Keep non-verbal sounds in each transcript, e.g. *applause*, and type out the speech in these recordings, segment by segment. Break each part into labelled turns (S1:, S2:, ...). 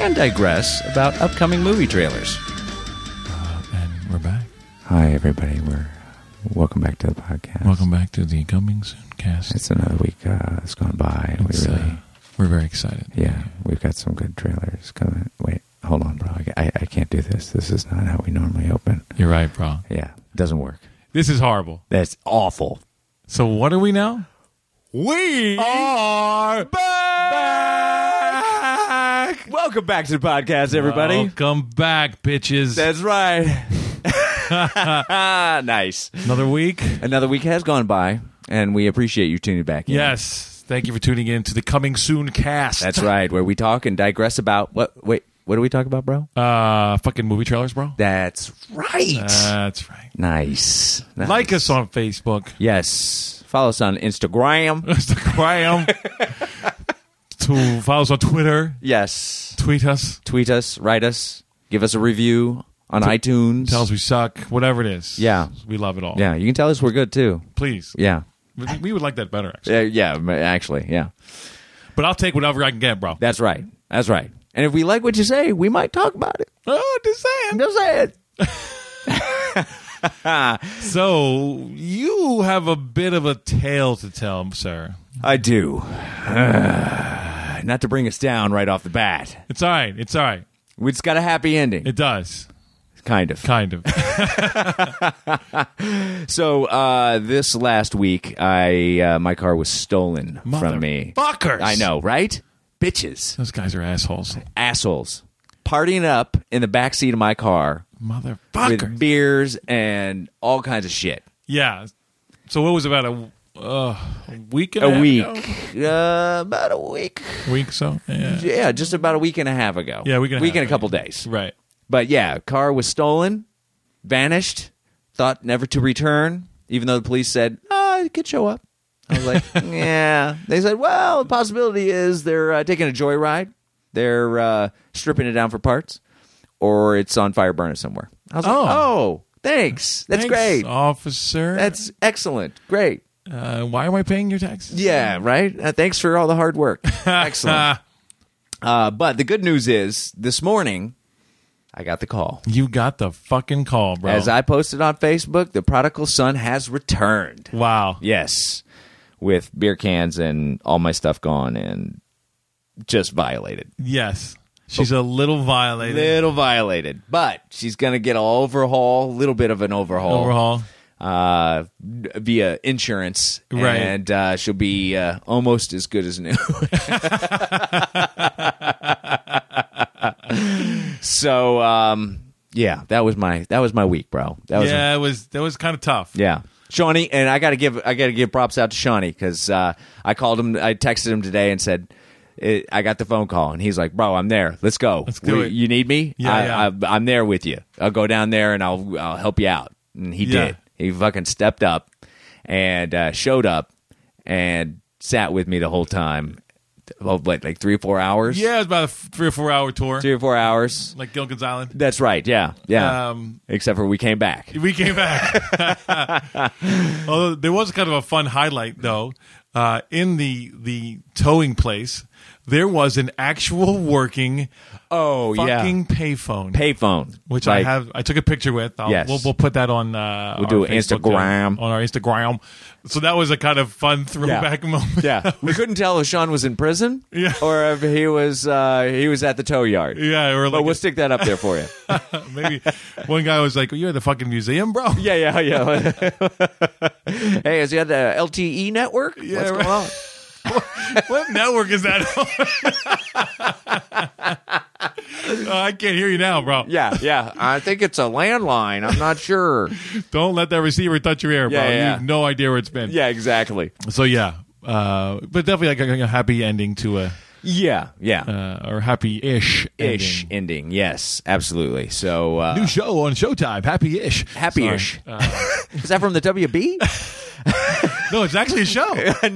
S1: and digress about upcoming movie trailers.
S2: And we're back.
S3: Hi, everybody. We're welcome back to the podcast.
S2: Welcome back to the Coming Soon cast.
S3: It's another week uh, that's gone by, and we
S2: It's,
S3: really,
S2: uh, we're very excited.
S3: yeah, we've got some good trailers coming. Wait, hold on, bro. I, I, I can't do this. This is not how we normally open.
S2: You're right, bro.
S3: Yeah, doesn't work.
S2: This is horrible.
S3: That's awful.
S2: So, what are we now? We are back.
S1: Welcome back to the podcast, everybody.
S2: Welcome back, bitches.
S1: That's
S2: *laughs*
S3: *laughs*
S1: right. nice.
S2: Another week.
S1: Another week has gone by, and we appreciate you tuning back in.
S2: Yes. Thank you for tuning in to the Coming Soon cast.
S1: That's right, where we talk and digress about what wait, what do we talk about, bro?
S2: Uh, fucking movie trailers, bro.
S1: That's right.
S2: Uh, That's right.
S1: nice. Nice.
S2: Like us on Facebook. *laughs*
S1: Yes. Follow us on *laughs* Instagram.
S2: Instagram. to follow us on Twitter.
S1: yes.
S2: Tweet us.
S1: Tweet us, write us, give us a review on iTunes.
S2: Tell us we suck. Whatever it is.
S1: Yeah.
S2: We love it all.
S1: yeah, you can tell us we're good too.
S2: Please.
S1: Yeah.
S2: We, we would like that better, actually.
S1: Yeah, yeah, ma- actually, yeah.
S2: But I'll take whatever I can get, bro.
S1: That's right. That's right. And if we like what you say, we might talk about it.
S2: oh, just saying.
S1: Just say it.
S2: So you have a bit of a tale to tell, sir.
S1: I do. *sighs* Not to bring us down right off the bat.
S2: It's all right. It's all right.
S1: It's got a happy ending.
S2: It does.
S1: kind of.
S2: Kind
S1: *laughs*
S2: of.
S1: So uh, this last week, I uh, my car was stolen from me.
S2: Fuckers.
S1: I know, right? Bitches,
S2: Those guys are assholes.
S1: assholes, partying up in the back seat of my car
S2: Motherfuckers.
S1: with beers and all kinds of shit.
S2: yeah. So what was it, about a. Uh, a week and a,
S1: A
S2: half
S1: week,
S2: ago?
S1: uh, about a week.
S2: week so yeah
S1: Yeah, just about a week and a half ago.
S2: Yeah, week and a
S1: week
S2: half
S1: and a couple days.
S2: right
S1: But yeah, car was stolen, vanished, thought never to return, even though the police said, oh, it could show up. I was like, *laughs* yeah. They said, well, the possibility is they're uh, taking a joyride, they're uh, stripping it down for parts, or it's on fire burner somewhere. I was like, oh, thanks. That's
S2: Thanks,
S1: great.
S2: officer
S1: That's excellent. Great.
S2: uh, why am I paying your taxes
S1: Yeah, right? Uh, thanks for all the hard work. *laughs* excellent. Uh, but the good news is this morning, I got the call.
S2: *laughs* you got the fucking call bro
S1: As I posted on Facebook, the prodigal son has returned.
S2: wow
S1: Yes, with beer cans and all my stuff gone and just violated.
S2: yes she's a little violated
S1: Little violated, but she's going to get an overhaul, a little bit of an overhaul.
S2: overhaul
S1: Uh, via insurance,
S2: Right.
S1: And uh, she'll be uh, almost as good as *laughs* new. so, um, yeah, that was my that was my week, bro. That was
S2: yeah it was that was kind of tough
S1: Yeah. Shawnee, and I gotta give I gotta give props out to Shawnee because uh, I called him, I texted him today and said it, I got the phone call, and he's like, "Bro, I'm there. Let's go.
S2: Let's do
S1: We-
S2: it."
S1: You need me?
S2: Yeah,
S1: I,
S2: yeah.
S1: I, I'm there with you. I'll go down there and I'll I'll help you out." And he
S2: Yeah.
S1: did. He fucking stepped up and uh, showed up and sat with me the whole time. Well, like like three or four hours.
S2: yeah it was about a f- three or four hour tour
S1: three or four hours.
S2: like Gilligan's Island
S1: That's right. Yeah, yeah.
S2: um
S1: Except for we came back.
S2: we came
S1: *laughs*
S2: back although there was kind of a fun highlight though uh, in the the towing place there was an actual working
S1: Oh
S2: fucking payphone
S1: Payphone,
S2: which
S1: Like-
S2: I have. I took a picture with. I'll,
S1: Yes.
S2: we'll, we'll put that on. Uh,
S1: We'll
S2: our
S1: do
S2: Facebook,
S1: Instagram.
S2: uh, on our Instagram. So that was a kind of fun throwback *laughs* moment.
S1: Yeah, we couldn't tell if Sean was in prison,
S2: Yeah.
S1: or if he was uh, he was at the tow yard.
S2: yeah. Or
S1: But
S2: like
S1: we'll stick that up there
S2: *laughs*
S1: for you.
S2: maybe one guy was like, "You at the fucking museum, bro."
S1: yeah, yeah, yeah. *laughs* hey, is he at the LTE network? Yeah, What's going on?
S2: *laughs* what network is that? *laughs* on? Uh, I can't hear you now, bro.
S1: Yeah, yeah. I think it's a landline. I'm not
S2: *laughs*
S1: sure.
S2: Don't let that receiver touch your ear, bro.
S1: Yeah,
S2: You
S1: yeah.
S2: have no idea where it's been.
S1: yeah, exactly.
S2: So yeah, uh, but definitely like a, a happy ending to a
S1: Yeah, yeah.
S2: uh, or happy-ish
S1: ish
S2: ending.
S1: ending. Yes, absolutely. So uh,
S2: New show on Showtime, happy-ish.
S1: happy-ish. Uh, Is that from
S2: *laughs*
S1: the WB?
S2: Uh, No, it's actually a show.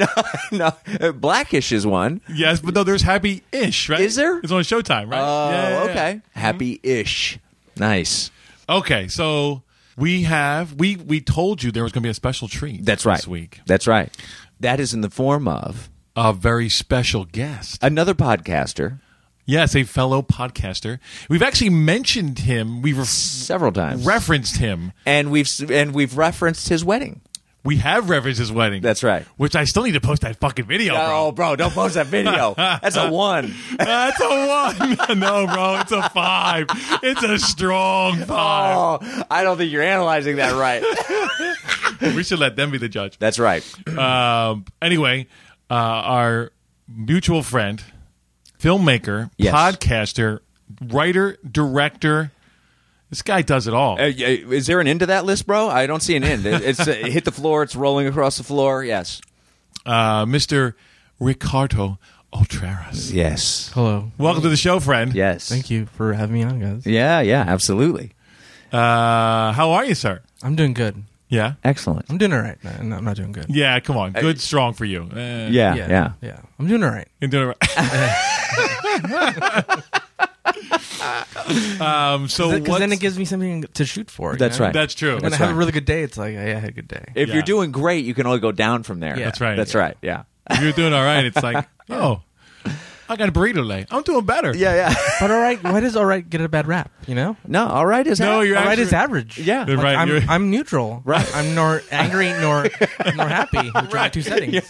S1: *laughs* no, uh, Blackish is one.
S2: yes, but no, there's happy-ish, right?
S1: Is there?
S2: It's on Showtime, right?
S1: Oh,
S2: Yeah, yeah, yeah.
S1: okay. Happy-ish. Nice.
S2: Okay, so we have we we told you there was going to be a special treat.
S1: That's right.
S2: This week,
S1: That's right. That is in the form of
S2: a very special guest.
S1: another podcaster
S2: Yes, a fellow podcaster. We've actually mentioned him. We've ref-
S1: several times,
S2: referenced him.
S1: and we've s- and we've referenced his wedding.
S2: We have referenced his wedding.
S1: That's right.
S2: Which I still need to post that fucking video,
S1: Oh,
S2: bro. Oh,
S1: bro, don't post that video. That's a one.
S2: That's a one. *laughs* no, bro, it's a five. It's a
S1: *laughs*
S2: strong five.
S1: Oh, I don't think you're analyzing that right.
S2: We should let them be the judge.
S1: That's right.
S2: Um, anyway, uh, our mutual friend, filmmaker,
S1: Yes.
S2: podcaster, writer, director. This guy does it all.
S1: Uh, y- uh, is there an end to that list, bro? I don't see an end. It- It's uh, it hit the floor. It's rolling across the floor. Yes.
S2: Uh, Mr. Ricardo Otreras.
S1: Yes.
S4: Hello.
S2: Welcome to the show, friend.
S1: Yes.
S4: Thank you for having me on, guys.
S1: Yeah. Yeah. Absolutely.
S2: Uh, how are you, sir?
S4: I'm doing good.
S2: Yeah.
S1: Excellent.
S4: I'm doing all right. No, I'm not doing good.
S2: Yeah, come on. Good, strong for you. Eh,
S1: Yeah.
S4: yeah.
S1: Yeah.
S4: yeah. I'm doing all right.
S2: you're doing it right. um, so
S4: Because
S2: what's-
S4: then it gives me something to shoot for. you
S1: That's
S4: know?
S1: right.
S2: that's
S4: *laughs*
S2: true.
S4: When I
S1: That's
S4: have
S1: right.
S4: a really good day, it's like, yeah, I had a good day.
S1: If
S2: Yeah.
S1: you're doing great, you can only go down from there.
S4: Yeah. That's
S2: right.
S1: That's
S2: Yeah.
S1: right. Yeah.
S2: If you're doing all right. It's like, oh, I got a burrito today. I'm doing better.
S1: Yeah. Yeah. *laughs*
S4: but all right, why does all right get a bad rap? You know,
S1: No. All right. Is
S2: No,
S1: that-
S2: Oh, you're
S4: all right
S2: actually-
S4: is average.
S1: Yeah.
S2: You're right,
S4: I'm,
S2: you're-
S4: I'm neutral. Right.
S1: *laughs*
S4: I'm nor angry nor nor happy. Which are my two settings.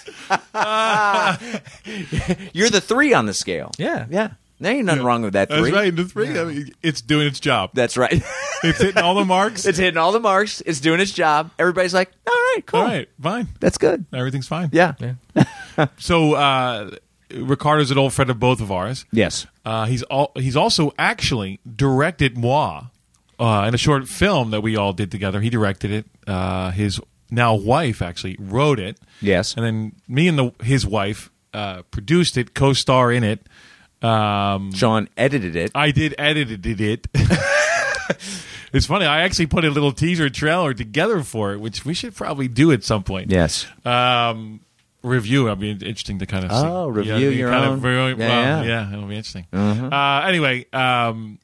S1: You're the three on the scale.
S4: Yeah.
S1: Yeah. There ain't nothing wrong with that
S2: That's
S1: three.
S2: right. The three, I mean, it's doing its job.
S1: That's right. *laughs*
S2: it's hitting all the marks.
S1: it's hitting all the marks. It's doing its job. Everybody's like, all right, cool.
S2: all right. Fine.
S1: That's good.
S2: Everything's fine.
S1: Yeah.
S4: Yeah.
S2: *laughs* So uh, Ricardo's an old friend of both of ours.
S1: Yes.
S2: Uh, he's all, he's also actually directed moi uh, in a short film that we all did together. He directed it. Uh, his now wife actually wrote it.
S1: Yes.
S2: and then me and the, his wife uh, produced it, co-star in it. Um,
S1: Sean edited it.
S2: I did edited it. *laughs* it's funny. I actually put a little teaser trailer together for it, which we should probably do at some point.
S1: Yes.
S2: Um, review. I'll be interesting to kind of see.
S1: Oh, review
S2: I mean,
S1: your
S2: kind
S1: own.
S2: Of, really- well,
S1: Yeah, yeah. Mm-hmm.
S2: yeah, it'll be interesting. Uh, anyway, um,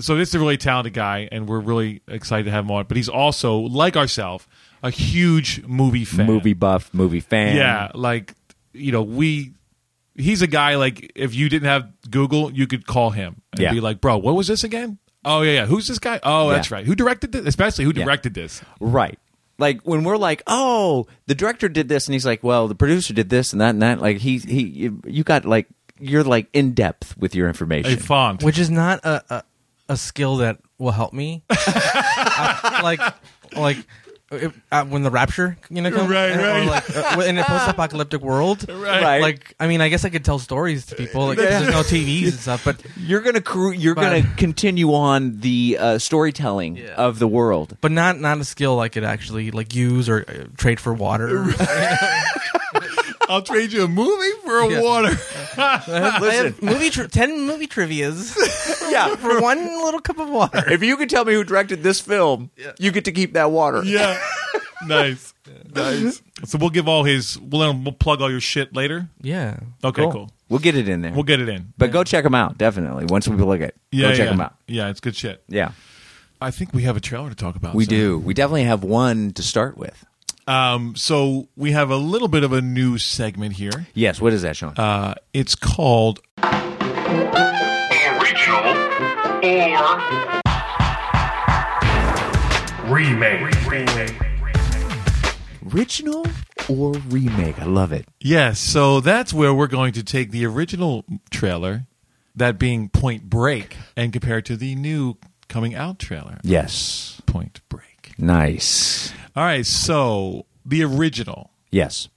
S2: so this is a really talented guy, and we're really excited to have him on. But he's also, like ourselves, a huge movie fan.
S1: Movie buff, movie fan.
S2: Yeah, like you know, we. He's a guy like if you didn't have Google, you could call him and
S1: Yeah.
S2: be like, "Bro, what was this again? Oh yeah, yeah. who's this guy? Oh, that's
S1: Yeah.
S2: right. Who directed this? Especially who
S1: Yeah.
S2: directed this?
S1: Right. Like when we're like, oh, the director did this, and he's like, well, the producer did this and that and that. Like he he, you, you got like you're like in depth with your
S2: A
S1: information.
S2: font.
S4: Which is not a, a a skill that will help
S2: *laughs*
S4: me. I- like like. if- uh, when the rapture, you know, comes,
S2: Right,
S4: or
S2: right.
S4: like, uh, in a post-apocalyptic world,
S1: Right.
S4: Like, I mean, I guess I could tell stories to people. Like, 'cause there's no TVs and stuff, but
S1: You're gonna cru- you're
S4: But-
S1: gonna continue on the uh, storytelling
S4: Yeah.
S1: of the world.
S4: but not not a skill I could actually like use or uh, trade for water.
S2: I'll trade you a movie for a
S4: Yeah. *laughs*
S2: water.
S4: *laughs* I have movie tri- ten movie trivia's
S2: *laughs*
S1: Yeah.
S4: for one little cup of water.
S1: If you could tell me who directed this film, you get to keep that water.
S2: Yeah. nice. Nice. So we'll give all his. We'll let him, we'll plug all your shit later.
S4: Yeah,
S2: Okay, cool.
S1: We'll get it in there.
S2: We'll get it in.
S1: but go check them out definitely. Once we look at,
S2: Yeah,
S1: go check
S2: yeah.
S1: them out.
S2: Yeah, it's good shit.
S1: Yeah,
S2: I think we have a trailer to talk about.
S1: we
S2: so-
S1: do. We definitely have one to start with.
S2: Um, so we have a little bit of a new segment here.
S1: Yes. What is that, Sean?
S2: Uh, it's called
S5: original or remake.
S1: Original or remake? I love it.
S2: yes. So that's where we're going to take the original trailer, that being Point Break, and compare it to the new coming out trailer,
S1: Yes.
S2: Point Break.
S1: Nice.
S2: All right. So the original.
S1: Yes.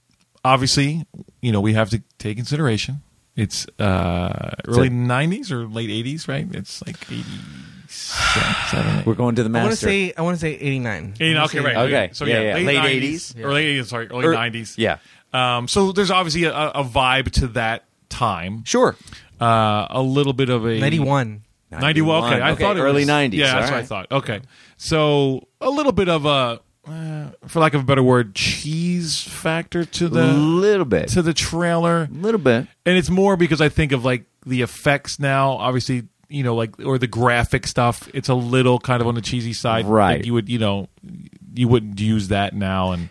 S2: obviously, you know, we have to take consideration. It's uh, early '90s or late '80s, right? It's like '87.
S1: We're going to the
S4: I want to
S1: master.
S4: say I want to say eighty nine.
S2: Okay, right.
S1: Okay.
S2: So
S1: Yeah,
S2: yeah, late,
S1: yeah. Late
S2: 90s,
S1: 80s.
S2: early '80s. Sorry, early
S1: Er-
S2: '90s.
S1: yeah.
S2: Um, so there's obviously a, a vibe to that time.
S1: Sure.
S2: Uh, a little bit of a
S4: Ninety one.
S2: 91. Okay, I
S1: Okay,
S2: thought it
S1: early
S2: was-
S1: 90s.
S2: Yeah,
S1: All
S2: that's what I
S1: right.
S2: thought. Okay, so a little bit of a, uh, for lack of a better word, cheese factor to
S1: A
S2: the
S1: little bit.
S2: Uh, to the trailer,
S1: A little bit.
S2: and it's more because I think of like the effects now. Obviously, you know, like or the graphic stuff. It's a little kind of on the cheesy side, like
S1: Right.
S2: you would, you know, you wouldn't use that now, and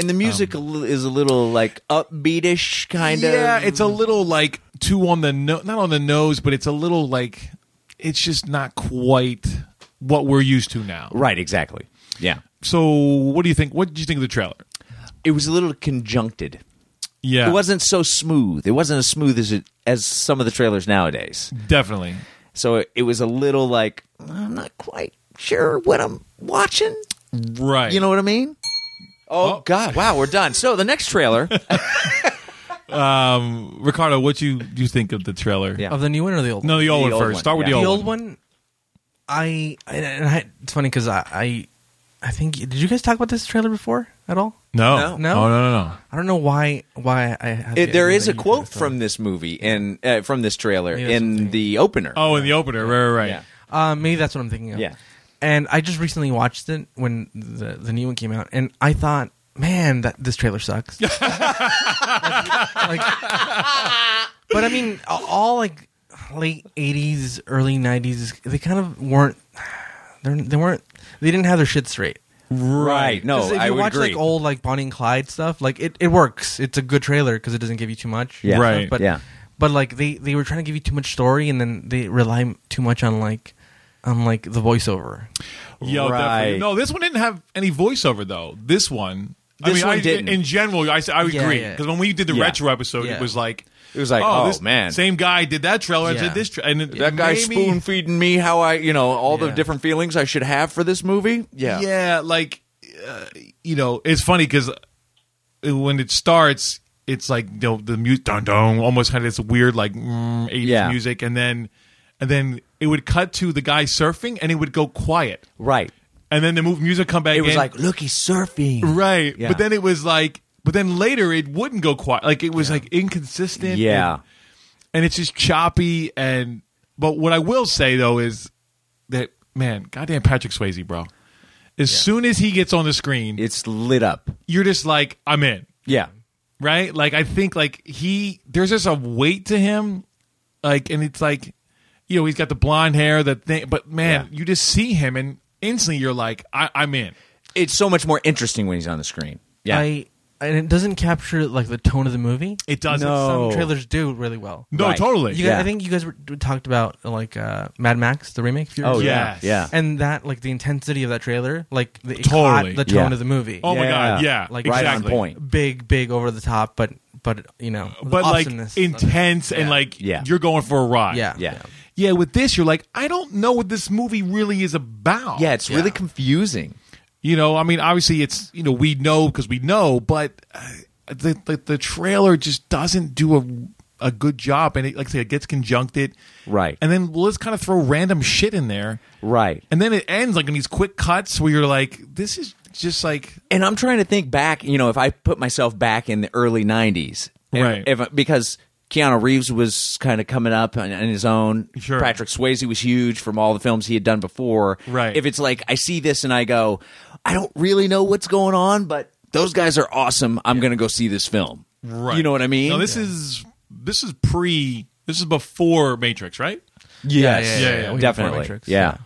S1: And the music a li- is a little like upbeatish kind of.
S2: yeah, uh, it's a little like too on the no- not on the nose, but it's a little like it's just not quite what we're used to now.
S1: right. Exactly. Yeah.
S2: So, what do you think? What did you think of the trailer?
S1: It was a little conjuncted.
S2: Yeah,
S1: It wasn't so smooth. It wasn't as smooth as it, as some of the trailers nowadays.
S2: definitely.
S1: So it, it was a little like I'm not quite sure what I'm watching.
S2: Right.
S1: You know what I mean? Oh,
S2: Oh.
S1: God! Wow, we're done. So the next trailer.
S2: Ricardo, what you you think of the trailer?
S1: Yeah.
S4: Of the new one or the old one?
S2: No, the old one
S1: The old
S2: first.
S1: one,
S2: Start with
S1: yeah.
S2: the
S4: the
S2: old,
S4: old one. I and, and I, it's funny because I, I I think did you guys talk about this trailer before at all?
S2: No.
S1: No.
S4: No.
S2: Oh, no, no, no.
S4: I don't know why why I. Had the
S1: It, there
S4: idea
S1: is
S4: that
S1: a
S4: you
S1: quote
S4: guys thought.
S1: from this movie and uh, from this trailer
S4: Yeah, that's
S1: in
S4: something.
S1: the opener.
S2: Oh, in the opener. Right, right, right.
S1: Yeah.
S4: Uh, maybe that's what I'm thinking of.
S1: Yeah.
S4: And I just recently watched it when the the new one came out, and I thought, man, that this trailer
S1: *laughs*
S4: sucks. like, but I mean, all like late '80s, early '90s, they kind of weren't. They're, they weren't. They didn't have their shit straight.
S1: right. No,
S4: 'Cause if
S1: I
S4: you
S1: would
S4: watch
S1: agree.
S4: like old like Bonnie and Clyde stuff, like it, it works. It's a good trailer because it doesn't give you too much.
S1: Yeah.
S2: Right.
S4: But
S1: Yeah.
S4: but like they they were trying to give you too much story, and then they rely m- too much on like on like the voiceover.
S2: Yo, definitely.
S1: Right.
S2: No, this one didn't have any voiceover though. This one. I
S1: This
S2: mean,
S1: one
S2: I,
S1: didn't.
S2: in general, I, s- I would
S4: Yeah,
S2: agree
S4: yeah.
S2: because when we did the
S1: Yeah.
S2: retro episode,
S4: Yeah.
S2: it was like
S1: It was like, oh,
S2: this
S1: man.
S2: same guy did that trailer and
S4: Yeah.
S2: did this, tra- and it-
S1: that guy
S2: maybe-
S1: spoon feeding me how I, you know, all the
S4: Yeah.
S1: different feelings I should have for this movie. Yeah.
S2: like uh, you know, it's funny because when it starts, it's like you know, the music, dun dun, almost kind of this weird like mm, 80s
S1: Yeah.
S2: music, and then and then it would cut to the guy surfing, and it would go quiet,
S1: Right.
S2: and then the move music come back.
S1: It was
S2: in.
S1: like, look, he's surfing.
S2: right,
S1: Yeah.
S2: but then it was like, but then later it wouldn't go quiet, like it was like inconsistent,
S1: Yeah.
S2: and, and it's just choppy. And but what I will say though is that man, goddamn Patrick Swayze, bro. As soon as he gets on the screen,
S1: It's lit up.
S2: you're just like I'm in,
S1: Yeah.
S2: right? Like I think like he there's just a weight to him, like and it's like you know he's got the blonde hair that thing, but man,
S1: Yeah.
S2: you just see him and instantly you're like I- I'm in.
S1: It's so much more interesting when he's on the screen. Yeah.
S4: I and it doesn't capture like the tone of the movie.
S2: It Oh. doesn't.
S1: No.
S4: Some trailers do really well.
S2: No,
S1: Right.
S2: totally.
S4: You guys, I think you guys were, talked about like uh, Mad Max the remake. Fury
S1: oh,
S4: Road.
S1: yeah.
S2: Yes.
S1: Yeah.
S4: And that like the intensity of that trailer, like the, it
S2: Totally.
S4: caught the tone
S1: Yeah.
S4: of the movie.
S2: Oh my god,
S1: Yeah.
S2: yeah,
S4: Like,
S2: exactly.
S1: right on point.
S4: big, big over the top, but but you know,
S2: But like
S4: awesomeness.
S2: intense and like
S1: Yeah.
S2: you're going for a ride.
S4: yeah,
S1: Yeah.
S2: Yeah, with this you're like I don't know what this movie really is about.
S1: Yeah. It's really
S4: Yeah.
S1: confusing.
S2: You know, I mean, obviously, it's you know we know because we know, but uh, the, the the trailer just doesn't do a a good job, and it, like I say, it gets conjuncted,
S1: Right.
S2: And then let's kind of throw random shit in there,
S1: Right.
S2: And then it ends like in these quick cuts where you're like, this is just like
S1: and I'm trying to think back, you know, if I put myself back in the early 90s. and
S2: Right.
S1: If, because Keanu Reeves was kind of coming up on, on his own.
S2: Sure.
S1: Patrick Swayze was huge from all the films he had done before.
S2: Right.
S1: If it's like, I see this and I go, I don't really know what's going on, but those guys are awesome. I'm going to go see this film. You know what I mean?
S2: No, this is this is pre, this is before Matrix, right?
S1: yes.
S4: Yeah, yeah, yeah, yeah. We did
S1: Definitely.
S4: Matrix,
S1: yeah.
S4: yeah.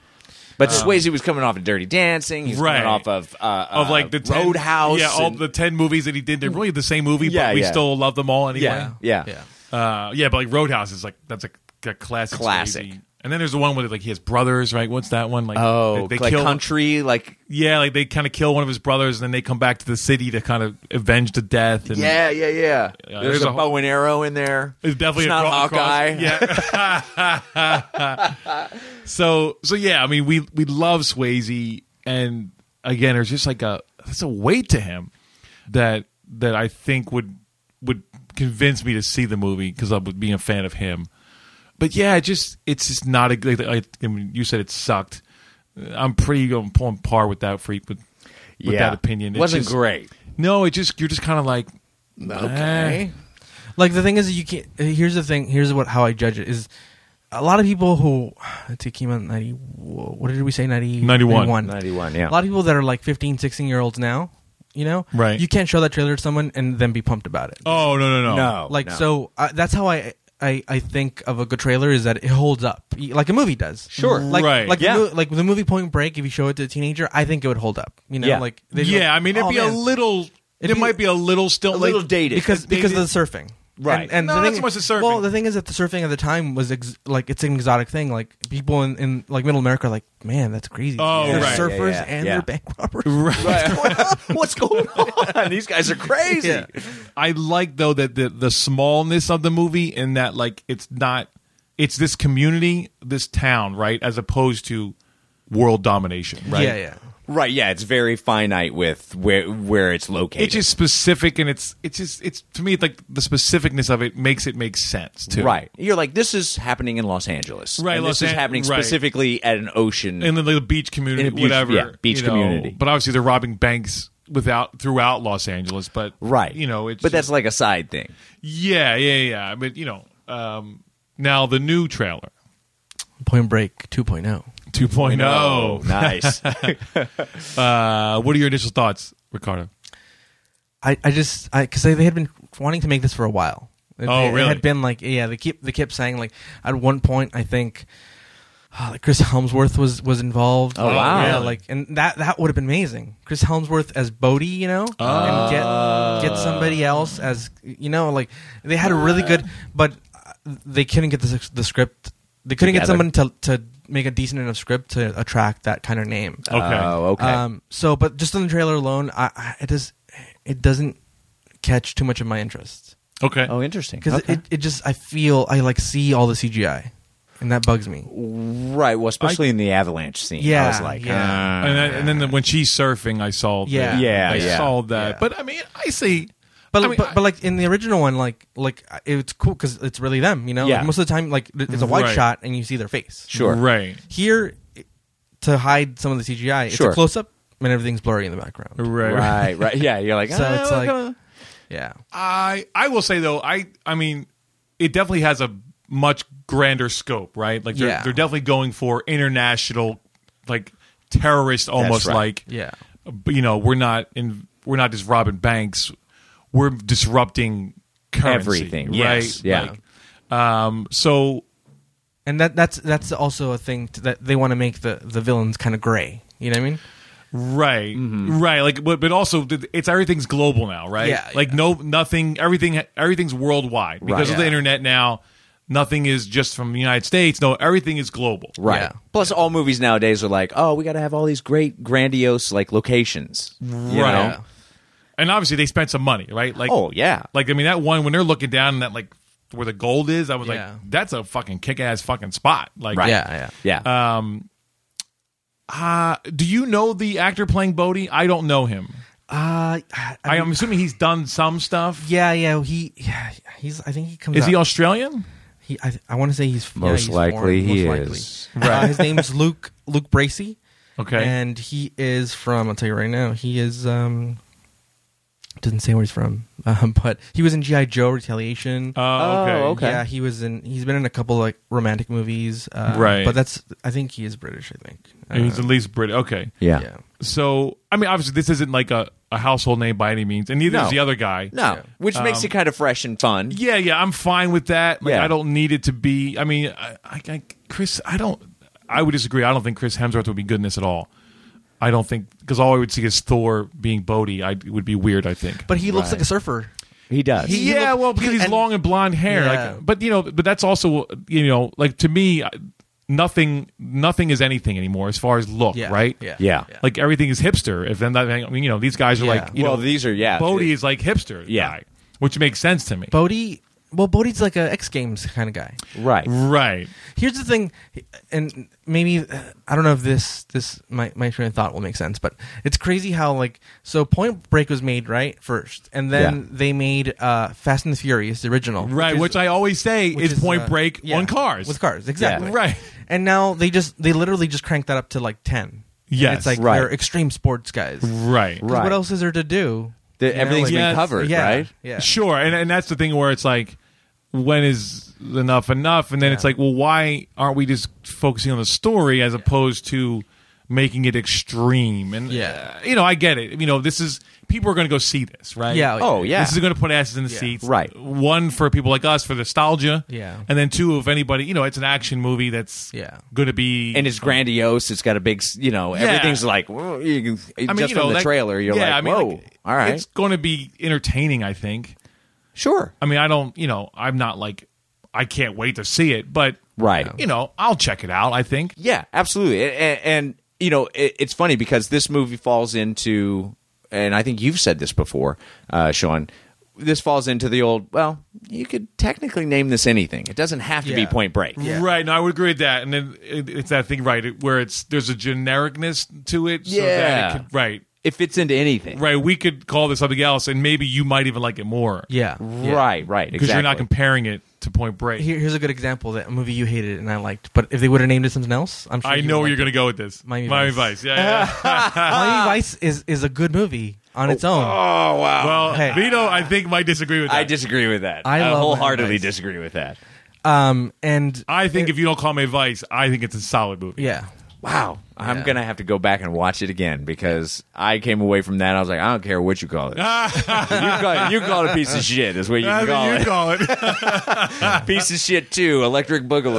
S1: But Swayze was coming off of Dirty Dancing. He's
S2: Um, Right.
S1: coming off of uh,
S2: Of
S1: uh,
S2: like the 10
S1: Roadhouse.
S2: yeah, all
S1: and-
S2: the ten movies that he did. They're really the same movie,
S1: Yeah,
S2: but we
S1: yeah.
S2: still love them all anyway.
S1: Yeah. Yeah.
S4: yeah.
S2: Uh, yeah, but like Roadhouse is like that's a, a classic.
S1: Classic.
S2: Swayze. And then there's the one where like he has brothers, right? What's that one? Like
S1: Oh, like
S2: kill
S1: country, like
S2: Yeah, like they kind of kill one of his brothers, and then they come back to the city to kind of avenge the death. And
S1: Yeah, yeah, yeah.
S2: Yeah,
S1: there's,
S2: there's
S1: a,
S2: a whole-
S1: bow and arrow in there.
S2: it's definitely a
S1: It's not
S2: cro- cross-
S1: Hawkeye.
S2: Yeah. *laughs* so so yeah, I mean we we love Swayze, and again, there's just like a that's a weight to him that that I think would would convince me to see the movie because I would be a fan of him. But yeah, it just it's just not a good. I, I mean, you said it sucked. I'm pretty on on par with that freak with, with that opinion. It
S1: wasn't
S2: just-
S1: great.
S2: No, it just you're just kind of like
S1: Okay.
S2: eh.
S4: Like the thing is, you can't. uh, Here's the thing. Here's what how I judge it is. A lot of people who *sighs* it came out in ninety. What did we say? 90,
S2: 91.
S3: 91, yeah.
S4: A lot of people that are like 15, 16 year olds now. You know,
S2: Right.
S4: You can't show that trailer to someone and then be pumped about it.
S2: Oh no no no
S3: No.
S4: like
S1: *laughs*
S3: no.
S4: so. Uh, that's how I. I, I think of a good trailer is that it holds up y- like a movie does. Sure, like
S2: Right.
S4: like
S1: Yeah.
S4: the, mo- like the movie Point Break. If you show it to a teenager, I think it would hold up. You know,
S1: Yeah.
S4: like they'd be
S2: Yeah,
S4: like,
S2: I mean it'd
S4: "Oh,
S2: be a
S4: man."
S2: little.
S4: It'd
S2: it
S4: be
S2: might be a little still
S1: a little
S2: like,
S1: dated.
S4: because
S2: They
S4: because of
S2: did-
S4: the surfing,
S1: Right.
S4: And, and
S2: No,
S4: the
S2: not
S4: thing,
S2: so much the surfing.
S4: Well, the thing is that the surfing at the time was ex- like it's an exotic thing. Like people in, in like middle America are like, man, that's crazy.
S2: Oh,
S4: they're
S2: right.
S1: Yeah,
S4: surfers
S1: yeah,
S4: and
S1: yeah.
S4: they're bank
S2: *laughs*
S4: robbers.
S1: *laughs* What's going on? These guys are crazy.
S2: I like though that the the smallness of the movie and that like it's not it's this community, this town, right, as opposed to world domination, right?
S4: Yeah, yeah.
S1: Right? Yeah, it's very finite with where where it's located.
S2: It's just specific and it's it's just it's to me it's like the specificness of it makes it make sense too.
S1: Right. You're like, this is happening in Los Angeles.
S2: Right,
S1: And
S2: Los
S1: this is
S2: An-
S1: happening
S2: right.
S1: specifically at an ocean.
S2: And then like, the beach community,
S1: In a beach-
S2: whatever.
S1: yeah, beach
S2: you know.
S1: community.
S2: But obviously they're robbing banks without throughout Los Angeles, but
S1: right.
S2: you know, it's
S1: But that's
S2: just-
S1: like a side thing.
S2: Yeah, yeah, yeah. But you know, um now the new trailer.
S4: Point oh. Break 2.0.
S2: 2.0.
S1: Oh,
S2: *laughs*
S1: nice.
S2: oh. Uh, what are your initial thoughts, Ricardo?
S4: I, I just I because they, they had been wanting to make this for a while. It,
S2: Oh,
S4: it
S2: really?
S4: had been like yeah, they keep they kept saying like at one point I think *sighs* ah, like Chris Helmsworth was was involved.
S1: Oh, wow.
S4: Yeah,
S2: Really?
S4: like and that that would have been amazing. Chris Helmsworth as Bodhi, you know, and get get
S1: Oh.
S4: somebody else as you know, like they had a really good, but uh, they couldn't get the the script. They couldn't
S1: Together.
S4: get someone to to make a decent enough script to attract that kind of name.
S2: Okay.
S1: Oh, okay.
S4: Um, so, but just on the trailer alone, I, I, it does it doesn't catch too much of my interest
S2: okay.
S1: oh, interesting.
S4: because
S1: Okay.
S4: it, it just I feel I like see all the CGI and that bugs me.
S1: right. Well, especially in the avalanche scene. I
S4: Yeah,
S1: was like,
S4: yeah.
S1: uh,
S2: and, then, and then the- when she's surfing, I saw. the-
S4: Yeah.
S1: Yeah,
S2: I
S1: yeah.
S2: saw that.
S4: Yeah.
S2: But I mean, I see.
S4: But,
S2: I mean,
S4: but, but like in the original one, like like I- it's cool because it's really them, you know.
S1: Yeah.
S4: Like, most of the time, like it's a wide
S2: Right.
S4: shot and you see their face.
S1: sure.
S2: Right.
S4: Here, it- to hide some of the CGI, it's
S1: Sure.
S4: a close up and everything's blurry in the background.
S2: Right.
S1: Right. Right. Yeah.
S2: *laughs*
S1: You're like,
S4: So
S1: ah,
S4: it's
S1: we're
S4: like-
S1: gonna-
S4: Yeah,
S2: I I will say though, I I mean, it definitely has a much grander scope, right? Like they're
S4: Yeah.
S2: they're definitely going for international, like terrorist, almost
S1: right.
S2: like
S4: yeah,
S2: but, you know we're not in we're not just robbing banks we're disrupting currency,
S1: Everything.
S2: right
S1: Yes. Yeah.
S2: Like, um so
S4: and that that's that's also a thing t that they want to make the the villains kind of gray. You know what I mean?
S2: right
S1: Mm-hmm.
S2: right like but, but also th- it's everything's global now right
S4: Yeah,
S2: like
S4: yeah.
S2: no nothing everything everything's worldwide because of the
S4: Yeah.
S2: internet now nothing is just from the united states no everything is global
S1: Right.
S4: Yeah.
S1: Plus, all movies nowadays are like, oh, we got to have all these great, grandiose like locations. You
S2: Right.
S1: know?
S4: Yeah.
S2: and obviously they spent some money right like
S1: Oh yeah.
S2: like i mean that one when they're looking down and that like where the gold is i was
S4: Yeah.
S2: like that's a fucking kick-ass fucking spot like
S1: Right.
S4: Yeah, yeah.
S1: Yeah.
S2: Uh, Do you know the actor playing Bodhi? I don't know him.
S4: Uh,
S2: I, am assuming he's done some stuff.
S4: yeah, yeah. He, yeah, he's. I think he comes.
S2: Is
S4: out,
S2: he Australian?
S4: He, I, I want to say he's yeah,
S3: Most
S4: he's
S3: likely
S4: foreign,
S3: he
S4: most
S3: is.
S4: Likely. Uh, his name's Luke Luke Bracey.
S2: Okay.
S4: and he is from. I'll tell you right now. He is. um Doesn't say where he's from, *laughs* um, but he was in GI Joe Retaliation.
S2: Oh, okay.
S1: Oh, okay.
S4: Yeah, he was in. He's been in a couple like romantic movies. Uh,
S2: Right.
S4: but that's. I think he is British. I think. Uh,
S2: He's at least British. Okay.
S3: yeah.
S4: yeah.
S2: So, I mean, obviously, this isn't like a, a household name by any means, and neither
S1: No.
S2: is the other guy.
S1: no,
S4: yeah.
S1: which makes it kind of fresh and fun.
S2: Um, Yeah, yeah, I'm fine with that. Like,
S1: Yeah.
S2: I don't need it to be. I mean, I, I, I, Chris, I don't. I would disagree. I don't think Chris Hemsworth would be good in this at all. I don't think because all I would see is Thor being Bodhi. I it would be weird. I think.
S4: But he looks like a surfer.
S3: He does.
S4: He-
S2: yeah,
S4: looked-
S2: well, because he's
S4: and-
S2: long and blonde hair.
S4: Yeah.
S2: Like, but you know, but that's also you know, like to me, I- nothing, nothing is anything anymore as far as look,
S4: Yeah.
S2: right?
S4: Yeah.
S3: Yeah.
S2: Like everything is hipster. If then that, I mean, you know, these guys are
S4: Yeah.
S2: like, you
S1: Well,
S2: know,
S1: these are- yeah.
S2: Bodhi is like hipster,
S1: Yeah.
S2: guy, which makes sense to me,
S4: Bodie. Well, Bodie's like a X Games kind of guy.
S3: Right.
S2: right?
S4: Here's the thing, and maybe uh, I don't know if this this my my train of thought will make sense, but it's crazy how like so Point Break was made right first, and then
S3: Yeah.
S4: they made uh Fast and the Furious the original,
S2: Right, which,
S4: is-
S2: I always say
S4: which
S2: is, Point
S4: uh,
S2: Break
S4: yeah,
S2: on cars.
S4: with cars exactly
S2: Right.
S4: and now they just they literally just cranked that up to like ten. And
S2: Yes,
S4: it's like
S3: right.
S4: they're extreme sports guys.
S2: right?
S4: 'Cause
S3: Right.
S4: What else is there to do?
S1: That everything's
S4: like-
S1: been
S2: Yes.
S1: covered,
S4: yeah,
S1: right?
S4: Yeah.
S2: Sure, and and that's the thing where it's like, when is enough enough? And then it's like, well, why aren't we just focusing on the story as opposed to making it extreme? And
S4: Yeah.
S2: uh, you know, I get it. You know, this is people are going to go see this, right?
S4: Yeah.
S1: Oh yeah.
S2: This is going to put asses in the
S4: Yeah.
S2: seats.
S1: Right.
S2: One, for people like us, for nostalgia.
S4: Yeah.
S2: And then two, if anybody, you know, it's an action movie that's
S4: Yeah.
S2: going to be.
S1: and it's grandiose. It's got a big, s- you know,
S2: Yeah.
S1: everything's like whoa, you,
S2: I mean,
S1: just
S2: you know,
S1: from the
S2: that-
S1: trailer. You're
S2: yeah,
S1: like,
S2: I mean,
S1: whoa,
S2: like,
S1: all right,
S2: It's going to be entertaining, I think.
S1: sure,
S2: I mean, I don't, you know, I'm not like, I can't wait to see it, but,
S1: right,
S2: you know, I'll check it out, I think.
S1: yeah, absolutely. A- a- And, you know, it, it's funny because this movie falls into, and I think you've said this before, uh, Sean. This falls into the old. Well, you could technically name this anything. It doesn't have to be
S4: Yeah.
S1: Point Break.
S4: Yeah.
S2: Right. No, I would agree with that. And then it, it's that thing, right, it- where it's, there's a genericness to it. So
S1: Yeah.
S2: That it could, right.
S1: It fits into anything.
S2: Right. We could call this something else, and maybe you might even like it more.
S4: Yeah. yeah.
S1: right, right.
S2: Because you're not
S1: exactly.
S2: comparing it to Point Break.
S4: Here, here's a good example that a movie you hated and I liked. But if they would have named it something else, I'm sure
S2: I
S4: you
S2: know
S4: would
S2: where you're going
S4: like
S2: to go with this.
S4: Miami Vice.
S2: Vice. Yeah, yeah. *laughs*
S4: it. Miami Vice is is a good movie on its own.
S2: well,
S4: Hey.
S2: Vito, I think might disagree with that.
S1: Oh, I disagree with that.
S4: I
S1: I,
S4: love
S1: wholeheartedly
S4: Miami Vice.
S1: disagree with that.
S4: Um, and
S2: I think if you don't call me Vice, I think it's a solid movie. *laughs*
S4: yeah,
S1: Wow. I'm
S4: Yeah.
S1: going to have to go back and watch it again because I came away from that. I was like, I don't care what
S2: *laughs*
S1: you call it. you, call it you call it a piece of shit, is what you
S2: That's what
S1: call
S2: you
S1: it.
S2: call it.
S1: piece of shit, too. Electric Boogaloo.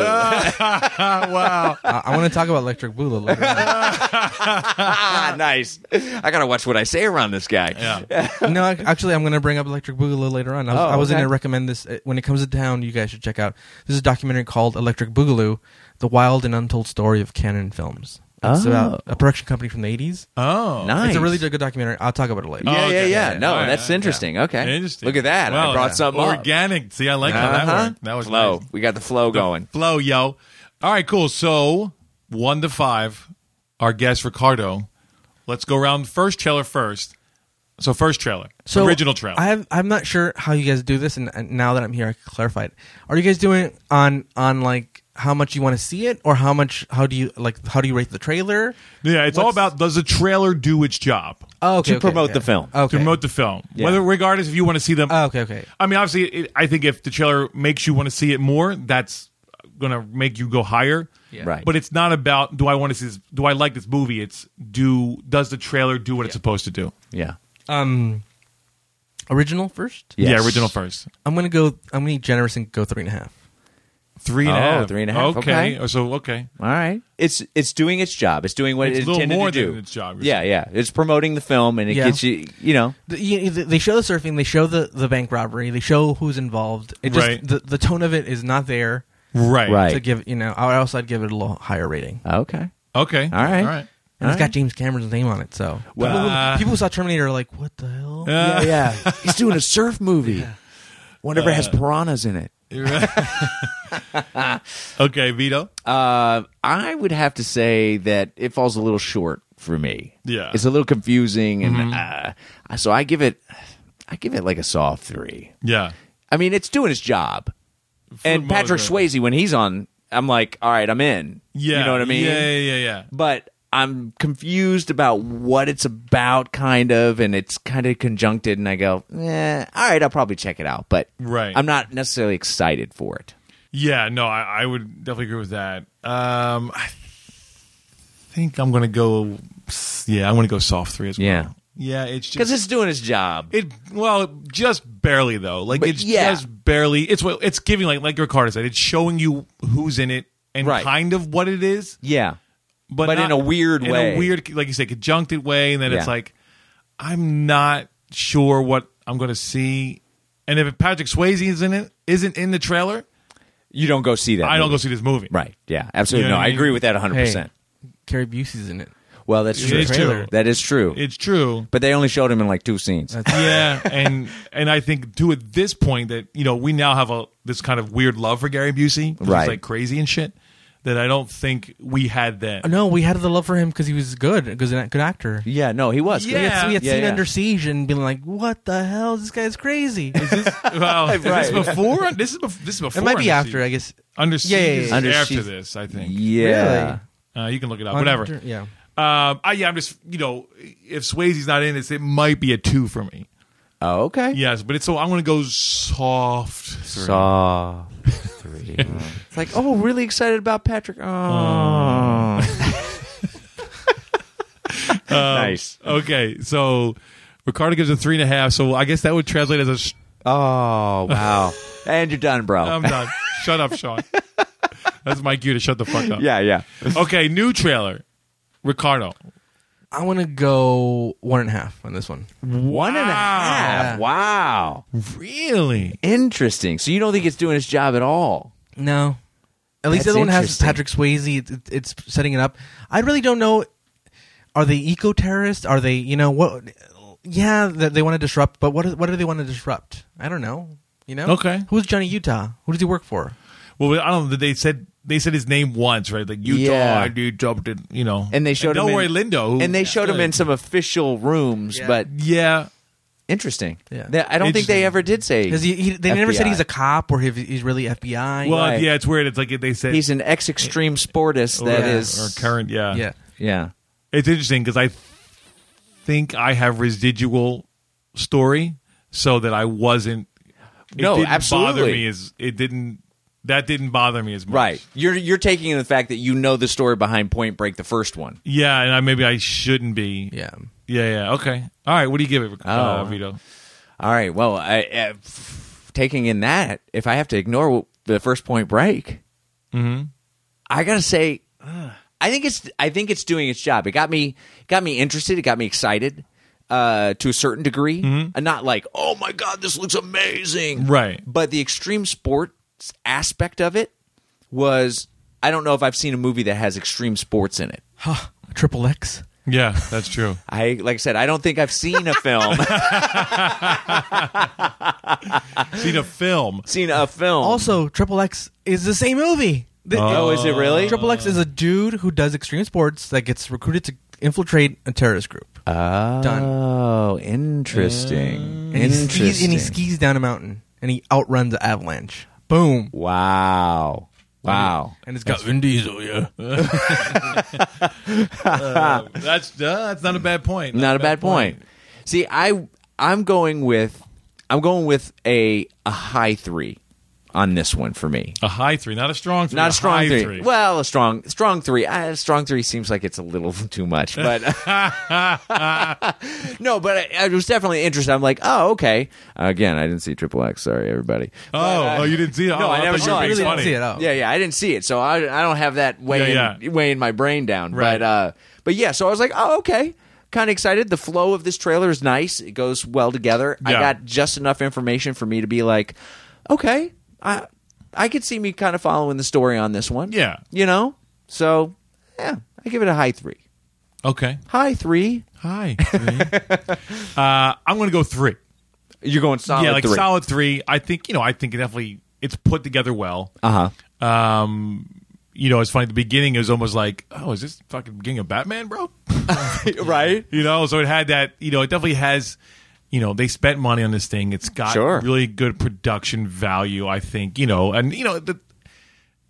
S2: wow.
S4: I, I want to talk about Electric Boogaloo. later on.
S1: ah, *laughs* nice. I got to watch what I say around this guy. *laughs*
S2: Yeah.
S4: no, ac- actually, I'm going to bring up Electric Boogaloo later on. I was,
S1: Oh,
S4: I was
S1: okay.
S4: going to recommend this uh, when it comes to town. You guys should check out. This is a documentary called Electric Boogaloo: The Wild and Untold Story of Canon Films. It's
S1: Oh.
S4: about a production company from the 80s.
S2: Oh.
S1: Nice.
S4: It's a really good documentary. I'll talk about it later.
S1: Yeah,
S2: Oh, okay.
S1: yeah, yeah.
S2: Yeah,
S1: No,
S2: yeah,
S1: that's
S2: yeah.
S1: interesting. Okay.
S2: Interesting.
S1: Look at that. I
S2: Wow,
S1: brought
S2: yeah.
S1: something up.
S2: organic. See, I like how
S1: Uh-huh.
S2: that worked. That was
S1: flow.
S2: nice.
S1: We got the flow going.
S2: Flow, yo. All right, cool. So one to five. Our guest Ricardo. Let's go around first trailer first. So first trailer. original trailer.
S4: I have, I'm not sure how you guys do this, and, and now that I'm here, I can clarify it. Are you guys doing it on on like how much you want to see it, or how much how do you like how do you rate the trailer?
S2: yeah, it's all
S4: What's-
S2: about does the trailer do its job?
S4: Oh, okay,
S1: To promote the film.
S4: Okay.
S2: to promote the film. Whether regardless if you want to see them.
S4: Oh, okay, okay.
S2: I mean, obviously, it, I think if the trailer makes you want to see it more, that's going to make you go higher.
S1: Right.
S2: But it's not about do I want to see this? Do I like this movie? It's do does the trailer do what it's supposed to do?
S1: Yeah.
S4: Um, original first.
S1: Yes.
S2: Yeah, original first.
S4: I'm gonna go. I'm gonna be generous and go three and a half.
S2: Three and a
S1: Oh,
S2: half.
S1: three and a half,
S2: Okay.
S1: okay.
S2: Oh, So okay.
S1: All right. It's it's doing its job. It's doing what
S2: It's
S1: it's
S2: a little
S1: intended
S2: more
S1: to do.
S2: than its job, you're
S1: Yeah, yeah. It's promoting the film and it
S4: Yeah.
S1: gets you, you know.
S4: The- you- the- They show the surfing. They show the, the bank robbery. They show who's involved. It just
S2: Right.
S4: the, the tone of it is not there
S2: Right.
S1: Right.
S4: to give you know. I also I'd give it a little higher rating.
S1: Okay.
S2: Okay.
S1: All right.
S2: All right.
S4: And it's
S1: All right.
S4: got James Cameron's name on it, so
S1: Well-
S4: people,
S2: Uh.
S4: people who saw Terminator are like, "What the hell?"
S2: *laughs*
S1: yeah, yeah. He's doing a surf movie. Whatever
S2: Uh,
S1: has piranhas in it.
S2: Okay, Vito.
S1: Uh, I would have to say that it falls a little short for me.
S2: Yeah.
S1: it's a little confusing, and uh, so I give it, I give it like a soft three.
S2: yeah.
S1: I mean, it's doing its job. and
S2: the most
S1: Patrick
S2: part.
S1: Swayze, when he's on, I'm like, all right, I'm in.
S2: Yeah.
S1: you know what I mean.
S2: Yeah. Yeah. Yeah. yeah.
S1: but I'm confused about what it's about, kind of, and it's kind of conjuncted. And I go, eh, all right, I'll probably check it out, but
S2: Right.
S1: I'm not necessarily excited for it.
S2: Yeah, no, I, I would definitely agree with that. Um, I think I'm gonna go. Yeah, I'm gonna go soft three as well.
S1: Yeah.
S2: yeah, it's
S1: because
S2: just
S1: it's doing its job.
S2: it. Well, just barely though. Like
S1: But
S2: it's
S1: yeah.
S2: just barely. It's what it's giving. Like like Ricardo said, it's showing you who's in it and
S1: Right.
S2: kind of what it is,
S1: yeah,
S2: but
S1: But
S2: not-
S1: in a weird
S2: in
S1: way.
S2: a weird, like you say, conjuncted way. And then it's
S1: Yeah.
S2: like, I'm not sure what I'm gonna see. And if Patrick Swayze isn't in, isn't in the trailer,
S1: you don't go see that.
S2: I don't go
S1: movie.
S2: see this movie.
S1: Right? Yeah, absolutely.
S2: You know
S1: no,
S2: what
S1: I
S2: I mean?
S1: agree with that 100.
S4: Hey,
S1: percent
S4: Carrie Busey's in it.
S1: Well, that's
S2: It
S1: true.
S2: is true.
S1: That is true.
S2: It's true.
S1: but they only showed him in like two scenes.
S2: yeah and and i think too at this point that you know we now have a this kind of weird love for gary busey which
S1: Right.
S2: is like crazy and shit that i don't think we had then
S4: No, we had the love for him because he was good, because a good actor.
S1: yeah, no, he was.
S4: We had,
S2: Yeah.
S4: we had
S1: Yeah,
S4: seen
S1: yeah.
S4: Under Siege and been like, "What the hell? This guy's crazy."
S2: *laughs* well, is this
S1: Right.
S2: before this is bef- this is before
S4: it might be
S2: Under Siege.
S4: after, I guess.
S2: under
S4: Yeah, yeah,
S2: Siege is
S4: yeah.
S1: Under
S2: after
S1: Siege.
S2: this i think
S1: Yeah.
S2: uh, you can look it up whatever
S4: Under- yeah.
S2: um, I, yeah i'm just you know if swayze's not in this it might be a two for me
S1: Oh, okay.
S2: Yes, but it's so I'm going to go soft. three.
S3: Saw three.
S1: It's like, oh, really excited about Patrick. Oh.
S2: Oh.
S1: *laughs* nice.
S2: Okay, so Ricardo gives a three and a half. So I guess that would translate as a. Sh-
S1: Oh, wow. and you're done, bro.
S2: I'm done. shut up, Sean. That's my cue to shut the fuck up.
S1: *laughs* yeah, yeah.
S2: Okay, new trailer. Ricardo.
S4: I want to go one and a half on this one.
S1: One and a
S2: Ah,
S1: half. Wow.
S2: Really?
S1: Interesting. So you don't think it's doing its job at all?
S4: No, at least
S1: That's
S4: the other one has
S1: interesting.
S4: Patrick Swayze. It, it- it's setting it up. I really don't know. Are they eco terrorists? Are they you know what? Yeah, that they want to disrupt. But what is, what do they want to disrupt? I don't know. You know?
S2: Okay.
S4: Who's Johnny Utah? Who does he work for?
S2: Well, I don't know. They said they said his name once, right? Like Utah,
S1: Yeah.
S2: you jumped it, you know.
S1: And they showed him
S2: Don't
S1: in-
S2: worry, Lindo. who-
S1: and they showed him in some official rooms, but
S2: Yeah.
S1: interesting.
S4: Yeah.
S1: They- I don't think
S2: Interesting.
S1: they ever did say
S4: Because he, he, they never said
S1: FBI.
S4: he's a cop or if he's really FBI.
S2: Well,
S1: Right.
S2: yeah, it's weird. It's like they said
S1: he's an ex extreme sportist
S2: or,
S1: that
S4: Yeah.
S1: is
S2: or current. Oh, Yeah,
S4: yeah.
S1: Yeah.
S2: It's interesting because I th- think I have residual story, so that I wasn't. It
S1: No,
S2: didn't Bother
S1: absolutely.
S2: me as it didn't. That didn't bother me as much.
S1: Right. You're you're taking in the fact that you know the story behind Point Break the first one.
S2: Yeah, and I, maybe I shouldn't be.
S4: Yeah.
S2: Yeah. Yeah. Okay. All right. What do you give it, uh,
S1: Oh.
S2: Vito?
S1: All right. Well, I, uh, f- taking in that, if I have to ignore w- the first Point Break,
S4: Mm-hmm.
S1: I gotta say, I think it's I think it's doing its job. It got me got me interested. It got me excited uh, to a certain degree,
S4: Mm-hmm.
S1: and not like, oh my god, this looks amazing,
S2: Right.
S1: But the extreme sports aspect of it was. I don't know if I've seen a movie that has extreme sports in it.
S4: Huh. Triple X.
S2: Yeah, that's
S1: *laughs*
S2: true.
S1: I like I said, I don't think I've seen a
S4: *laughs*
S1: film,
S2: Seen a film.
S1: seen a film.
S4: Also, Triple X is the same movie. The-
S1: oh, is it really?
S4: Triple X is a dude who does extreme sports that gets recruited to infiltrate a terrorist group.
S1: Oh,
S4: Done.
S1: interesting.
S4: and, he
S1: interesting.
S4: skis, and he skis down a mountain and he outruns an avalanche. Boom.
S1: Wow. Wow.
S4: And it's got Vin Diesel, yeah.
S2: That's uh, that's not a bad point.
S1: Not a bad point. See, I I'm going with I'm going with a a high 3 on this one for me.
S2: A high three, not a strong three.
S1: Not a strong
S2: high
S1: three. Well, a strong, strong three. Uh, a strong three seems like it's a little *laughs* too much, but no. But I, I was definitely interested. I'm like, oh, okay. Again, I didn't see Triple X. Sorry, everybody.
S2: oh,
S1: uh,
S2: oh, you didn't see it.
S1: No,
S2: oh,
S1: I never
S2: thought
S1: saw
S2: you were being
S1: it. Really
S4: didn't
S2: funny.
S4: see it. Oh.
S1: Yeah, yeah, I didn't see it, so I, I don't have that weighing
S2: Yeah, yeah.
S1: weighing my brain down.
S2: Right.
S1: But uh, but yeah, so I was like, oh, okay, kind of excited. The flow of this trailer is nice; it goes well together. I
S2: Yeah.
S1: got just enough information for me to be like, okay, I I could see me kind of following the story on this one.
S2: Yeah.
S1: you know, so yeah, I give it a high three.
S2: Okay.
S1: High three.
S2: Hi. three.
S1: *laughs*
S2: uh, I'm going to go three.
S1: You're going solid.
S2: yeah, like
S1: three.
S2: solid three. I think you know. I think it definitely it's put together well. *laughs*
S1: Uh huh.
S2: You know, it's funny. The beginning is almost like, oh, is this fucking beginning of Batman, bro?
S1: right.
S2: You know, so it had that. You know, it definitely has. You know, they spent money on this thing. It's got
S1: Sure.
S2: really good production value. I think. You know, and you know, the,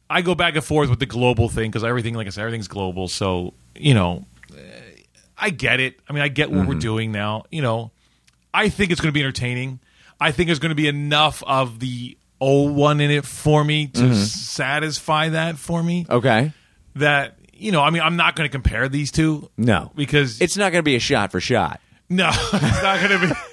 S2: I go back and forth with the global thing because everything, like I said, everything's global. So you know, eh, I get it. I mean, I get what
S1: Mm-hmm.
S2: we're doing now. You know, I think it's going to be entertaining. I think there's going to be enough of the old one in it for me to
S1: Mm-hmm.
S2: satisfy that for me.
S1: Okay.
S2: That you know, I mean, I'm not going to compare these two.
S1: No.
S2: because
S1: It's not going to be a shot for shot.
S2: no, *laughs* it's not going to be. *laughs*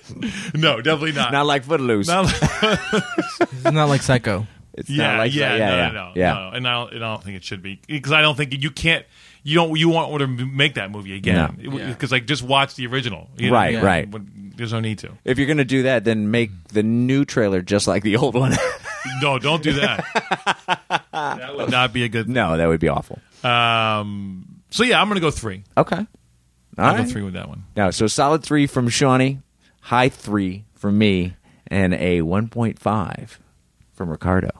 S2: No, definitely not.
S1: Not like Footloose.
S2: Uh, Not like-
S4: It's not like Psycho.
S1: it's
S2: yeah,
S1: not like
S2: yeah,
S1: that.
S2: no, no,
S1: yeah,
S2: no,
S1: yeah.
S2: no. And I don't, and I don't think it should be because I don't think you can't. You don't. You want to make that movie again
S1: No.
S2: because
S4: Yeah.
S2: like just watch the original. you know?
S1: Right,
S2: Yeah.
S1: right.
S2: When- There's no need to.
S1: If you're going to do that, then make the new trailer just like the old one. *laughs*
S2: No, don't do that. that would not be a good.
S1: no, that would be awful.
S2: Um. So yeah, I'm gonna go three.
S1: Okay. All
S2: I'll
S1: right.
S2: go three with that one.
S1: No, so solid three from Shawnee, high three from me, and a 1.5 from Ricardo.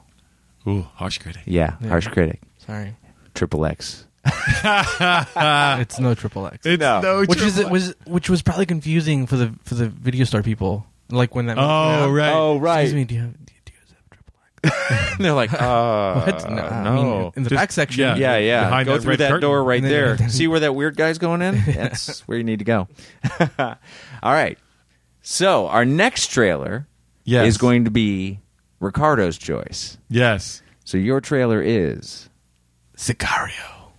S2: Ooh, harsh critic.
S1: Yeah, harsh critic.
S4: Sorry.
S1: Triple X.
S4: it's no Triple X.
S2: It's
S1: No.
S2: no
S4: Which is
S2: triple-
S4: was which was probably confusing for the for the video star people. Like when that
S2: Oh right.
S4: Excuse me, do you have do you guys have Triple X?
S1: They're like, uh,
S4: *laughs* What? No, I mean, in the
S2: Just-
S4: back section.
S2: yeah.
S1: yeah, yeah.
S2: Behind
S1: go
S2: that
S1: through
S2: red
S1: that
S2: curtain.
S1: door right
S4: And
S2: *laughs*
S1: *laughs*
S4: then-
S1: there. See where that weird guy's going in? That's where you need to go. All right. So our next trailer
S2: Yes.
S1: is going to be Ricardo's choice.
S2: Yes.
S1: So your trailer is
S2: Sicario.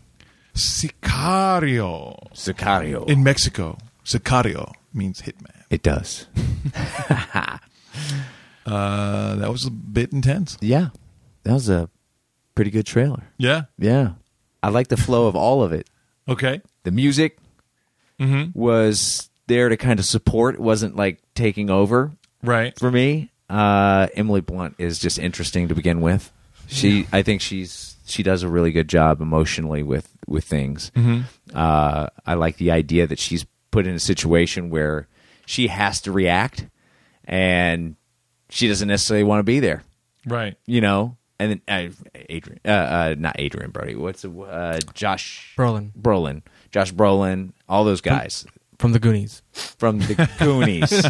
S2: Sicario.
S1: Sicario.
S2: In Mexico, Sicario means hitman.
S3: It does.
S2: Uh, that was a bit intense.
S3: Yeah. That was a pretty good trailer.
S2: Yeah.
S3: Yeah. I like the flow of all of it.
S2: Okay.
S1: the music was there to kind of support. It wasn't like taking over
S2: Right.
S1: for me. Uh, Emily Blunt is just interesting to begin with. She, I think she's she does a really good job emotionally with with things. Uh, I like the idea that she's put in a situation where she has to react, and she doesn't necessarily want to be there.
S2: Right.
S1: You know. And then uh, Adrian, uh, uh, not Adrian Brody. What's uh, Josh
S4: Brolin
S1: Brolin, Josh Brolin, all those guys
S4: from the Goonies.
S2: *laughs*
S1: from the Goonies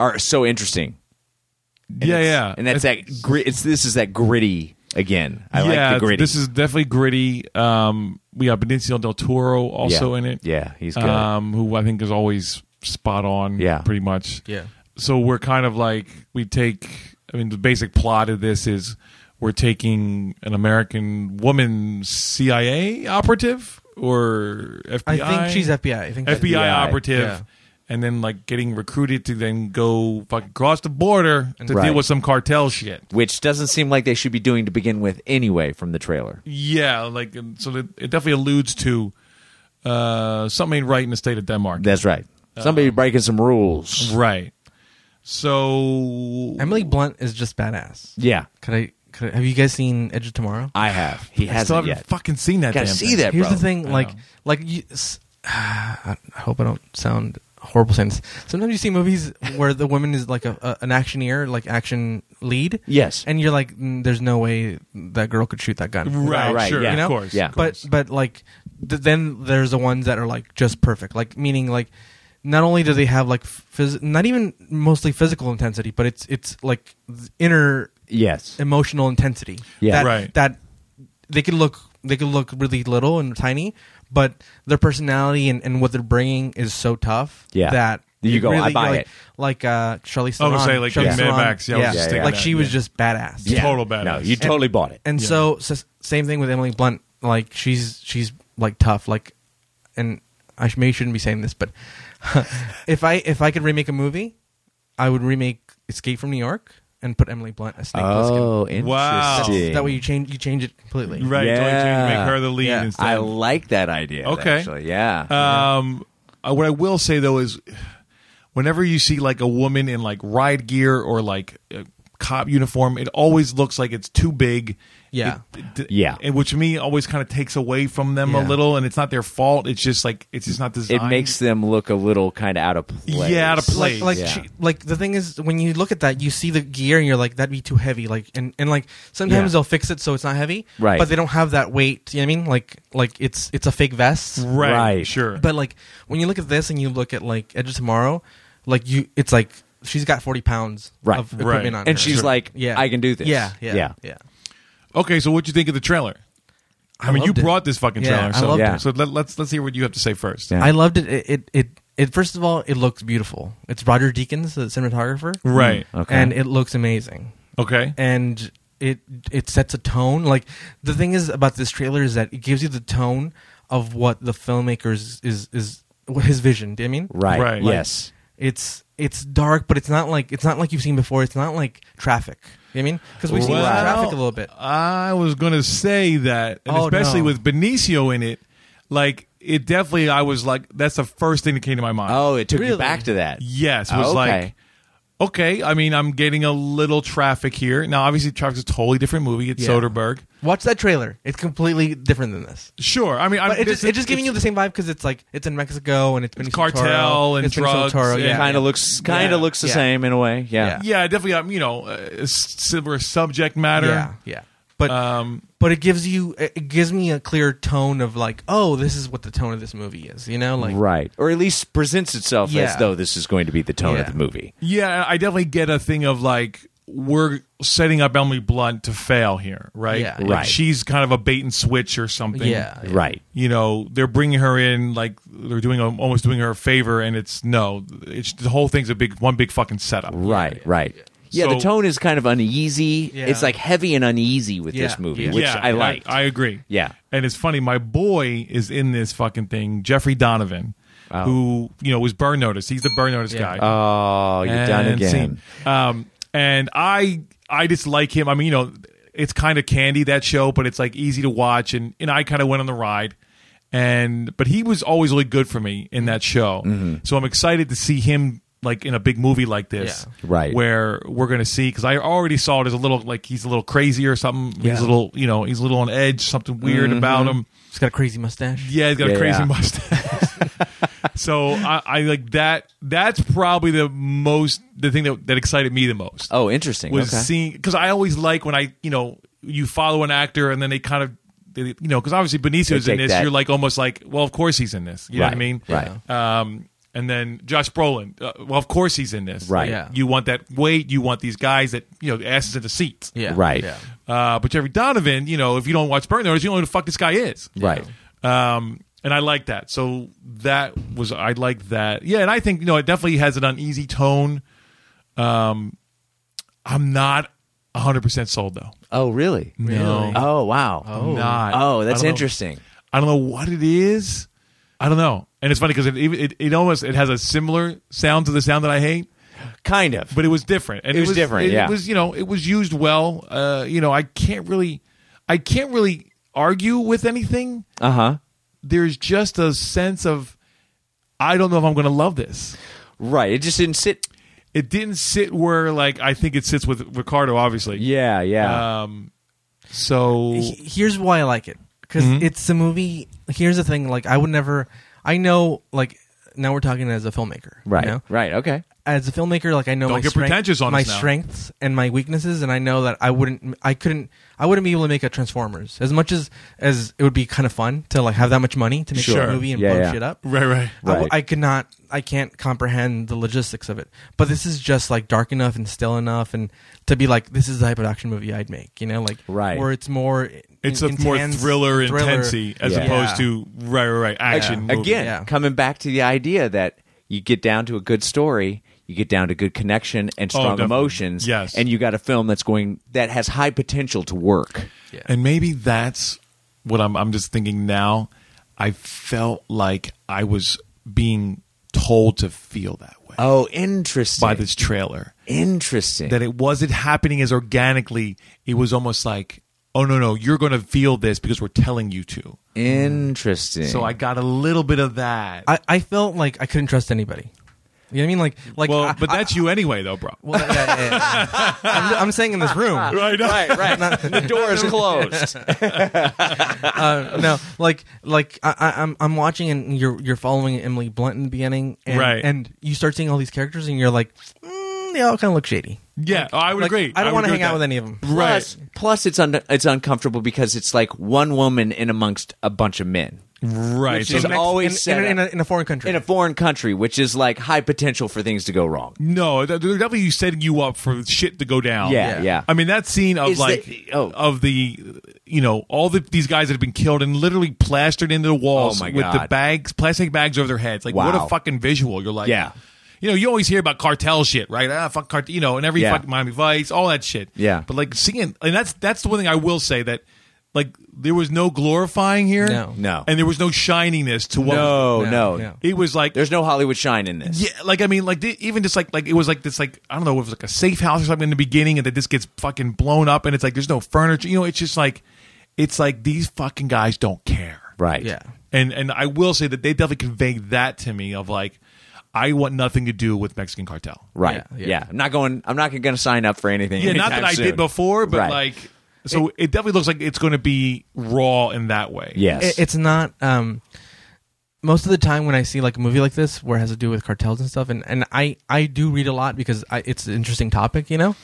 S1: are so interesting. And
S2: Um, yeah.
S1: it's-
S2: Yeah.
S1: and that's that. Grit, it's this is that gritty again. I
S2: yeah,
S1: like the gritty.
S2: This is definitely gritty. Um, we have Benicio del Toro also
S1: Yeah.
S2: in it.
S1: Yeah, he's good.
S2: um, who I think is always spot on.
S1: Yeah.
S2: pretty much.
S4: Yeah.
S2: So we're kind of like we take. I mean, the basic plot of this is we're taking an American woman CIA operative or FBI.
S4: I think she's FBI. I think she's-
S2: FBI
S1: FBI,
S2: operative.
S4: yeah.
S2: And then, like, getting recruited to then go fucking cross the border to
S1: Right.
S2: deal with some cartel shit.
S1: which doesn't seem like they should be doing to begin with anyway from the trailer.
S2: Yeah, like um, so it, it definitely alludes to uh, something ain't right in the state of Denmark.
S1: That's right. Somebody
S2: Um,
S1: breaking some rules.
S2: right. So
S4: Emily Blunt is just badass.
S1: Yeah,
S4: Could I? Could I, have you guys seen Edge of Tomorrow?
S1: I have. He
S2: I still
S1: hasn't
S2: haven't
S1: yet.
S2: fucking seen that.
S1: Gotta
S2: damn
S1: see
S2: thing.
S1: that.
S4: Here's
S1: bro.
S4: the thing, like,
S2: know.
S4: like you, s- *sighs* I hope I don't sound horrible saying this. Sometimes you see movies where the woman is like a, a an actioneer, like action lead.
S1: Yes.
S4: and you're like, "Mm, there's no way that girl could shoot that gun.
S2: Right,
S1: Right,
S2: sure,
S1: yeah.
S2: of
S4: You know?
S2: course.
S1: Yeah.
S2: of
S4: But
S2: course.
S4: but like th- then there's the ones that are like just perfect, like meaning like not only do they have like phys- not even mostly physical intensity, but it's it's like th- inner
S1: Yes.
S4: emotional intensity.
S1: Yeah.
S4: that,
S2: Right.
S4: That they could look they could look really little and tiny, but their personality and, and what they're bringing is so tough.
S1: Yeah.
S4: that
S1: You go, I
S4: really-
S1: buy
S4: like,
S1: it.
S4: Like uh, Charlie
S2: I was
S4: Theron.
S2: gonna say, like,
S4: Charlize
S2: yeah. Mad
S4: Theron,
S2: Max, yeah, I was just
S1: thinking
S4: like
S2: that,
S4: she was just badass.
S1: Yeah.
S2: Total badass.
S1: No, you totally bought it.
S4: And
S2: Yeah.
S4: so, s same thing with Emily Blunt. Like she's she's like tough. Like, and I sh- maybe shouldn't be saying this, but *laughs* if I if I could remake a movie, I would remake Escape from New York and put Emily Blunt as Snake Plissken.
S1: Oh, interesting.
S2: Wow.
S4: That way you change you change it completely.
S2: right, yeah.
S1: Yeah.
S2: make her the lead
S4: Yeah.
S2: instead.
S1: I like that idea.
S2: Okay.
S1: Actually. Yeah.
S2: Um, uh, what I will say though is, whenever you see like a woman in like ride gear or like a cop uniform, it always looks like it's too big.
S4: Yeah.
S2: It- d-
S1: Yeah.
S2: and which to me always kind of takes away from them a
S4: Yeah.
S2: little, and it's not their fault. It's just like it's just not
S1: it
S2: designed.
S1: makes them look a little kind of out of place.
S2: Yeah, out of place.
S4: Like, like,
S1: Yeah.
S4: she, like the thing is, when you look at that, you see the gear and you're like, that'd be too heavy. Like, and, and like sometimes
S1: Yeah.
S4: they'll fix it so it's not heavy,
S1: Right.
S4: But they don't have that weight. You know what I mean? Like, like it's it's a fake vest,
S2: right,
S1: Right.
S2: sure,
S4: But like when you look at this and you look at like Edge of Tomorrow, like you, it's like she's got forty pounds
S1: Right.
S4: of
S1: Right.
S4: equipment on,
S1: And
S4: her.
S1: she's like, I can do this.
S4: Yeah, yeah,
S1: Yeah.
S4: yeah.
S2: okay. So what do you think of the trailer? I, mean, you
S4: loved it.
S2: brought this fucking
S4: Yeah,
S2: trailer,
S4: I
S2: so
S4: loved
S1: Yeah. it.
S2: so let, let's let's hear what you have to say first.
S1: Yeah.
S4: I loved it. It, it. it it first of all, it looks beautiful. It's Roger Deakins, the cinematographer, Mm.
S2: Right.
S1: Okay.
S4: and it looks amazing.
S2: Okay.
S4: and it it sets a tone. Like the thing is about this trailer is that it gives you the tone of what the filmmakers is is what his vision. Do you know what I
S1: right.
S4: mean?
S2: Right.
S1: Yes.
S4: It's it's dark, but it's not like it's not like you've seen before. It's not like traffic. You know what I mean? Because we've seen
S2: Well,
S4: traffic a little bit.
S2: I was going to say that, and
S4: Oh,
S2: especially
S4: no.
S2: with Benicio in it, like it definitely. I was like, that's the first thing that came to my mind.
S1: Oh, it took you
S4: Really?
S1: back to that.
S2: yes,
S1: Oh,
S2: was
S1: okay.
S2: like, okay. I mean, I'm getting a little traffic here now. Obviously, traffic's a totally different movie. It's
S4: Yeah.
S2: Soderbergh.
S4: Watch that trailer. It's completely different than this.
S2: Sure. I mean, I'm
S4: But it's
S2: this
S4: just, it's just giving you
S2: it's-
S4: the same vibe because it's like it's in Mexico and it's been
S2: cartel and
S4: it's Benicio del
S2: drugs
S4: Toro,
S2: and
S4: yeah,
S1: Kind
S4: yeah.
S1: of looks kind
S4: Yeah.
S1: of looks the
S4: Yeah.
S1: same in a way. Yeah.
S4: Yeah.
S2: yeah, definitely. um, You know, uh, similar subject matter.
S4: Yeah, yeah. But
S2: Um,
S4: but it gives you it it gives me a clear tone of like, oh, this is what the tone of this movie is. You know, like
S1: Right. Or at least presents itself
S4: Yeah.
S1: as though this is going to be the tone
S4: Yeah.
S1: of the movie.
S2: Yeah, I definitely get a thing of like we're setting up Emily Blunt to fail here, right?
S4: Yeah.
S2: Like,
S1: Right.
S2: she's kind of a bait and switch or something.
S4: Yeah.
S1: Right.
S2: You know, they're bringing her in like they're doing a, almost doing her a favor, and it's no, it's the whole thing's a big one big fucking setup.
S1: Right, right. Yeah, the
S2: So-
S1: tone is kind of uneasy.
S4: Yeah.
S1: It's like heavy and uneasy with
S4: Yeah.
S1: this movie,
S4: Yeah.
S1: which
S2: yeah,
S1: I like.
S2: I, agree.
S1: Yeah.
S2: And it's funny, my boy is in this fucking thing, Jeffrey Donovan,
S1: Wow.
S2: who, you know, was burn notice. He's the burn notice
S4: Yeah.
S2: guy.
S1: oh, you're done
S2: And
S1: again.
S2: scene. Um, and I I just like him. I mean, you know, it's kind of candy that show, but it's like easy to watch and, and I kind of went on the ride. And but he was always really good for me in that show.
S1: Mm-hmm.
S2: So I'm excited to see him like in a big movie like this.
S4: Yeah.
S1: Right.
S2: Where we're going to see cuz I already saw it as a little like he's a little crazy or something. He's a little, you know, he's a little on edge, something weird
S1: Mm-hmm.
S2: about him.
S4: He's got a crazy mustache.
S2: Yeah, he's got
S1: Yeah,
S2: a crazy
S1: yeah.
S2: mustache. *laughs* so I, I like that. That's probably the most the thing that, that excited me the most
S1: Oh, interesting.
S2: was
S1: okay.
S2: seeing because I always like when I you know you follow an actor and then they kind of they, you know because obviously Benicio's
S1: They
S2: in
S1: take
S2: this.
S1: that-
S2: You're like almost like well of course he's in this. You know what I
S1: Right,
S2: mean?
S1: right.
S2: Um, and then Josh Brolin. Uh, well of course he's in this.
S1: Right.
S4: Yeah.
S2: You want that weight. You want these guys that you know asses in the seats.
S4: Yeah.
S1: Right.
S4: Yeah.
S2: Uh, but Jeffrey Donovan, you know, if you don't watch Burn Notice, you don't know who the fuck this guy is.
S1: Right.
S2: Um, and I like that. So that was I like that. Yeah, and I think you know it definitely has an uneasy tone. Um, I'm not 100 percent sold though.
S1: Oh, really?
S2: No.
S1: Oh, wow. Oh,
S2: Not. I
S1: that's
S2: don't know.
S1: interesting.
S2: I don't know what it is. I don't know. And it's funny because it, it it almost it has a similar sound to the sound that I hate,
S1: Kind of.
S2: but it was different. And
S1: It was different,
S2: It,
S1: yeah.
S2: was you know it was used well. Uh, you know I can't really, I can't really argue with anything.
S1: uh huh.
S2: There's just a sense of I don't know if I'm going to love this.
S1: Right. It just didn't sit.
S2: it didn't sit where like I think it sits with Ricardo, obviously.
S1: Yeah, yeah.
S2: Um. So
S4: He- Here's why I like it because
S2: Mm-hmm.
S4: it's a movie. Here's the thing: like I would never. I know, like now we're talking as a filmmaker, you
S1: right.
S4: know?
S1: Right. Okay.
S4: as a filmmaker, like I know
S2: Don't
S4: my,
S2: get
S4: strength-
S2: pretentious on
S4: my
S2: us now.
S4: strengths and my weaknesses, and I know that I wouldn't, I couldn't, I wouldn't be able to make a Transformers as much as as it would be kind of fun to like have that much money to make
S2: Sure.
S4: a movie and
S1: Yeah,
S4: blow
S1: yeah.
S4: shit up.
S2: right, right.
S4: I w-
S1: Right.
S4: I, could not, I can't comprehend the logistics of it. But this is just like dark enough and still enough, and to be like, this is the type of action movie I'd make, you know, like
S1: Right.
S4: where it's more,
S2: It's
S4: in-
S2: a more
S4: intense,
S2: thriller, intensity as
S1: Yeah.
S2: opposed
S4: Yeah.
S2: to right, right, right action. movie.
S1: Again,
S4: Yeah.
S1: coming back to the idea that you get down to a good story, you get down to good connection and
S2: Oh,
S1: strong
S2: definitely.
S1: emotions,
S2: Yes.
S1: and you got a film that's going that has high potential to work.
S2: and maybe that's what I'm. I'm just thinking now. I felt like I was being told to feel that way
S1: Oh, interesting.
S2: by this trailer.
S1: interesting.
S2: That it wasn't happening as organically. It was almost like, oh no, no, you're going to feel this because we're telling you to.
S1: interesting.
S2: So I got a little bit of that.
S4: I, I felt like I couldn't trust anybody. You know what I mean? Like, like,
S2: well,
S4: I-
S2: but
S4: I-
S2: that's you anyway, though, bro.
S4: well, yeah, yeah, yeah. I'm, I'm saying in this
S2: *laughs*
S4: room,
S2: Right, right.
S1: right. the door is closed.
S4: *laughs* uh, no, like like I, I, I'm I'm watching and you're you're following Emily Blunt in the beginning, and,
S2: Right.
S4: And you start seeing all these characters, and you're like, mm, they all kind of look shady.
S2: Yeah, I would
S4: Like,
S2: agree.
S4: I don't want to
S2: would
S4: hang
S2: agree
S4: out with any of them.
S2: Right.
S1: Plus, plus it's un- it's uncomfortable because it's like one woman in amongst a bunch of men
S2: Right.
S1: Which
S2: So
S1: is
S2: the next-
S1: all- always
S4: in,
S1: set
S4: in, a- in, a,
S1: up.
S4: in a foreign country.
S1: in a foreign country, which is like high potential for things to go wrong.
S2: no, th- they're definitely setting you up for shit to go down.
S1: Yeah, Yeah. yeah.
S2: I mean, that scene of
S1: Is
S2: like
S1: the- oh.
S2: of the you know all the these guys that have been killed and literally plastered into the walls
S1: Oh, my
S2: with the
S1: God.
S2: bags, plastic bags over their heads. Like, what
S1: Wow.
S2: a fucking visual! You're like,
S1: Yeah.
S2: You know, you always hear about cartel shit, right? Ah, fuck cartel. You know, and every
S1: Yeah.
S2: fucking Miami Vice, all that shit.
S1: Yeah.
S2: But like seeing, and that's that's the one thing I will say that. Like there was no glorifying here,
S4: No.
S1: No.
S2: and there was no shininess to what.
S1: No,
S4: No,
S1: no.
S4: no.
S2: It was like
S1: There's no Hollywood shine in this.
S2: Yeah, like I mean, like th- even just like like it was like this like I don't know it was like a safe house or something in the beginning, and that this gets fucking blown up, and it's like there's no furniture. You know, it's just like it's like these fucking guys don't care,
S1: Right.
S4: yeah.
S2: And and I will say that they definitely conveyed that to me of like I want nothing to do with Mexican cartel.
S1: Right.
S4: Yeah,
S1: Yeah,
S4: yeah.
S1: I'm not going I'm not going to sign up for anything.
S2: Yeah, not
S1: anytime
S2: that I
S1: soon.
S2: did before, but
S1: Right.
S2: like so it, definitely looks like it's going to be raw in that way.
S1: Yes.
S4: It- it's not. Um, most of the time when I see like a movie like this where it has to do with cartels and stuff, and, and I, I do read a lot because I, it's an interesting topic, you know.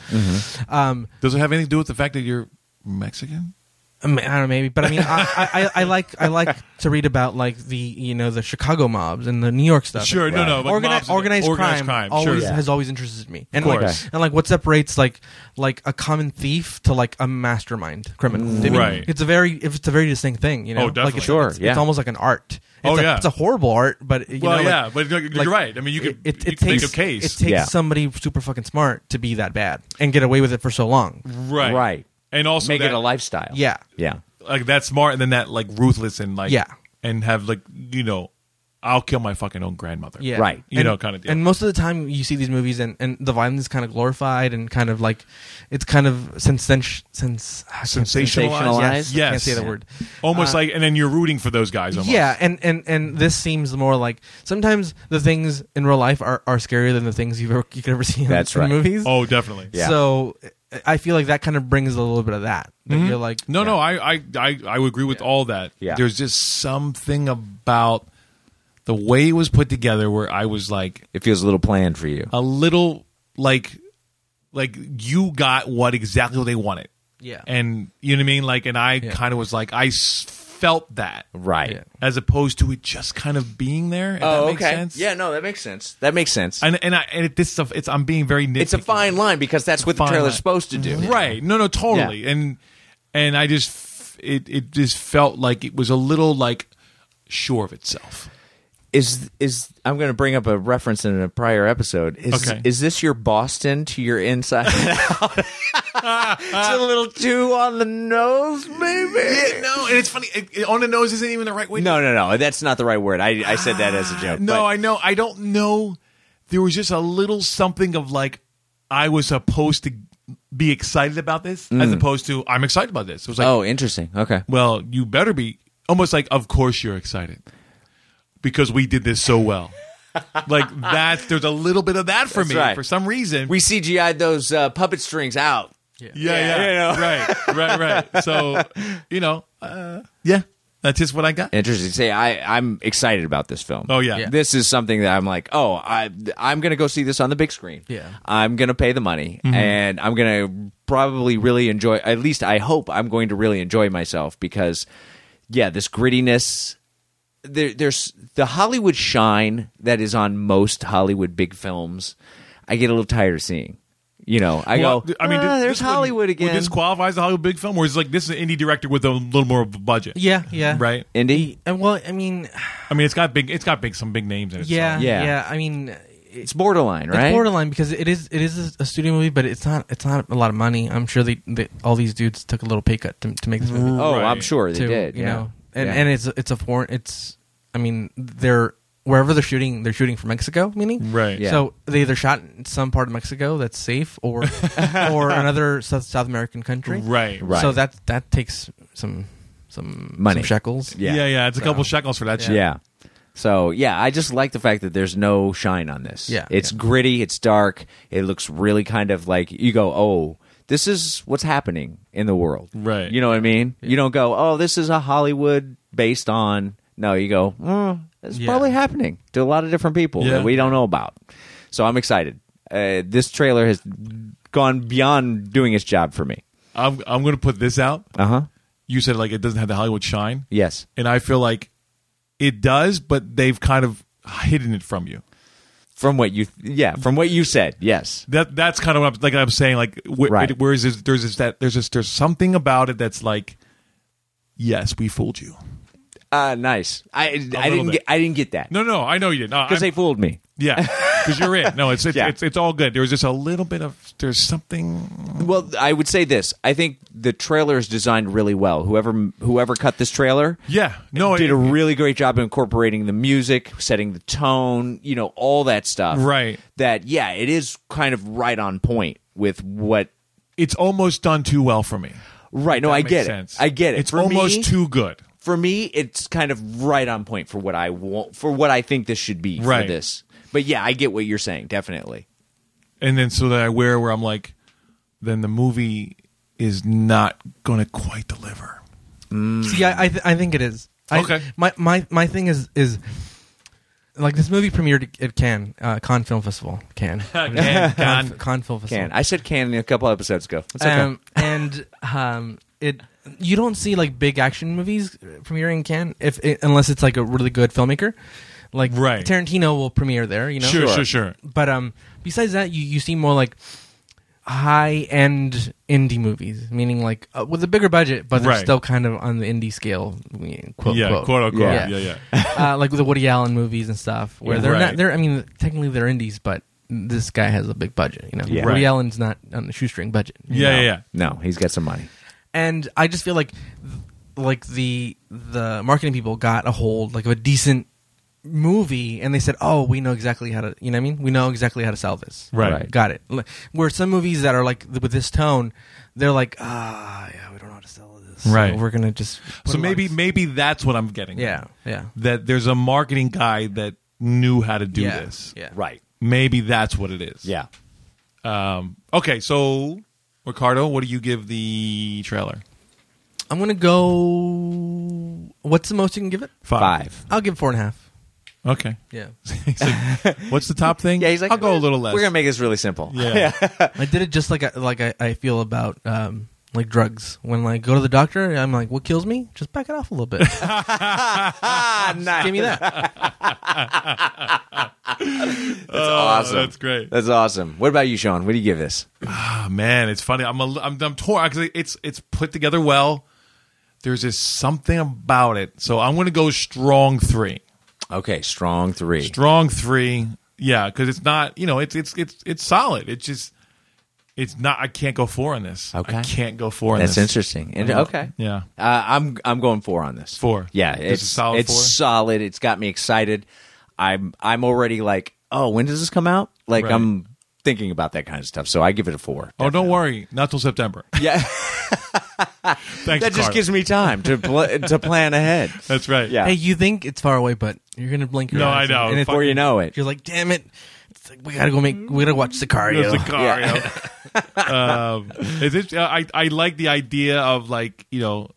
S4: Um,
S2: Does it have anything to do with the fact that you're Mexican?
S4: I mean, I don't know, maybe, but I mean, I, I, I like I like to read about like the you know the Chicago mobs and the New York stuff.
S2: Sure, no, no, but
S4: Organi-
S2: mobs-
S4: organized,
S2: organized
S4: crime,
S2: crime,
S4: always
S2: sure.
S4: has always interested me, and
S2: course.
S4: like
S2: Okay.
S4: and like what separates like like a common thief to like a mastermind criminal. I mean,
S2: Right.
S4: It's a very if it's a very distinct thing. You know,
S2: Oh,
S4: Like
S2: definitely.
S4: it's,
S1: Sure,
S4: it's,
S1: yeah.
S4: it's almost like an art. It's
S2: Oh,
S4: a,
S2: yeah.
S4: it's a horrible art, but you
S2: Well,
S4: know,
S2: yeah,
S4: like,
S2: but you're- you're
S4: like,
S2: right. I mean, you could- you could make
S4: takes
S2: a case.
S4: It takes
S1: Yeah.
S4: somebody super fucking smart to be that bad and get away with it for so long.
S1: Mm-hmm.
S2: right,
S1: Right.
S2: and also
S1: Make
S2: that,
S1: it a lifestyle.
S4: Yeah.
S1: Yeah.
S2: like that smart, and then that like ruthless, and like
S4: Yeah.
S2: and have like you know, I'll kill my fucking own grandmother.
S4: Yeah.
S1: Right.
S2: you know, kind of deal.
S4: And most of the time, you see these movies, and, and the violence is kind of glorified and kind of like it's kind of sensen- sens- ah, I can't say-
S2: sensationalized.
S4: Yes, I can't
S2: Yes.
S4: say the word. Uh,
S2: Almost like, and then you're rooting for those guys. Almost.
S4: Yeah, and, and and this seems more like sometimes the things in real life are, are scarier than the things you've ever you could ever see in,
S1: That's
S4: in
S1: right.
S4: movies.
S2: Oh, definitely.
S1: Yeah.
S4: So I feel like that kind of brings a little bit of that. that You're like,
S2: No, no, I, I, I, I would agree with all that.
S1: Yeah.
S2: There's just something about the way it was put together where I was like
S1: It feels a little planned for you.
S2: a little like, like you got what exactly what they wanted.
S4: Yeah.
S2: And you know what I mean? Like, and I kind of was like, I s- felt that.
S1: Right.
S4: Yeah.
S2: As opposed to it just kind of being there. If that makes sense.
S1: Oh, Yeah, no, that makes sense. That makes sense.
S2: And and I and it, this stuff it's I'm being very nitpicky.
S1: it's a fine line because that's what the
S2: fine
S1: trailer's
S2: line. Mm-hmm.
S1: supposed to do.
S2: Right. No, no, totally. And and I just f- it it just felt like it was a little like sure of itself.
S1: Is is I'm going to bring up a reference in a prior episode. Is
S2: Okay.
S1: is this your Boston to your inside? it's
S2: *laughs*
S1: a little too on the nose, maybe.
S2: no, and it's funny. It, it- on the nose isn't even the right way.
S1: No, no, no. That's not the right word. I I said that as a joke.
S2: no,
S1: Uh, but-
S2: I know. I don't know. There was just a little something of like I was supposed to be excited about this, as opposed to I'm excited about this. It was like,
S1: Mm. oh, interesting. Okay.
S2: well, you better be. Almost like, of course you're excited because we did this so
S1: *laughs*
S2: well. like that. There's a little bit of that for
S1: That's
S2: me
S1: right.
S2: for some reason.
S1: We CGI'd those uh, puppet strings out.
S2: Yeah, yeah, right, right,
S1: *laughs*
S2: right. So, you know, uh, yeah, that's just what I got.
S1: Interesting. Say, I I'm excited about this film.
S2: Oh, yeah. Yeah.
S1: This is something that I'm like, oh, I I'm gonna go see this on the big screen.
S4: Yeah.
S1: I'm gonna pay the money,
S2: Mm-hmm.
S1: and I'm gonna probably really enjoy. At least I hope I'm going to really enjoy myself because, yeah, this grittiness. There, there's the Hollywood shine that is on most Hollywood big films. I get a little tired of seeing. You know, I
S2: Well,
S1: go.
S2: I mean,
S1: "Ah,
S2: this-
S1: there's
S2: this would-
S1: Hollywood again.
S2: Would this qualify as a Hollywood big film, or is it like this is an indie director with a little more of a budget?
S4: yeah, yeah,
S2: right.
S1: Indy.
S4: And well, I mean,
S2: I mean, it's got big, it's got big, some big names in it. so-
S4: yeah,
S1: Yeah.
S4: yeah, I mean,
S1: It's borderline, right?
S4: It's borderline because it is it is a studio movie, but it's not it's not a lot of money. I'm sure they, they all these dudes took a little pay cut to, to make this movie.
S1: Oh,
S2: Right.
S1: I'm sure they
S4: to,
S1: did.
S4: you
S1: yeah.
S4: know, and
S1: Yeah.
S4: and it's it's a foreign. It's I mean they're wherever they're shooting, they're shooting for Mexico, meaning
S2: Right.
S1: Yeah.
S4: So they either shot in some part of Mexico that's safe,
S2: *laughs*
S4: or or another South, South American country,
S2: right,
S1: Right.
S4: So that that takes some some
S1: Money.
S4: some shekels.
S1: Yeah.
S2: Yeah, yeah. It's a couple shekels for that.
S1: Yeah.
S2: shit.
S1: So yeah, I just like the fact that there's no shine on this.
S4: Yeah.
S1: It's
S4: Yeah.
S1: gritty, it's dark, it looks really kind of like you go, Oh, this is what's happening in the world.
S2: Right.
S1: You know what I mean? You don't go, Oh, this is a Hollywood based on no, you go, mm, it's
S4: Yeah.
S1: probably happening to a lot of different people
S2: Yeah.
S1: that we don't know about. So I'm excited. Uh, this trailer has gone beyond doing its job for me.
S2: I'm, I'm going to put this out.
S1: Uh huh.
S2: You said like it doesn't have the Hollywood shine.
S1: Yes.
S2: and I feel like it does, but they've kind of hidden it from you.
S1: From what you, yeah, from what you said, yes.
S2: that that's kind of what I'm, like I'm saying like wh-
S1: Right.
S2: it- whereas there's, there's this that there's this there's something about it that's like yes we fooled you
S1: Uh, nice. I I didn't
S2: bit.
S1: get I didn't get that
S2: no no I know you didn't No,
S1: because they
S2: I'm-
S1: fooled me.
S2: yeah because you're in no it's it's,
S1: Yeah.
S2: it's it's all good there was just a little bit of there's something
S1: Well, I would say this. I think the trailer is designed really well. Whoever whoever cut this trailer,
S2: yeah no
S1: did
S2: it-
S1: a really great job incorporating the music, setting the tone, you know, all that stuff.
S2: Right.
S1: That yeah, it is kind of right on point with what.
S2: it's almost done too well for me
S1: Right. No, I
S2: Makes
S1: get
S2: sense.
S1: it. I get it.
S2: it's
S1: For
S2: almost
S1: me-
S2: too good
S1: for me, it's kind of right on point for what I want, for what I think this should be
S2: Right.
S1: for this. But yeah, I get what you're saying, definitely.
S2: and then so that I wear where I'm like then the movie is not gonna quite deliver
S4: Yeah, I th- I think it is. I,
S2: Okay.
S4: My my my thing is is Like this movie premiered at Cannes, uh, Cannes Film Festival, Cannes,
S2: *laughs* Cannes, Cannes.
S4: *laughs* Cannes Film Festival.
S1: Can I said can a couple episodes ago? It's okay.
S4: um, and um, it you don't see like big action movies premiering in Cannes if unless it's like a really good filmmaker. Like
S2: Right.
S4: Tarantino will premiere there, you know.
S2: Sure, sure, sure.
S4: But um, besides that, you you see more like high end indie movies, meaning like uh, with a bigger budget, but they're
S2: Right.
S4: still kind of on the indie scale, we- quote
S2: yeah,
S4: quote.
S2: quote unquote.
S4: Yeah.
S2: Yeah, yeah.
S4: *laughs* uh, like the Woody Allen movies and stuff, where
S2: Yeah.
S4: they're not
S2: Right.
S4: they're I mean technically they're indies, but this guy has a big budget, you know.
S1: Yeah.
S4: Woody
S2: Right.
S4: Allen's not on the shoestring budget. you
S2: Yeah, yeah,
S4: know?
S2: yeah.
S1: No, he's got some money.
S4: and I just feel like th- like the the marketing people got a hold like of a decent movie and they said oh we know exactly how to you know what i mean we know exactly how to sell this
S2: Right.
S1: Right.
S4: got it L- where some movies that are like th- with this tone they're like ah yeah we don't know how to sell this so
S2: Right.
S4: we're gonna just put
S2: So
S4: it
S2: maybe
S4: on-
S2: maybe that's what I'm getting. at.
S4: yeah yeah
S2: That there's a marketing guy that knew how to do
S4: yeah,
S2: this.
S4: yeah
S1: Right.
S2: Maybe that's what it is.
S1: Yeah.
S2: Um, okay, so Ricardo, what do you give the trailer?
S4: i'm gonna go what's the most you can give it
S1: Five.
S4: i'll give it four and a half
S2: Okay. *laughs*
S4: yeah
S2: He said, What's the top thing?
S1: *laughs* Yeah, he's like,
S2: I'll go a little less.
S1: We're gonna make this really simple. *laughs*
S2: Yeah.
S4: I did it just like I, like I, I feel about um, like drugs. When like go to the doctor, I'm like, what kills me? Just back it off a
S1: *laughs*
S4: little bit.
S1: Ah, nice.
S4: Give me that.
S1: That's awesome.
S2: Oh, that's great.
S1: That's awesome. What about you, Sean? What do you give this?
S2: Oh, man, it's funny. I'm a, li- I'm I'm torn because it's it's put together well. There's just something about it. So I'm going to go strong three.
S1: Okay, strong three.
S2: Strong three. Yeah, because it's not. You know, it's it's it's it's solid. It's just. It's not. I can't go four on this.
S1: Okay.
S2: I can't go four on
S1: That's
S2: this.
S1: interesting. And, okay.
S2: Uh-huh. Yeah. Oh,
S1: Uh, I'm I'm going four on this.
S2: Four.
S1: Yeah,
S2: This
S1: it's
S2: is solid
S1: It's
S2: four?
S1: solid. It's got me excited. I'm I'm already like, oh, when does this come out? Like
S2: Right.
S1: I'm thinking about that kind of stuff. So I give it a four.
S2: Oh, don't worry. Not till September. *laughs*
S1: Yeah,
S2: Thanks.
S1: that just
S2: Carter.
S1: gives me time to pl-
S4: *laughs*
S1: to plan ahead.
S2: That's right.
S1: Yeah.
S4: Hey, you think it's far away, but you're gonna blink your
S2: No,
S4: eyes.
S2: I know.
S4: And it's,
S1: Before you know it.
S4: you're like, damn it. It's like, we gotta go make. We gotta watch Sicario.
S2: That's Sicario. *laughs* um, is it, I I like the idea of like you know,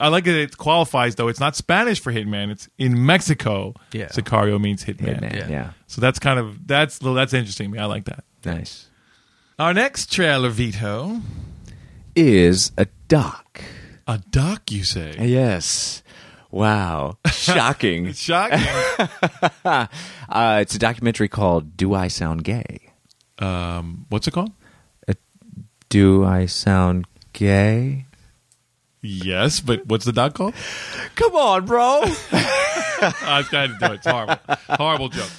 S2: I like that it qualifies though. It's not Spanish for hitman. It's in Mexico.
S4: Yeah.
S2: Sicario means hitman.
S1: Hitman.
S4: Yeah.
S1: yeah.
S2: So that's kind of that's that's interesting to me. I like that.
S1: Nice.
S2: Our next trailer, Vito,
S1: Is a doc.
S2: a doc. You say?
S1: Yes. Wow.
S4: *laughs*
S1: Shocking.
S2: It's shocking.
S1: uh, it's a documentary called "Do I Sound Gay?"
S2: um, what's it called?
S1: Do I sound gay?
S2: Yes, but what's the doc called?
S1: Come on,
S4: *laughs*
S1: bro.
S2: I was trying to do it. It's horrible. horrible joke.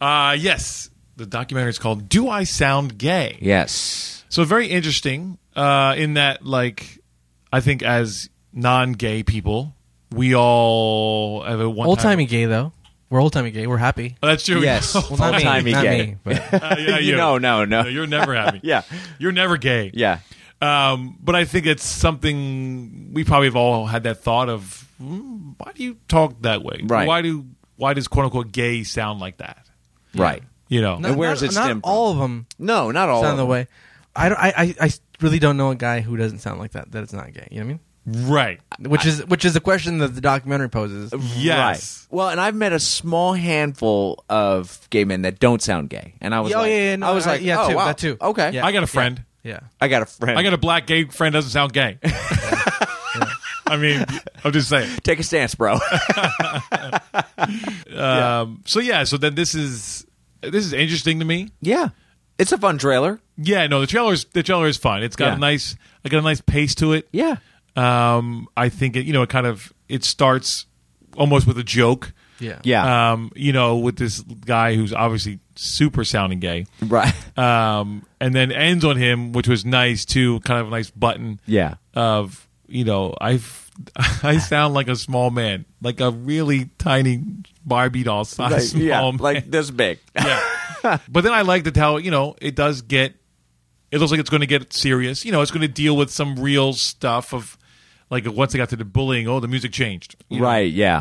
S2: Uh, yes, the documentary is called "Do I Sound Gay?"
S1: yes.
S2: So very interesting uh, in that, like, I think as non-gay people, we all have a one
S4: Old timey gay though. We're old timey gay. We're happy.
S2: Oh, that's true. *laughs*
S1: Yes.
S2: Uh,
S4: Well, not
S1: Old-timey
S4: me. Not
S1: gay.
S4: me.
S1: *laughs*
S4: But
S2: yeah,
S1: You know, no, no.
S2: You're never happy.
S1: *laughs* Yeah.
S2: You're never gay.
S1: Yeah.
S2: Um, but I think it's something we probably have all had that thought of. "Hmm, Why do you talk that way?
S1: Right.
S2: Why do why does quote unquote gay sound like that?
S1: Right.
S2: You know.
S4: not,
S1: where does
S4: not-
S1: it
S4: not
S1: stem from?
S4: all of them
S1: No, not all.
S4: sound
S1: of
S4: the
S1: them.
S4: way. I don't. I, I. I really don't know a guy who doesn't sound like that. That is not gay. You know what
S2: Right.
S4: I mean? Which is which is the question that the documentary poses.
S2: Yes.
S1: Right. Well, and I've met a small handful of gay men that don't sound gay, and I was
S4: Yeah, oh,
S1: like,
S4: yeah, yeah, no,
S1: I was
S4: I-
S1: like,
S4: yeah,
S1: oh,
S4: too,
S1: wow.
S4: that too.
S1: Okay,
S4: Yeah.
S2: I got a friend.
S4: Yeah.
S1: I got a friend.
S2: I got a black gay friend doesn't sound
S1: *laughs*
S2: gay. I mean, I'm just saying.
S1: take a stance,
S2: *laughs*
S1: bro.
S2: Um, so yeah, so then this is this is interesting to me.
S1: yeah, it's a fun trailer.
S2: Yeah, no, the trailer's the trailer is fun. It's got
S1: Yeah.
S2: a nice, I got a nice pace to it.
S1: Yeah,
S2: Um, I think it, you know, it kind of it starts almost with a joke.
S4: Yeah.
S1: yeah,
S2: Um, you know, with this guy who's obviously super sounding gay.
S1: right.
S2: Um, and then ends on him, which was nice too. Kind of a nice button.
S1: Yeah.
S2: Of you know, I've *laughs* I sound like a small man, like a really tiny Barbie doll size
S1: Like,
S2: small
S1: yeah,
S2: man.
S1: like this big. *laughs*
S2: yeah. But then I liked it how you know it does get. It looks like it's going to get serious. You know, it's going to deal with some real stuff of like once they got to the bullying. Oh, the music changed. *laughs* you know? Uh,
S1: right. Yeah,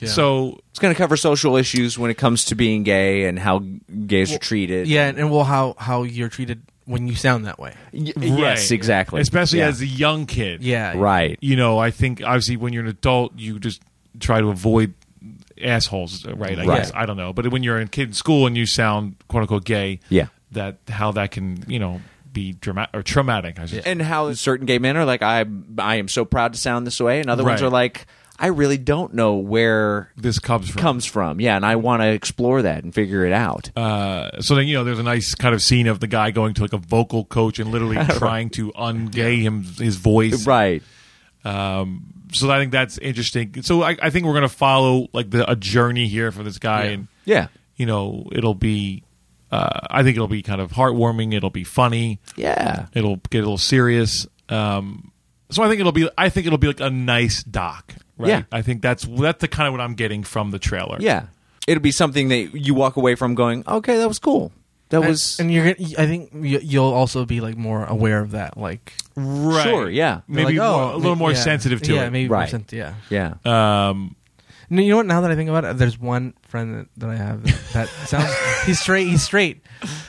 S4: Yeah.
S2: So
S1: it's going to cover social issues when it comes to being gay and how gays are treated.
S4: Yeah, and, and well, how how you're treated when you sound that way.
S1: Y-
S2: right.
S1: yes, exactly.
S2: Especially
S1: Yeah.
S2: as a young kid.
S4: Yeah,
S1: right.
S2: You know, I think obviously when you're an adult, you just try to avoid assholes, right? I
S1: Right.
S2: guess I don't know, but when you're a kid in school and you sound quote unquote gay,
S1: Yeah.
S2: that how that can you know be dramatic or traumatic. I should say.
S1: and how certain gay men are like I I am so proud to sound this way, and other ones
S2: Right.
S1: are like I really don't know where
S2: This comes from
S1: comes from. Yeah, and I want to explore that and figure it out.
S2: Uh, so then you know there's a nice kind of scene of the guy going to like a vocal coach and
S1: *laughs*
S2: literally trying to ungay him his voice.
S1: right.
S2: So I think that's interesting. So I, I think we're gonna follow like the, a journey here for this guy, and
S1: Yeah.
S2: you know it'll be. Uh, I think it'll be kind of heartwarming. It'll be funny.
S1: Yeah.
S2: It'll get a little serious. Um, so I think it'll be. I think it'll be like a nice doc. Right.
S1: Yeah.
S2: I think that's that's the kind of what I'm getting from the trailer.
S1: Yeah. It'll be something that you walk away from going, "Okay, that was cool." That
S4: And-
S1: was
S4: and you're. gonna- I think you- you'll also be like more aware of that. Like
S2: Right.
S1: Sure, yeah.
S4: you're
S2: Maybe
S4: like, oh,
S2: more, a little
S4: may-
S2: more
S4: yeah.
S2: sensitive to
S4: yeah,
S2: it.
S4: Maybe more
S1: Right.
S4: sen- yeah.
S1: yeah.
S4: No, you know what? Now that I think about it, there's one friend that, that I have that,
S1: *laughs*
S4: that sounds. he's straight. He's straight,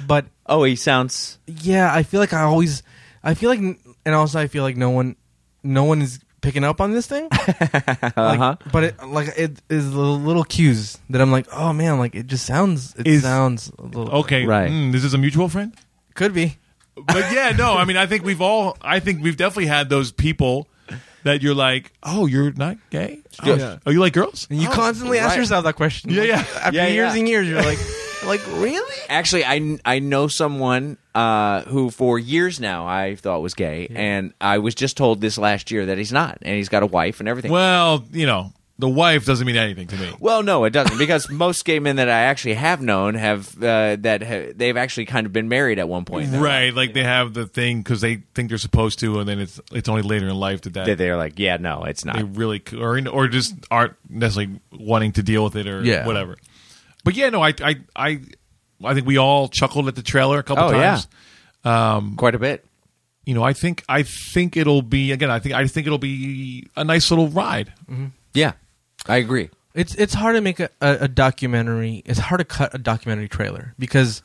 S4: but
S1: oh, he sounds
S4: yeah, I feel like I always. I feel like, n- and also I feel like no one, no one is picking up on this
S2: *laughs*
S4: thing.
S1: Uh-huh.
S4: Like, but it like it is the little cues that I'm like, oh man, like it just sounds. It
S2: Is-
S4: sounds a little
S2: Okay.
S1: Right.
S2: Mm, this is a mutual friend.
S4: Could be.
S2: But yeah, no. I mean, I think we've all. I think we've definitely had those people that you're like, oh, you're not gay. Oh,
S1: Yeah.
S2: oh, you like girls?
S4: And you
S2: Oh,
S4: constantly ask
S1: right.
S4: yourself that question.
S2: Yeah,
S4: Like,
S2: yeah.
S4: After
S1: Yeah,
S4: years
S1: yeah.
S4: and years,
S2: *laughs*
S4: you're like, like really?
S1: Actually, I, I know someone uh, who for years now I thought was gay, and I was just told this last year that he's not, and he's got a wife and everything.
S2: Well, you know, the wife doesn't mean anything to me.
S1: Well, no, it doesn't because most gay men that I actually have known have uh, that ha- they've actually kind of been married at one point, in their life.
S2: Right, like they have the thing because they think they're supposed to, and then it's it's only later in life that that
S1: That they're like, yeah, no, it's not.
S2: they really c- or in- or just aren't necessarily wanting to deal with it or
S4: Yeah.
S2: whatever. But yeah, no, I I I I think we all chuckled at the trailer a couple
S1: Oh, yeah.
S2: times.
S1: Quite a bit.
S2: You know, I think I think it'll be again. I think I think it'll be a nice little ride.
S1: Yeah, I agree.
S4: It's it's hard to make a, a, a documentary. It's hard to cut a documentary trailer because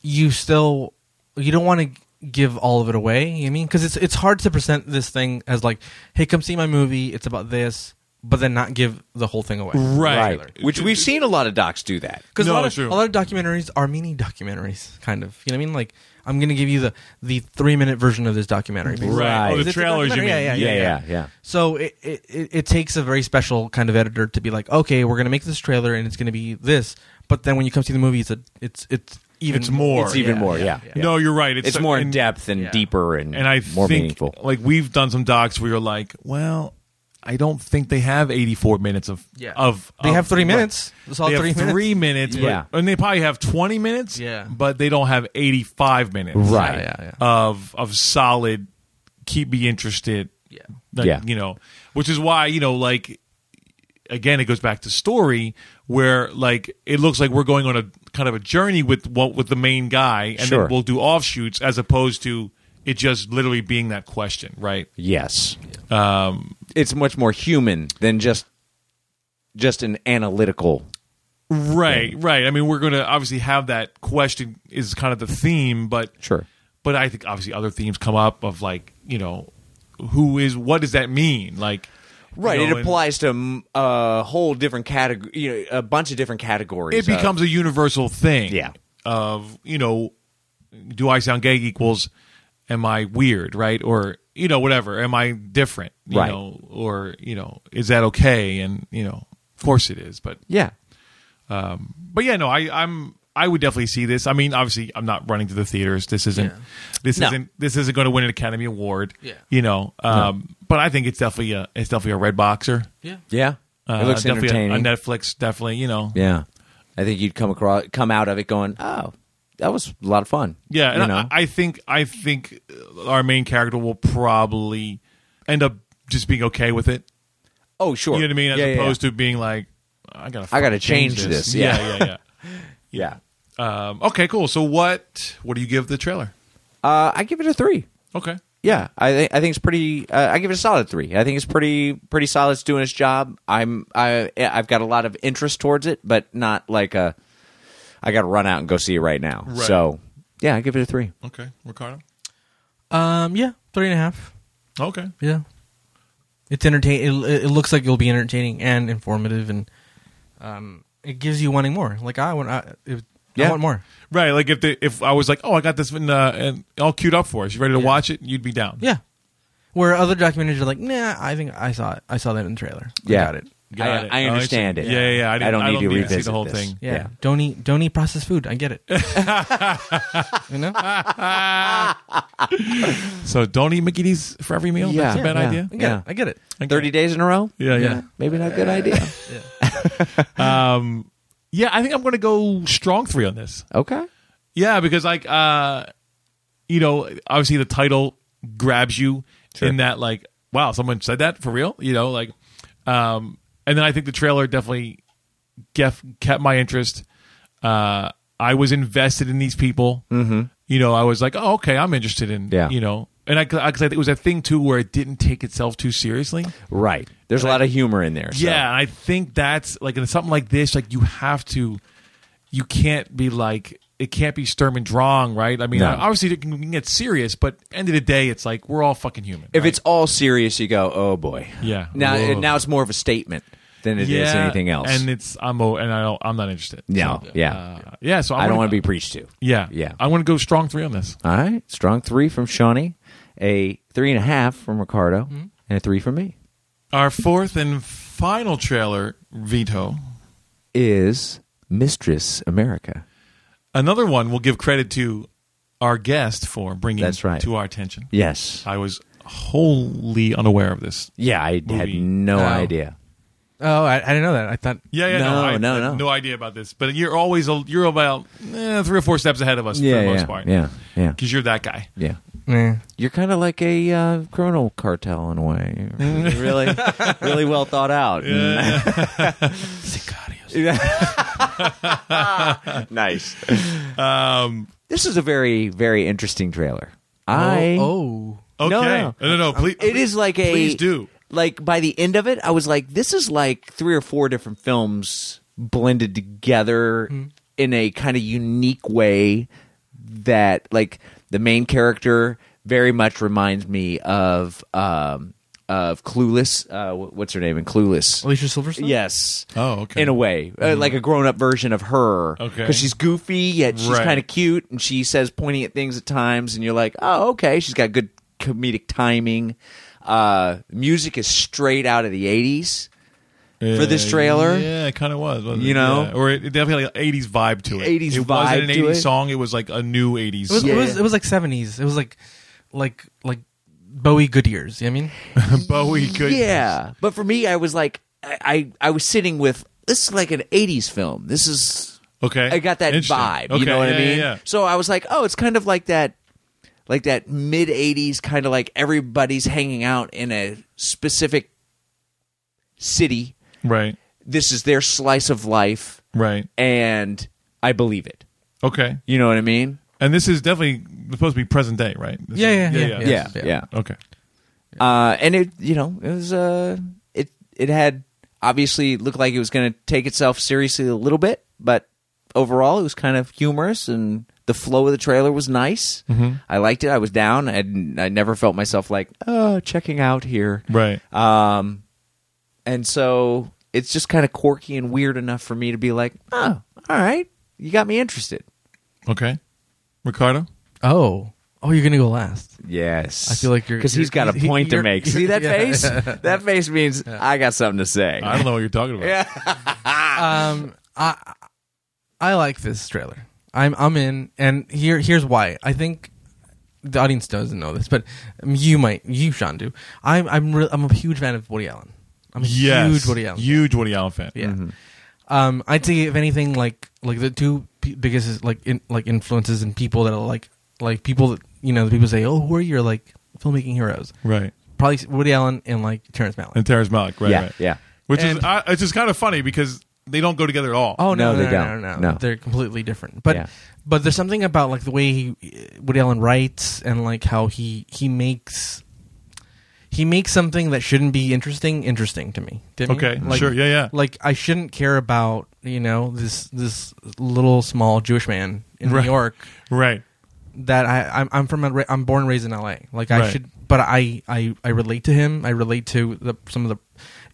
S4: you still you don't want to give all of it away. You know what I mean because it's it's hard to present this thing as like, hey, come see my movie. It's about this, but then not give the whole thing away.
S1: Mm-hmm.
S2: right.
S1: Which we've seen a lot of docs do that.
S4: Because
S2: No,
S4: a, lot
S2: true.
S4: of- a lot of documentaries are mini documentaries, kind of. You know what I mean? Like I'm gonna give you the the three minute version of this documentary. basically.
S2: Right. Oh, the
S4: It's a
S2: trailers, you
S4: documentary.
S2: mean.
S4: yeah, yeah, yeah. yeah. So it, it it it takes a very special kind of editor to be like, okay, we're gonna make this trailer and it's gonna be this, but then when you come see the movie, it's a it's it's even
S2: It's more.
S1: It's even
S2: Yeah,
S1: more. Yeah,
S2: No, you're right. It's,
S1: It's more in
S2: and-
S1: depth and
S4: yeah.
S1: deeper and,
S2: and I
S1: more
S2: think
S1: meaningful.
S2: like we've done some docs where you're like, well, I don't think they have 84 minutes of
S4: Yeah.
S2: of
S4: They
S2: of-
S4: have three
S2: right.
S4: minutes. It's all
S2: they
S4: three
S2: have
S4: minutes.
S2: three minutes, but-
S1: Yeah.
S2: and they probably have 20 minutes,
S4: Yeah.
S2: but they don't have 85 minutes,
S1: Right.
S4: Yeah, yeah,
S2: of of solid keep me interested, yeah,
S1: Yeah.
S2: you know, which is why you know like again it goes back to story where like it looks like we're going on a kind of a journey with what with the main guy and
S1: Sure.
S2: then we'll do offshoots as opposed to it just literally being that question right
S1: Yes. Um, it's much more human than just just an analytical.
S2: right right i mean we're going to obviously have that question is kind of the theme but
S1: Sure.
S2: but i think obviously other themes come up of like you know who is what does that mean like you
S1: Right.
S2: know,
S1: it
S2: and
S1: applies to mm, a whole different category, you know, a bunch of different categories.
S2: it
S1: of-
S2: becomes a universal thing
S1: Yeah.
S2: of you know do i sound gay equals am i weird right or you know whatever am i different you
S1: Right.
S2: know or you know is that okay and you know of course it is but
S1: yeah.
S2: but yeah no i i'm i would definitely see this i mean obviously i'm not running to the theaters this isn't
S4: Yeah.
S2: this
S1: No.
S2: isn't this isn't going to win an academy award
S4: Yeah.
S2: you know um but i think it's definitely a it's definitely a red boxer
S4: yeah.
S1: Yeah. it looks
S2: Uh, definitely a-
S1: entertaining.
S2: a, netflix definitely you know
S1: yeah. I think you'd come across, come out of it going, oh, that was a lot of fun.
S2: Yeah, and
S1: You know?
S2: I, I think I think our main character will probably end up just being okay with it.
S1: oh, sure.
S2: You know what I mean? As
S1: Yeah, yeah,
S2: opposed
S1: yeah.
S2: to being like, I gotta,
S1: I gotta
S2: fucking
S1: change this,
S2: Yeah,
S1: yeah.
S2: yeah, yeah.
S1: Yeah. *laughs*
S2: Um, okay, cool. So what? What do you give the trailer?
S1: Uh, I give it a three.
S2: Okay,
S1: Yeah, I think I think it's pretty. Uh, I give it a solid three. I think it's pretty pretty solid. It's doing its job. I'm I I've got a lot of interest towards it, but not like a. I got to run out and go see it right now.
S2: Right.
S1: So yeah, I give it a three.
S2: okay, Ricardo.
S4: Um. Yeah. Three and a half.
S2: Okay,
S4: Yeah. It's entertaining. It, it looks like it'll be entertaining and informative, and um, it gives you wanting more. Like I want, I, it,
S1: Yeah.
S4: I want more.
S2: Right, like if the, if I was like, oh, I got this in, uh, and all queued up for us, you ready to watch it? You'd be down.
S4: Yeah. Where other documentaries are like, nah, I think I saw it. I saw that in the trailer. I
S1: Yeah.
S4: got it.
S2: Got
S1: I-
S2: it.
S1: I
S2: Oh,
S1: understand it.
S2: Yeah, yeah. yeah. I, didn't-
S1: don't need to
S2: need see
S1: revisit
S2: the whole
S1: this.
S2: thing.
S4: Yeah.
S1: Yeah.
S4: Don't eat don't eat processed food. I get it. *laughs* you know? I
S2: So don't eat Mickey D's for every meal. That's a bad
S1: yeah.
S2: idea.
S4: get
S1: Yeah.
S4: it. I get it.
S2: Okay.
S1: Thirty days in a row.
S2: Yeah, yeah.
S1: Maybe not a good
S2: *laughs*
S1: idea.
S2: Yeah, I think I'm going to go strong three on this.
S1: okay.
S2: Yeah, because like uh you know, obviously the title grabs you in that like, wow, someone said that for real? You know, like um and then I think the trailer definitely gef- kept my interest. Uh I was invested in these people. Mm-hmm. You know, I was like, oh, okay, I'm interested in,
S1: Yeah.
S2: you know. And I, cause I think it was a thing too where it didn't take itself too seriously.
S1: Right. There's a lot of humor in there. so-
S2: Yeah, and I think that's like in something like this, like you have to, you can't be like it can't be Sturm and Drang, right? I mean,
S1: No.
S2: obviously it can, we can get serious, but end of the day, it's like we're all fucking human.
S1: If
S2: right?
S1: it's all serious, you go, oh boy.
S2: Yeah.
S1: Now,
S2: Whoa.
S1: now it's more of a statement than it is anything else.
S2: and it's I'm o- and I don't, I'm not interested.
S1: no. yeah.
S2: Uh, yeah, so I'm
S1: I don't
S2: gonna-
S1: want to be preached to.
S2: Yeah,
S1: Yeah.
S2: I want to go strong three on this.
S1: All right. Strong three from Shawnee, a three and a half from Ricardo, and a three from me
S2: Our fourth and final trailer, Veto.
S1: is Mistress America.
S2: Another one we'll give credit to our guest for bringing
S1: That's right.
S2: to our attention.
S1: Yes.
S2: I was wholly unaware of this.
S1: Yeah, I had
S2: Movie.
S1: no
S4: No.
S1: idea.
S4: Oh, I, I didn't know that. I thought
S2: Yeah, yeah, no,
S1: No,
S2: I,
S1: no,
S2: I had
S1: no.
S2: no idea about this. But you're always a, you're about eh, three or four steps ahead of us
S1: Yeah,
S2: for the most
S1: yeah,
S2: part.
S1: yeah, yeah.
S2: because you're that guy.
S1: Yeah.
S4: eh.
S1: You're kind of like a uh, criminal cartel in a way. You're really, really well thought *laughs* out. *laughs* nice.
S2: Um,
S1: This is a very, very interesting trailer. I
S4: Oh.
S2: okay,
S1: No,
S2: no,
S1: no.
S2: no, no, please,
S1: it is like a
S2: please do.
S1: like by the end of it i was like this is like three or four different films blended together
S2: Hmm.
S1: in a kind of unique way that like the main character very much reminds me of um of clueless uh wh- what's her name in clueless
S4: Alicia Silverstone?
S1: Yes.
S2: Oh, okay.
S1: In a way, uh, like a grown-up version of her.
S2: Okay.
S1: Because she's goofy yet she's
S2: Right.
S1: kind of cute, and she says pointing at things at times, and you're like, oh, okay, she's got good comedic timing. Uh, music is straight out of the '80s. for this trailer?
S2: Yeah, it kind of was. wasn't
S1: You
S2: it?
S1: know?
S2: Yeah. or it, it definitely had an '80s vibe to it.
S1: 80s
S2: it
S1: vibe
S2: wasn't an
S1: to
S2: '80s
S1: it.
S2: song. It was like a new '80s.
S4: It was,
S1: Yeah.
S4: it was it was like seventies. It was like like like Bowie Goodyear's, you know what I mean?
S2: Bowie could.
S1: Yeah, but for me, I was like, I I, I was sitting with this is like an '80s film. This is
S2: Okay.
S1: I got that
S2: Interesting.
S1: vibe.
S2: Okay,
S1: You know what
S2: yeah,
S1: I
S2: yeah,
S1: mean?
S2: yeah.
S1: So I was like, oh, it's kind of like that, like that mid '80s kind of like everybody's hanging out in a specific city.
S2: Right.
S1: This is their slice of life,
S2: Right.
S1: and I believe it.
S2: Okay.
S1: You know what I mean?
S2: And this is definitely supposed to be present day, right? This
S4: Yeah,
S2: is-
S4: yeah, yeah, yeah.
S1: Yeah,
S4: Yeah,
S1: yeah.
S2: Okay.
S1: Uh, and it, you know, it was uh, it it had obviously looked like it was going to take itself seriously a little bit, but overall it was kind of humorous and the flow of the trailer was nice. I liked it. I was down. I didn't- I never felt myself like oh checking out here,
S2: Right.
S1: um, and so it's just kind of quirky and weird enough for me to be like, oh, all right, you got me interested.
S2: Okay. Ricardo.
S4: Oh. Oh, you're gonna go last.
S1: Yes,
S4: I feel like you're-
S1: because he's got a
S4: he- he-
S1: point to
S4: you're-
S1: make. See *laughs* that
S4: yeah.
S1: face? That face means I got something to say.
S2: I don't know what you're talking about. Yeah.
S4: Um I I like this trailer. I'm I'm in and here here's why. I think the audience doesn't know this, but um, you might you Sean do. I'm I'm re- I'm a huge fan of Woody Allen. I'm a
S2: Yes.
S4: huge Woody Allen. Mm-hmm.
S2: Huge Woody Allen fan.
S4: Yeah. Um, I'd say if anything, like like the two p- biggest is, like in, like influences in people that are like like people that you know the people say, oh, who are your like filmmaking heroes?
S2: Right.
S4: Probably Woody Allen and like Terrence Malick.
S2: and Terrence Malick, right?
S1: Yeah,
S2: right.
S1: yeah.
S2: Which is
S4: And-
S2: I, it's just kind of funny because they don't go together at all.
S4: Oh no,
S1: No,
S4: no,
S1: they
S4: no,
S1: don't.
S4: No, no,
S1: No.
S4: they're completely different. But
S1: Yeah.
S4: but there's something about like the way he, Woody Allen writes and like how he he makes he makes something that shouldn't be interesting interesting to me. didn't he?
S2: Okay,
S4: like,
S2: sure, yeah, yeah.
S4: Like I shouldn't care about you know this this little small Jewish man in
S2: Right.
S4: New York
S2: Right.
S4: that I I'm, I'm from a, ra- I'm born and raised in L.A. Like I
S2: Right.
S4: should but I, I I relate to him. I relate to the some of the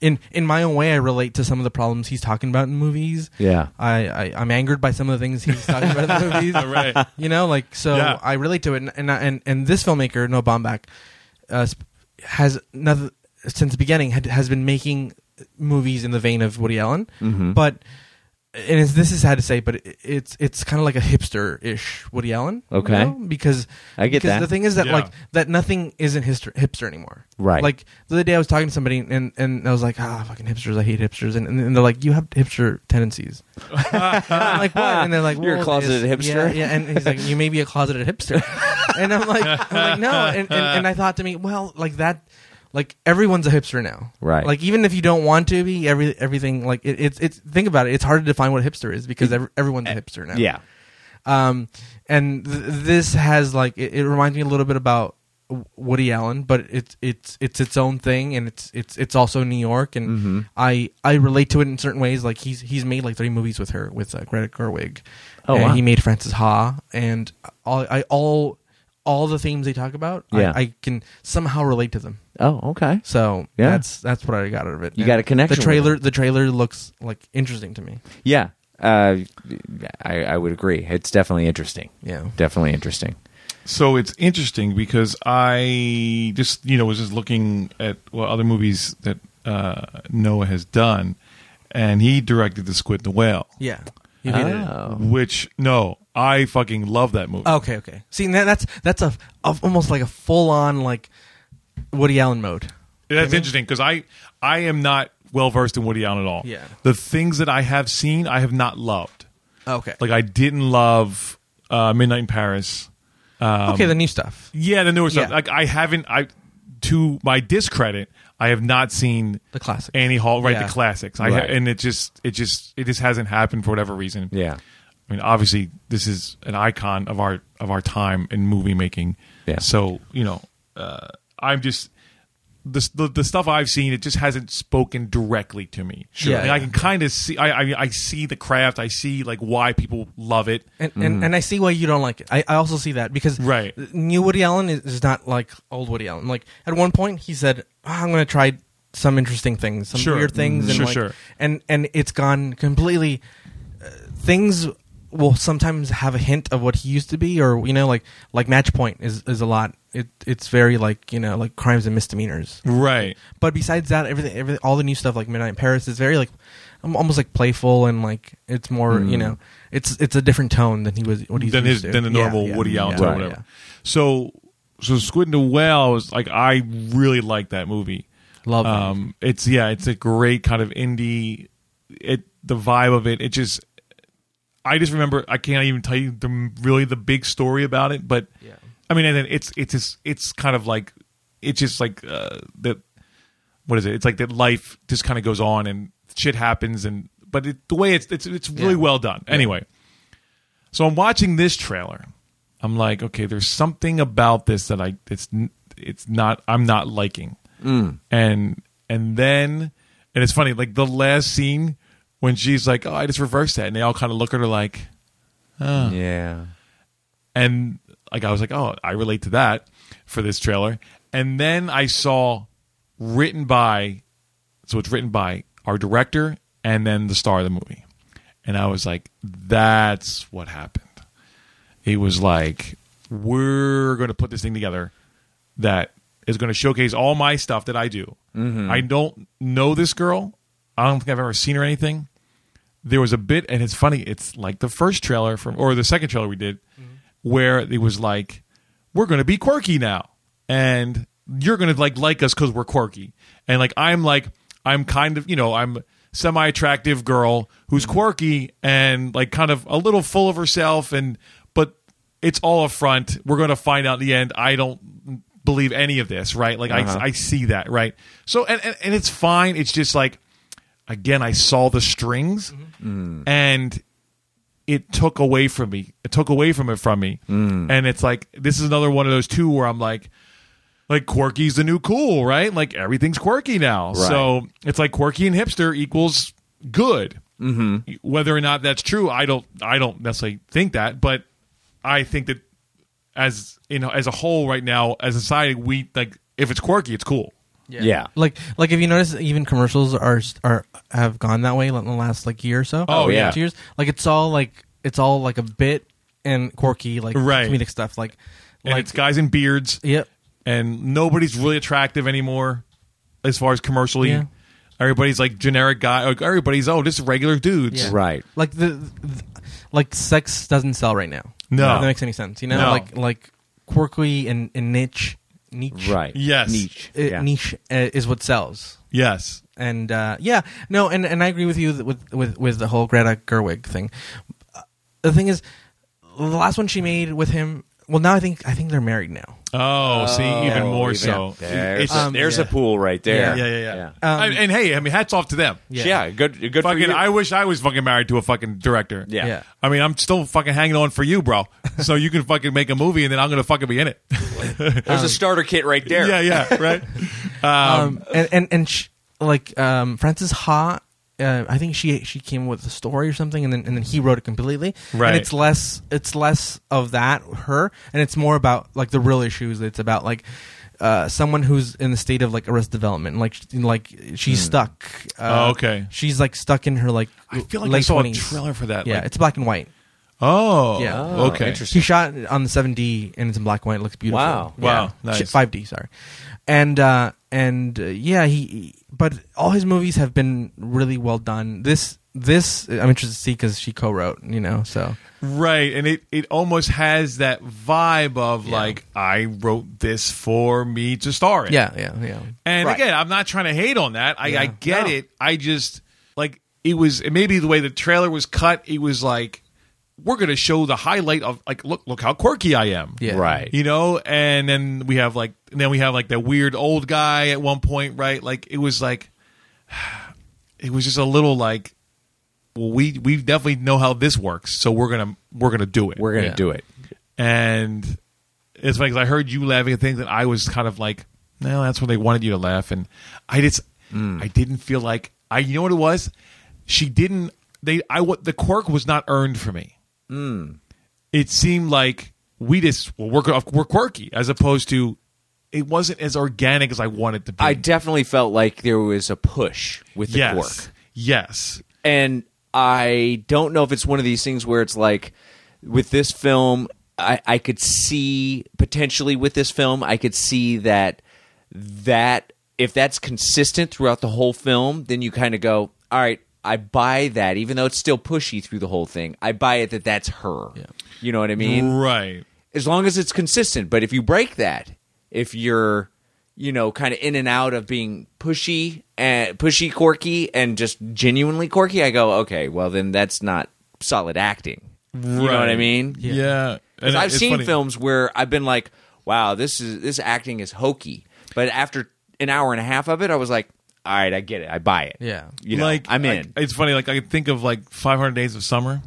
S4: in in my own way. I relate to some of the problems he's talking about in movies.
S1: Yeah.
S4: I, I I'm angered by some of the things he's talking
S2: *laughs*
S4: about in the movies.
S2: Right.
S4: You know, like so
S2: Yeah.
S4: I relate to it, and and and, and this filmmaker Noah Baumbach uh, sp- has another since the beginning had, has been making movies in the vein of Woody Allen,
S1: Mm-hmm.
S4: but and it's, this is sad to say, but it, it's it's kind of like a hipster ish Woody Allen. you
S1: Okay.
S4: know? because
S1: I get
S4: because
S1: that.
S4: The thing is that
S2: Yeah.
S4: like that nothing isn't hipster, hipster anymore.
S1: Right.
S4: Like the other day I was talking to somebody and, and I was like, ah, fucking hipsters, I hate hipsters, and, and they're like, you have hipster tendencies. *laughs* And I'm like what? And they're like,
S1: You're a
S4: well,
S1: closeted
S4: it's-
S1: hipster.
S4: *laughs* Yeah, yeah. And he's like, you may be a closeted hipster. *laughs* and I'm like, I'm like no. And, and, and I thought to me, well, like that, like everyone's a hipster now,
S1: Right.
S4: Like even if you don't want to be, every everything like it, it's it's think about it. It's hard to define what a hipster is because every, everyone's a hipster now.
S1: Yeah.
S4: Um, and th- this has like it, it reminds me a little bit about W- Woody Allen, but it's it's it's its own thing, and it's it's it's also New York, and
S1: Mm-hmm.
S4: I I relate to it in certain ways. Like he's he's made like three movies with her with uh, Greta Gerwig.
S1: Oh,
S4: and
S1: wow.
S4: he made Frances Ha, and all I all all the themes they talk about,
S1: Yeah.
S4: I, I can somehow relate to them.
S1: Oh, okay.
S4: So
S1: Yeah.
S4: that's that's what I got out of it.
S1: You
S4: And
S1: got a connection
S4: The
S1: with
S4: trailer
S1: it.
S4: the trailer looks like interesting to me.
S1: Yeah. Uh, I, I would agree. It's definitely interesting.
S4: Yeah.
S1: Definitely interesting.
S2: So it's interesting because I just you know was just looking at well, other movies that uh, Noah has done, and he directed The Squid and the Whale,
S4: Yeah. You hated it.
S2: which no, I fucking love that movie.
S4: Okay, okay. See, and that, that's that's a, a almost like a full on like Woody Allen mode.
S2: That's interesting because I I am not well versed in Woody Allen at all.
S4: Yeah.
S2: the things that I have seen, I have not loved.
S4: Okay,
S2: Like I didn't love uh, Midnight in Paris. Um,
S4: okay, the new stuff,
S2: Yeah, the newer stuff.
S4: Yeah.
S2: Like I haven't. I to my discredit, I have not seen
S4: the classic.
S2: Annie Hall, right?
S4: Yeah.
S2: The classics. I ha-
S1: Right.
S2: and it just it just it just hasn't happened for whatever reason.
S1: Yeah.
S2: I mean, obviously, this is an icon of our of our time in movie making.
S1: Yeah.
S2: So you know, uh, I'm just the, the the stuff I've seen. It just hasn't spoken directly to me.
S4: Sure.
S2: I, mean,
S4: Yeah,
S2: I can kind of see. I, I I see the craft. I see like why people love it.
S4: and, and and I see why you don't like it. I, I also see that because
S2: mm. Right.
S4: new Woody Allen is, is not like old Woody Allen. Like at one point he said, "Ah, "I'm going to try some interesting things, some
S2: Sure.
S4: weird things," and
S2: Sure,
S4: like,
S2: sure.
S4: and and it's gone completely. Uh, things will sometimes have a hint of what he used to be, or you know, like like Match Point is is a lot. It it's very like you know like crimes and misdemeanors.
S2: Right.
S4: but besides that, everything, everything, all the new stuff like Midnight in Paris is very like, um, almost like playful and like it's more, you know, it's it's a different tone than he was what he's
S2: Mm. than
S4: used
S2: his
S4: to.
S2: than the
S4: Yeah,
S2: normal
S4: yeah,
S2: Woody Allen
S4: yeah,
S2: or
S4: yeah,
S2: whatever.
S4: yeah.
S2: So so Squid and the Whale is like I really like that movie.
S4: Love that
S2: um it's yeah, it's a great kind of indie it the vibe of it. It just I just remember I can't even tell you the really the big story about it, but
S4: Yeah.
S2: I mean and then it's it's just, it's kind of like it's just like uh that what is it? It's like that life just kind of goes on and shit happens and but it, the way it's it's it's really
S4: Yeah.
S2: well done. Anyway, so I'm watching this trailer. I'm like, okay, there's something about this that I it's n- it's not I'm not liking. And and then and it's funny like the last scene when she's like, "Oh, I just reversed that." And they all kind of look at her like
S1: Yeah.
S2: and like I was like, "Oh, I relate to that for this trailer." And then I saw written by so it's written by our director and then the star of the movie. And I was like, "That's what happened." it was like we're going to put this thing together that is going to showcase all my stuff that I do. I don't know this girl. I don't think I've ever seen her anything. There was a bit, and it's funny. It's like the first trailer from or the second trailer we did, where it was like we're going to be quirky now, and you're going to like like us because we're quirky, and like I'm like I'm kind of you know I'm semi attractive girl who's quirky and like kind of a little full of herself and but it's all a front. We're going to find out in the end. I don't believe any of this, right? Like I, I see that, right? So and, and and it's fine. It's just like again, I saw the strings and it took away from me. It took away from it from me. And it's like this is another one of those two where I'm like like quirky's the new cool, right? Like everything's quirky now. So it's like quirky and hipster equals good. Mm-hmm. Whether or not that's true, I don't. I don't necessarily think that, but I think that as you know as a whole right now as a society we like if it's quirky it's cool.
S1: Yeah.
S4: Like like if you notice, even commercials are are have gone that way like, in the last like year or so.
S2: Oh, yeah.
S4: two years. Like it's all like it's all like a bit and quirky like
S2: Right.
S4: comedic stuff. Like
S2: And
S4: like
S2: it's guys in beards
S4: yep.
S2: and nobody's really attractive anymore as far as commercially.
S4: Yeah.
S2: Everybody's like generic guy. Like everybody's oh just regular dudes.
S4: Yeah.
S1: Right.
S4: Like the, th- like sex doesn't sell right now.
S2: No.
S4: if that makes any sense. You know,
S2: No.
S4: like like quirky and, and niche niche
S1: Right.
S2: Yes.
S1: Niche.
S4: uh,
S1: Yeah.
S4: niche uh, is what sells.
S2: Yes.
S4: and uh, yeah, no, and, and I agree with you that with with with the whole Greta Gerwig thing. Uh, The thing is, the last one she made with him. Well, now I think I think they're married now.
S2: Oh, see, even
S1: Oh,
S2: more
S1: even-
S2: so.
S1: There's,
S2: It's-
S3: Um,
S1: there's a pool right
S2: yeah,
S1: there.
S2: yeah, yeah.
S1: Yeah.
S2: I- and hey, I mean, hats off to them.
S4: Yeah.
S1: Yeah, good, good for
S2: Fucking,
S1: you.
S2: I wish I was fucking married to a fucking director.
S1: Yeah.
S4: Yeah.
S2: I mean, I'm still fucking hanging on for you, bro. So you can fucking make a movie, and then I'm gonna fucking be in it.
S1: There's a starter kit right there.
S2: Um, *laughs* yeah, yeah, right.
S4: Um, and and and sh like um, Frances Ha, uh, I think she she came with a story or something, and then and then he wrote it completely.
S2: Right.
S4: And it's less it's less of that her, and it's more about like the real issues. It's about like. Uh, someone who's in the state of like arrest development, like sh- like she's stuck. Uh,
S2: Oh, okay.
S4: she's like stuck in her like
S2: Hmm. I feel like
S4: late
S2: I saw a
S4: 20s.
S2: trailer for that.
S4: Yeah,
S2: like-
S4: it's black and white.
S2: oh,
S4: Yeah.
S1: Oh,
S2: okay,
S1: interesting.
S4: He shot it on the 7D and it's in black and white. It looks beautiful.
S1: Wow.
S4: Yeah.
S2: Wow, nice.
S4: Shit, 5D, sorry. And uh, and uh, yeah, he, he- But all his movies have been really well done. This this I'm interested to see because she co-wrote. You know, so
S2: Right, and it it almost has that vibe of like I wrote this for me to star in.
S4: yeah, yeah, yeah.
S2: And
S1: Right.
S2: again, I'm not trying to hate on that. I, I
S4: Yeah.
S2: get
S4: No.
S2: it. I just like it was maybe the way the trailer was cut. It was like we're going to show the highlight of like look look how quirky I am.
S4: Yeah.
S1: Right.
S2: You know, and then we have like and then we have like that weird old guy at one point, right? Like it was like *sighs* it was just a little like well, we we definitely know how this works, so we're gonna we're gonna do it
S1: We're going to
S4: Yeah.
S1: do it.
S2: and it's funny because I heard you laughing at things, and I was kind of like, no, that's when they wanted you to laugh, and I just,
S1: Mm.
S2: I didn't feel like I, you know what it was, she didn't. They, I what the quirk was not earned for me.
S1: Mm.
S2: It seemed like we just well, we're we're quirky as opposed to it wasn't as organic as I wanted to be.
S1: I definitely felt like there was a push with the
S2: yes,
S1: quirk.
S2: yes,
S1: And I don't know if it's one of these things where it's like with this film, I, I could see potentially with this film, I could see that that if that's consistent throughout the whole film, then you kind of go, all right, I buy that, even though it's still pushy through the whole thing. I buy it that that's her. You know what I mean?
S2: right.
S1: as long as it's consistent. But if you break that, if you're you know kind of in and out of being pushy and pushy quirky and just genuinely quirky, I go okay. Well, then that's not solid acting. You know what I
S2: Right.
S1: mean?
S2: Yeah,
S1: 'Cause
S2: And
S1: I've
S2: it's
S1: seen
S2: funny.
S1: films where I've been like, wow, this is this acting is hokey. But after an hour and a half of it, I was like, all right, I get it. I buy it.
S4: Yeah.
S1: You know,
S2: like
S1: I'm
S2: I-
S1: in.
S2: it's funny. Like I could think of like 500 Days of Summer.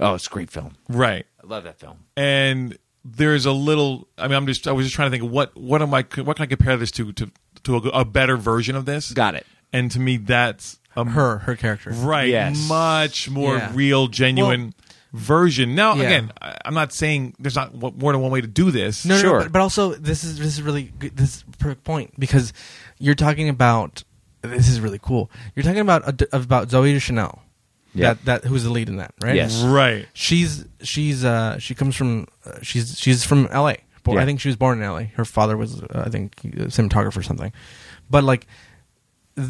S1: oh, it's a great film.
S2: Right.
S1: I love that film.
S2: and there's a little i mean i'm just i was just trying to think what what am i what can i compare this to to to a, a better version of this
S1: Got it.
S2: and to me that's a
S4: Her her character.
S2: right
S1: Yes.
S2: much more
S4: Yeah.
S2: real genuine version now
S4: Yeah.
S2: again I, i'm not saying there's not one- more than one way to do this
S4: No, no,
S1: Sure.
S4: no but, but also this is this is really good, this is a perfect point because you're talking about this is really cool. You're talking about about Zoe Deschanel,
S1: Yeah.
S4: that that who's the lead in that, right?
S1: Yes.
S2: right
S4: she's she's uh she comes from uh, she's she's from L.A. Bo-
S1: Yeah.
S4: I think she was born in L.A. Her father was uh, I think a cinematographer or something, but like th-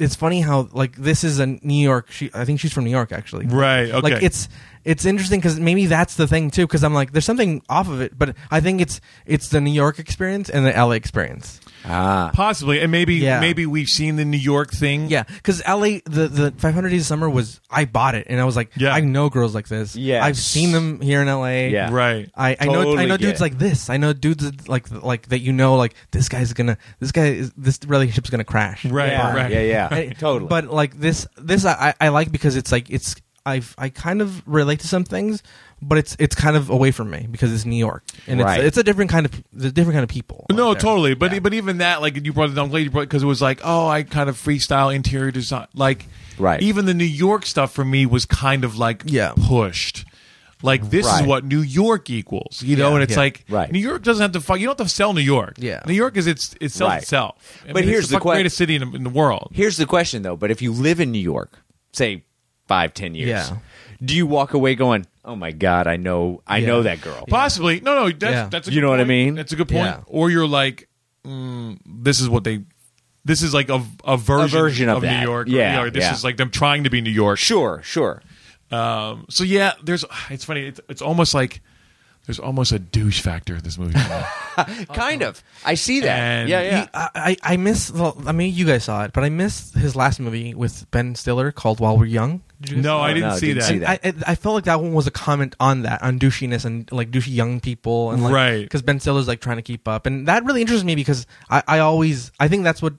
S4: it's funny how like this is a New York. She I think she's from New York actually.
S2: Right, okay.
S4: Like it's it's interesting because maybe that's the thing too. Because I'm like there's something off of it, but I think it's it's the New York experience and the L.A. experience.
S1: Ah.
S2: possibly and maybe
S4: Yeah.
S2: maybe we've seen the new york thing
S4: Yeah, because LA, the, the 500 Days of Summer was, I bought it and I was like,
S2: Yeah.
S4: I know girls like this.
S1: Yes.
S4: I've seen them here in LA.
S1: Yeah.
S2: Right.
S4: I, I know I
S1: Totally
S4: know
S1: get
S4: dudes
S1: it.
S4: like this. I know dudes that- like like that you know like this guy's gonna this guy is this relationship's gonna crash.
S2: right
S1: Yeah,
S2: right
S1: yeah, yeah.
S4: I-
S1: *laughs* totally.
S4: But like this this I, I I like because it's like it's I've I kind of relate to some things, but it's it's kind of away from me because it's New York and
S1: Right.
S4: it's it's a different kind of the different kind of people. out
S2: No,
S4: there.
S2: totally. But
S4: Yeah.
S2: but even that, like you brought it down, glad you brought because it was like, oh, I kind of freestyle interior design. Like,
S1: Right.
S2: Even the New York stuff for me was kind of like
S4: Yeah.
S2: pushed. Like this
S1: Right.
S2: is what New York equals, you know.
S4: Yeah,
S2: and it's
S4: yeah.
S2: like
S1: Right.
S2: New York doesn't have to fuck. You don't have to sell New York.
S4: Yeah.
S2: New York is its it sells
S1: Right.
S2: itself. I
S1: But
S2: mean,
S1: here's
S2: it's
S1: the
S2: the fucking
S1: que-
S2: greatest city in, in the world.
S1: Here's the question, though. But if you live in New York, say five, ten years,
S4: Yeah.
S1: do you walk away going, "Oh my God, I know, I
S4: Yeah.
S1: know that girl."
S2: Possibly. No, no. That's,
S4: Yeah.
S2: that's a
S1: You
S2: good
S1: know what I
S2: point.
S1: mean?
S2: That's a good point.
S4: Yeah.
S2: Or you're like, mm, this is what they. This is like a, a version,
S1: version of
S2: New
S1: that.
S2: York. or,
S1: Yeah,
S2: or this
S1: yeah.
S2: is like them trying to be New York.
S1: Sure, sure.
S2: Um, so yeah, there's. It's funny. It's, it's almost like there's almost a douche factor in this movie.
S1: Kind of. I see that.
S2: And
S1: yeah, yeah.
S4: I, I I miss. The, I mean, you guys saw it, but I missed his last movie with Ben Stiller called While We're Young. Did you guys
S2: no,
S4: see
S2: I
S1: no,
S2: didn't,
S1: I
S2: see,
S1: didn't
S2: that.
S1: see that.
S4: I, I I felt like that one was a comment on that on douchiness and like douchey young people and like
S2: Right.
S4: because Ben Stiller's like trying to keep up and that really interests me because I, I always I think that's what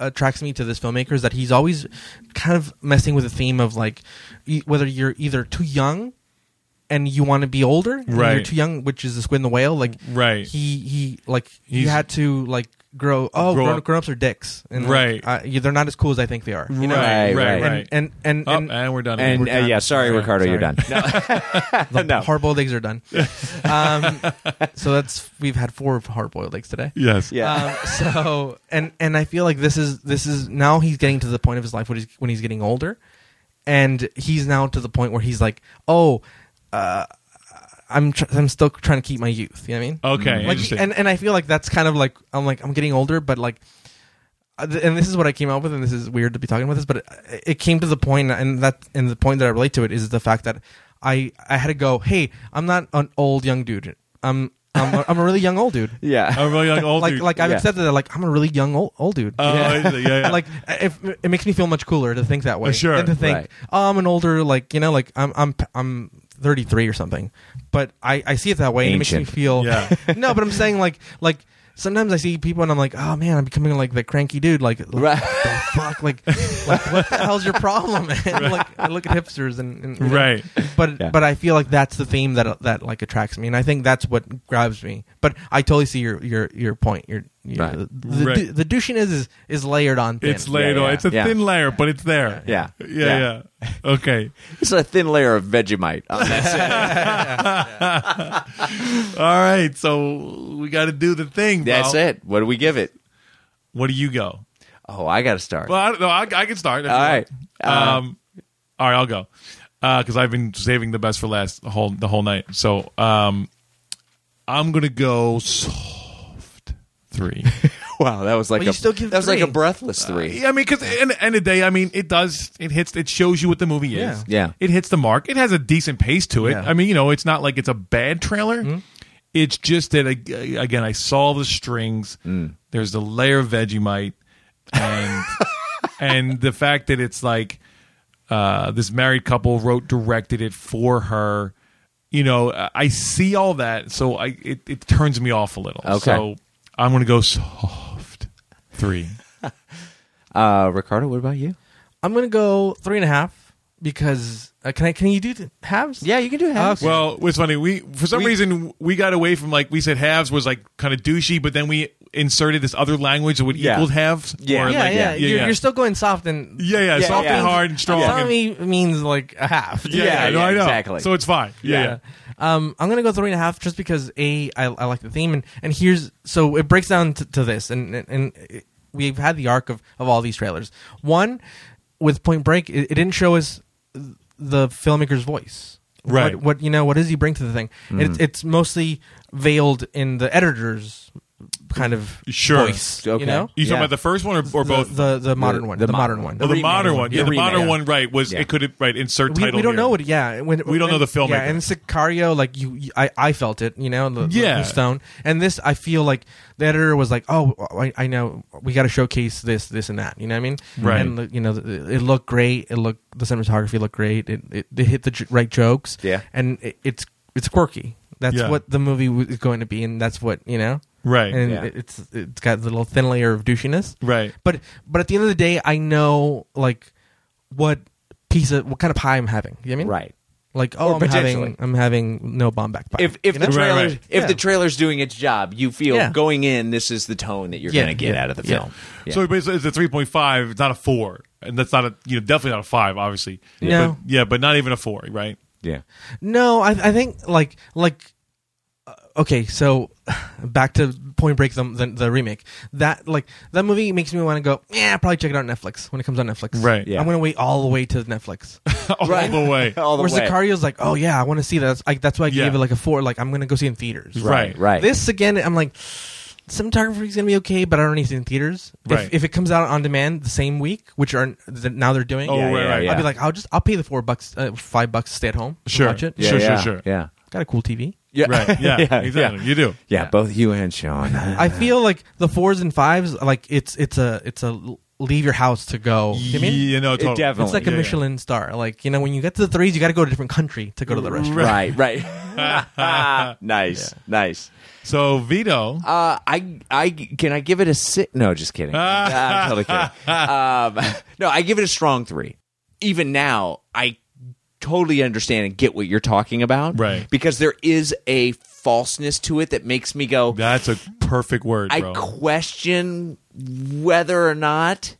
S4: attracts me to this filmmaker is that he's always kind of messing with the theme of like e- whether you're either too young and you want to be older and you're
S2: Right.
S4: too young which is the squid and the whale like
S2: Right.
S4: he he like he
S2: He's-
S4: had to like grow oh
S2: Grow
S4: grown,
S2: up.
S4: grown-ups are dicks and like,
S2: Right.
S4: I- you- they're not as cool as I think they are you know?
S1: Right,
S2: Right, right,
S1: right.
S2: right.
S4: and and and,
S2: Oh,
S4: and,
S2: and, we're done.
S1: And
S2: We're
S1: uh,
S2: done.
S1: yeah, sorry, Ricardo, you're done.
S4: sorry. *laughs*
S1: No. *laughs* no.
S4: hard-boiled eggs are done. Um, so that's we've had four hard-boiled eggs today.
S2: *laughs* Yes.
S1: Yeah.
S4: Um, so and and I feel like this is this is now he's getting to the point of his life when he's when he's getting older, and he's now to the point where he's like, oh, uh, I'm tr- I'm still trying to keep my youth. You know what I mean?
S2: Okay.
S4: like
S2: interesting.
S4: and and I feel like that's kind of like I'm like I'm getting older, but like, uh, th- and this is what I came up with, and this is weird to be talking about this, but it, it came to the point, and that and the point that I relate to it is the fact that I I had to go, hey, I'm not an old young dude. I'm I'm a, I'm a really young old dude.
S1: yeah.
S2: I'm really like old.
S4: like
S2: dude.
S4: like I've
S1: Yeah.
S4: accepted that like I'm a really young old old dude.
S2: Oh, yeah. yeah, yeah.
S4: *laughs* Like if, it makes me feel much cooler to think that way.
S2: Uh, sure.
S4: Than to think
S1: Right.
S4: oh, I'm an older like you know like I'm I'm I'm 33 or something. But I I see it that way and it
S1: Ancient.
S4: makes me feel
S2: Yeah.
S4: *laughs* no, but I'm saying like like sometimes I see people and I'm like, oh man, I'm becoming like the cranky dude. Like, like
S1: Right.
S4: what the fuck, like, like what the hell's your problem? *laughs* Man? like, I look at hipsters and, and you know.
S2: Right.
S4: But
S1: Yeah.
S4: but I feel like that's the theme that that like attracts me, and I think that's what grabs me. But I totally see your your your point. Your, your
S1: Right.
S4: the, the,
S2: Right.
S4: du- the douchiness is is layered on. Thin.
S2: it's layered
S1: Yeah,
S2: on.
S1: yeah,
S2: It's a
S1: yeah.
S2: thin layer, but it's there.
S1: Yeah.
S2: Yeah. Yeah. Okay.
S1: It's a thin layer of Vegemite
S4: *laughs*
S1: on that.
S2: All right. So we got to do the thing. bro.
S1: That's it. What do we give it?
S2: What do you go?
S1: Oh, I got to start.
S2: Well, I don't know. I, I can start. if
S1: All
S2: you
S1: right.
S2: want. Um, all right, I'll go because I've been saving the best for last the whole the whole night. So um, I'm gonna go soft three. *laughs*
S1: wow, that was like
S4: Well, you
S1: a
S4: still give
S1: that was like
S4: three. Uh,
S1: a breathless three.
S2: Yeah, I mean, because in the end of the day, I mean, it does. It hits. It shows you what the movie is.
S1: Yeah. Yeah.
S2: It hits the mark. It has a decent pace to it.
S4: Yeah.
S2: I mean, you know, it's not like it's a bad trailer. It's just that ag- uh, again, I saw the strings.
S1: Mm.
S2: There's the layer of Vegemite,
S1: *laughs*
S2: and and the fact that it's like uh, this married couple wrote directed it for her. You know, I- I see all that, so I it, it turns me off a little.
S1: Okay.
S2: So I'm gonna go soft three.
S1: Uh, Ricardo, what about you?
S4: I'm gonna go three and a half because uh, can I can you do the halves? Oh,
S1: Yeah, you can do halves.
S4: Okay.
S2: Well, it's funny. We for some
S4: We-
S2: reason we got away from like we said halves was like kind of douchey, but then we inserted this other language that would
S1: Yeah.
S2: equal halves.
S1: Yeah.
S2: or,
S4: yeah,
S2: like,
S4: yeah.
S2: yeah,
S4: You're,
S2: yeah.
S4: you're still going soft and
S2: yeah, yeah,
S1: Yeah,
S2: soft
S1: yeah.
S2: and hard and strong. and-
S4: Autonomy means like a half.
S2: yeah,
S1: Yeah,
S2: yeah, no,
S1: yeah,
S2: I know.
S1: exactly.
S2: So it's fine. Yeah, yeah.
S4: Yeah. Um, I'm gonna go three and a half just because a I, I like the theme and and here's so it breaks down to, to this and and, and it, we've had the arc of of all these trailers. One with Point Break, it, it didn't show us the filmmaker's voice.
S2: Right. Mm.
S4: What, what you know? What does he bring to the thing? It's it's mostly veiled in the editor's kind of
S2: Sure.
S4: voice.
S1: Okay.
S4: You know,
S2: You talking
S1: Yeah.
S2: about the first one or, or
S4: the,
S2: both?
S4: the the modern one,
S1: the
S4: the,
S1: mo-
S4: modern one.
S2: oh, the
S1: remake
S2: modern
S1: one.
S2: one.
S1: Yeah,
S2: Yeah, the
S1: remake.
S2: modern
S1: Yeah.
S2: one. Right. Was
S1: Yeah.
S2: it could have right insert
S4: we,
S2: title?
S4: we don't
S2: here.
S4: know what. Yeah, when,
S2: We don't know
S4: and-
S2: the filmmaker.
S4: Yeah, and Sicario, like you, you- I, I felt it. You know, the, the-
S2: Yeah.
S4: the stone. And this, I feel like the editor was like, "Oh, I, I know. We got to showcase this, this, and that." You know what I mean?
S2: Right.
S4: And the- you know, the- it looked great. It looked the cinematography looked great. It it, it hit the j- right jokes.
S1: Yeah.
S4: And it, it's it's quirky. That's
S2: Yeah.
S4: what the movie w- is going to be, and that's what you know.
S2: Right.
S4: And
S1: Yeah.
S4: it- it's it's got the little thin layer of douchiness
S2: Right.
S4: but but at the end of the day i know like what piece of what kind of pie i'm having you know what i mean
S1: Right.
S4: like oh
S1: Or
S4: i'm having
S1: potentially.
S4: i'm having no bomb back pie
S1: If if
S4: you
S1: the
S4: know?
S1: trailer
S2: Right, right.
S1: if
S4: Yeah.
S1: the trailer's doing its job, you feel
S4: Yeah.
S1: going in. This is the tone that you're
S4: Yeah,
S1: going to get
S4: yeah,
S1: out of the
S4: yeah.
S1: film. Yeah.
S2: So but it's, it's a three point five. It's not a four, and that's not a you know definitely not a five. Obviously,
S4: No.
S2: But- yeah, but not even a four, right? *laughs*
S3: Yeah.
S4: No, I I think like like uh, okay, so *sighs* back to Point Break the, the the remake. That like that movie makes me want to go, yeah, probably check it out on Netflix when it comes on Netflix.
S2: Right.
S3: Yeah.
S4: I'm going to wait all the way to Netflix.
S2: all
S1: Right.
S2: the
S3: *laughs*
S2: way.
S1: All the
S4: Where
S1: way.
S4: Sicario's like, "Oh yeah, I want to see that." That's, I, that's why I
S2: Yeah.
S4: gave it like a 4. Like I'm going to go see it in theaters.
S2: Right.
S1: Right.
S4: This again, I'm like cinematography's going to be okay, but I don't need to see it in theaters.
S2: Right.
S4: If, if it comes out on demand the same week, which are that now they're doing.
S2: Oh,
S1: Yeah,
S2: right,
S1: yeah,
S2: right.
S1: yeah.
S4: I'd be like, I'll just I'll pay the 4 bucks uh, 5 bucks to stay at home. and
S2: Sure.
S4: Watch it.
S2: Yeah. Sure, sure, sure.
S3: Yeah.
S4: Got a cool TV.
S1: Yeah.
S2: Right. Yeah.
S3: Yeah,
S2: exactly. You do.
S3: Yeah, both you and Sean.
S4: I feel like the fours and fives, like it's it's a it's a leave your house to go. You know what I mean?
S2: You know, totally.
S3: definitely-
S4: It's like
S2: yeah,
S4: a
S2: yeah.
S4: Michelin star. Like you know, when you get to the threes, you got to go to a different country to go to the
S1: *laughs*
S4: restaurant.
S1: Right. Right. nice. Nice.
S2: So Vito,
S1: Uh, I I can I give it a sit? No, just kidding. I'm totally kidding. Um, *laughs* no, I give it a strong three. Even now, I totally understand and get what you're talking about,
S2: Right.
S1: Because there is a falseness to it that makes me go,
S2: that's a perfect word,
S1: I
S2: bro.
S1: question whether or not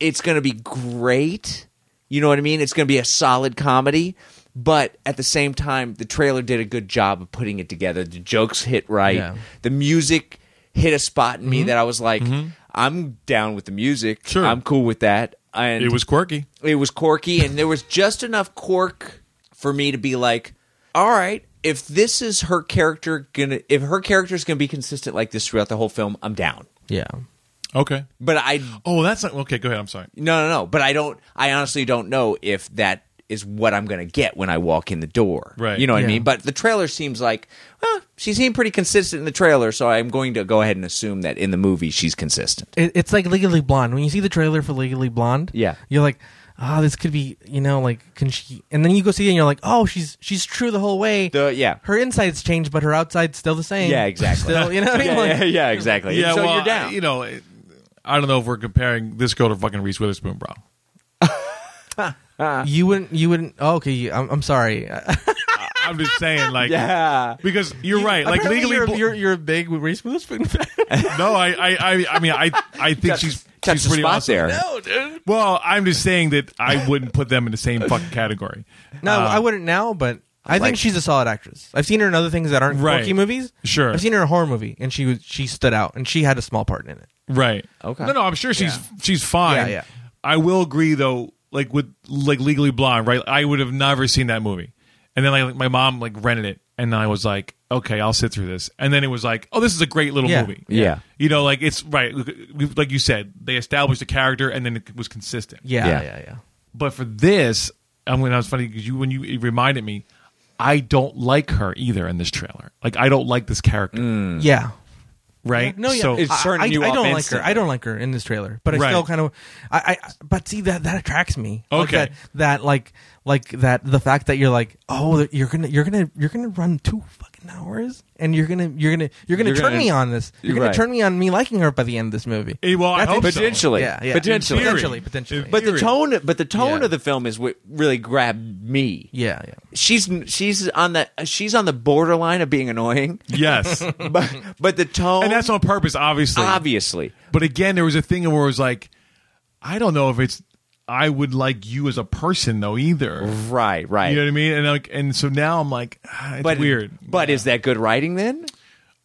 S1: it's going to be great. You know what I mean? It's going to be a solid comedy, but at the same time, the trailer did a good job of putting it together. The jokes hit right.
S4: Yeah.
S1: The music hit a spot in me that I was like, I'm down with the music.
S2: Mm-hmm. Sure.
S1: I'm cool with that. And
S2: it was quirky.
S1: it was quirky and there was just enough quirk for me to be like all right if this is her character gonna if her character's gonna be consistent like this throughout the whole film i'm down
S4: Yeah.
S2: Okay.
S1: but i
S2: Oh, that's not, okay. Go ahead. I'm sorry.
S1: no no no but i don't i honestly don't know if that is what i'm gonna get when i walk in the door
S2: Right.
S1: you know what
S4: Yeah.
S1: i mean but the trailer seems like well, she seemed pretty consistent in the trailer so i'm going to go ahead and assume that in the movie she's consistent
S4: It, it's like Legally Blonde. When you see the trailer for Legally Blonde,
S1: Yeah.
S4: you're like, oh, this could be, you know, like can she? And then you go see it, and you're like, oh, she's she's true the whole way.
S1: The- yeah
S4: her insides change, but her outside's still the same.
S1: Yeah, exactly.
S4: Still, you know
S3: *laughs*
S4: what I mean?
S1: yeah,
S4: Like-
S1: yeah, *laughs* yeah, exactly
S2: Yeah.
S1: so
S2: well,
S1: you're down
S2: I- you know, it- I don't know if we're comparing this girl to fucking Reese Witherspoon, bro.
S4: You wouldn't. You wouldn't. Oh, okay, you- I'm, I'm sorry. *laughs*
S2: I'm just saying, like,
S1: *laughs* yeah
S2: because you're right. Like
S4: Apparently
S2: legally,
S4: you're,
S2: bl-
S4: you're, you're a big Reese Witherspoon *laughs* fan.
S2: *laughs* no. I, I, I, I mean, I, I think
S1: Touch-
S2: she's
S1: touch
S2: she's
S1: the
S2: pretty
S1: spot
S2: awesome.
S1: there.
S4: no, dude.
S2: Well, I'm just saying that I wouldn't put them in the same fucking category.
S4: No, I wouldn't now, but I think
S1: like-
S4: she's a solid actress. I've seen her in other things that aren't
S2: Right.
S4: quirky movies.
S2: Sure.
S4: I've seen her in a horror movie, and she was she stood out, and she had a small part in it.
S2: Right.
S1: Okay.
S2: No, no, I'm sure she's she's fine.
S4: Yeah, yeah.
S2: I will agree though, like with like Legally Blonde, right? I would have never seen that movie, and then like my mom like rented it, and I was like, okay, I'll sit through this, and then it was like, oh, this is a great little
S4: Yeah.
S2: movie.
S3: Yeah.
S2: You know, like it's right, like you said, they established a character, and then it was consistent.
S4: Yeah, yeah,
S3: Yeah.
S4: yeah. yeah.
S2: But for this, I mean, that was funny because you when you it reminded me, I don't like her either in this trailer. Like I don't like this character,
S4: Mm.
S2: right?
S4: No, yeah.
S2: So,
S1: It's-
S4: I-
S1: turning
S4: I,
S1: you
S4: I
S1: off
S4: don't like her.
S1: instantly.
S4: I don't like her in this trailer, but I
S2: Right.
S4: still kind of. I, I but see that that attracts me. Like
S2: Okay.
S4: that, that like like that the fact that you're like oh you're gonna you're gonna you're gonna run two fucking hours and you're gonna you're gonna you're gonna
S1: You're
S4: turn
S1: gonna-
S4: me on this. You're gonna
S1: Right.
S4: turn me on me liking her by the end of this movie.
S2: Eh, well, I
S4: That's
S2: hope so.
S1: potentially
S4: Yeah, yeah.
S1: potentially
S2: theory.
S4: Potentially, potentially.
S2: In
S1: But the
S2: theory.
S1: tone, but the tone
S4: Yeah.
S1: of the film is what really grabbed me.
S4: Yeah, yeah.
S1: She's she's on the she's on the borderline of being annoying,
S4: *laughs*
S2: yes, *laughs*
S1: but but the tone
S2: and that's on purpose, obviously.
S1: obviously
S2: But again, there was a thing where it was like, I don't know if it's I would like you as a person though either.
S1: right, right.
S2: You know what I mean? And like, and so now I'm like, ah, it's
S1: but
S2: weird.
S1: But is that good writing then?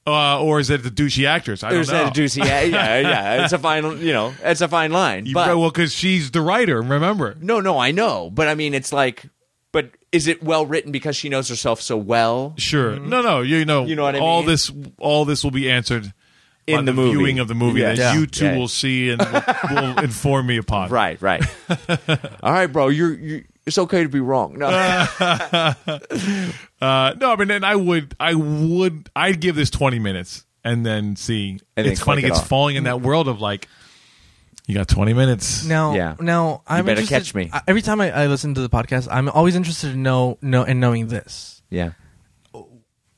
S2: uh, or is it the douchey actress? I
S1: Or
S2: don't
S1: is
S2: know.
S1: that a juicy?
S2: *laughs*
S1: Yeah, yeah, yeah. It's a fine, you know, it's a fine line.
S2: You-
S1: But
S2: well, because she's the writer. Remember?
S1: no, no, I know. But I mean, it's like, but is it well written because she knows herself so well?
S2: Sure. No, no. You know.
S1: Mm-hmm. You know what I
S2: all
S1: mean?
S2: this. All this will be answered. by
S1: In the movie.
S2: viewing of the movie
S1: Yeah.
S2: that
S1: Yeah.
S2: you two
S1: Yeah.
S2: will see and will,
S1: *laughs*
S2: will inform me upon.
S1: Right, right. All right, bro. You're you. It's okay to be wrong. No.
S2: Uh, no, I mean, and I would, I would, I'd give this twenty minutes and then see.
S1: And then
S2: it's funny,
S1: click it
S2: it's
S1: off.
S2: falling in that world of like, you got twenty minutes.
S4: Now,
S1: Yeah.
S4: now I'm
S1: better
S4: interested-
S1: catch me.
S4: I- Every time I, I listen to the podcast, I'm always interested to know know and knowing this.
S1: yeah.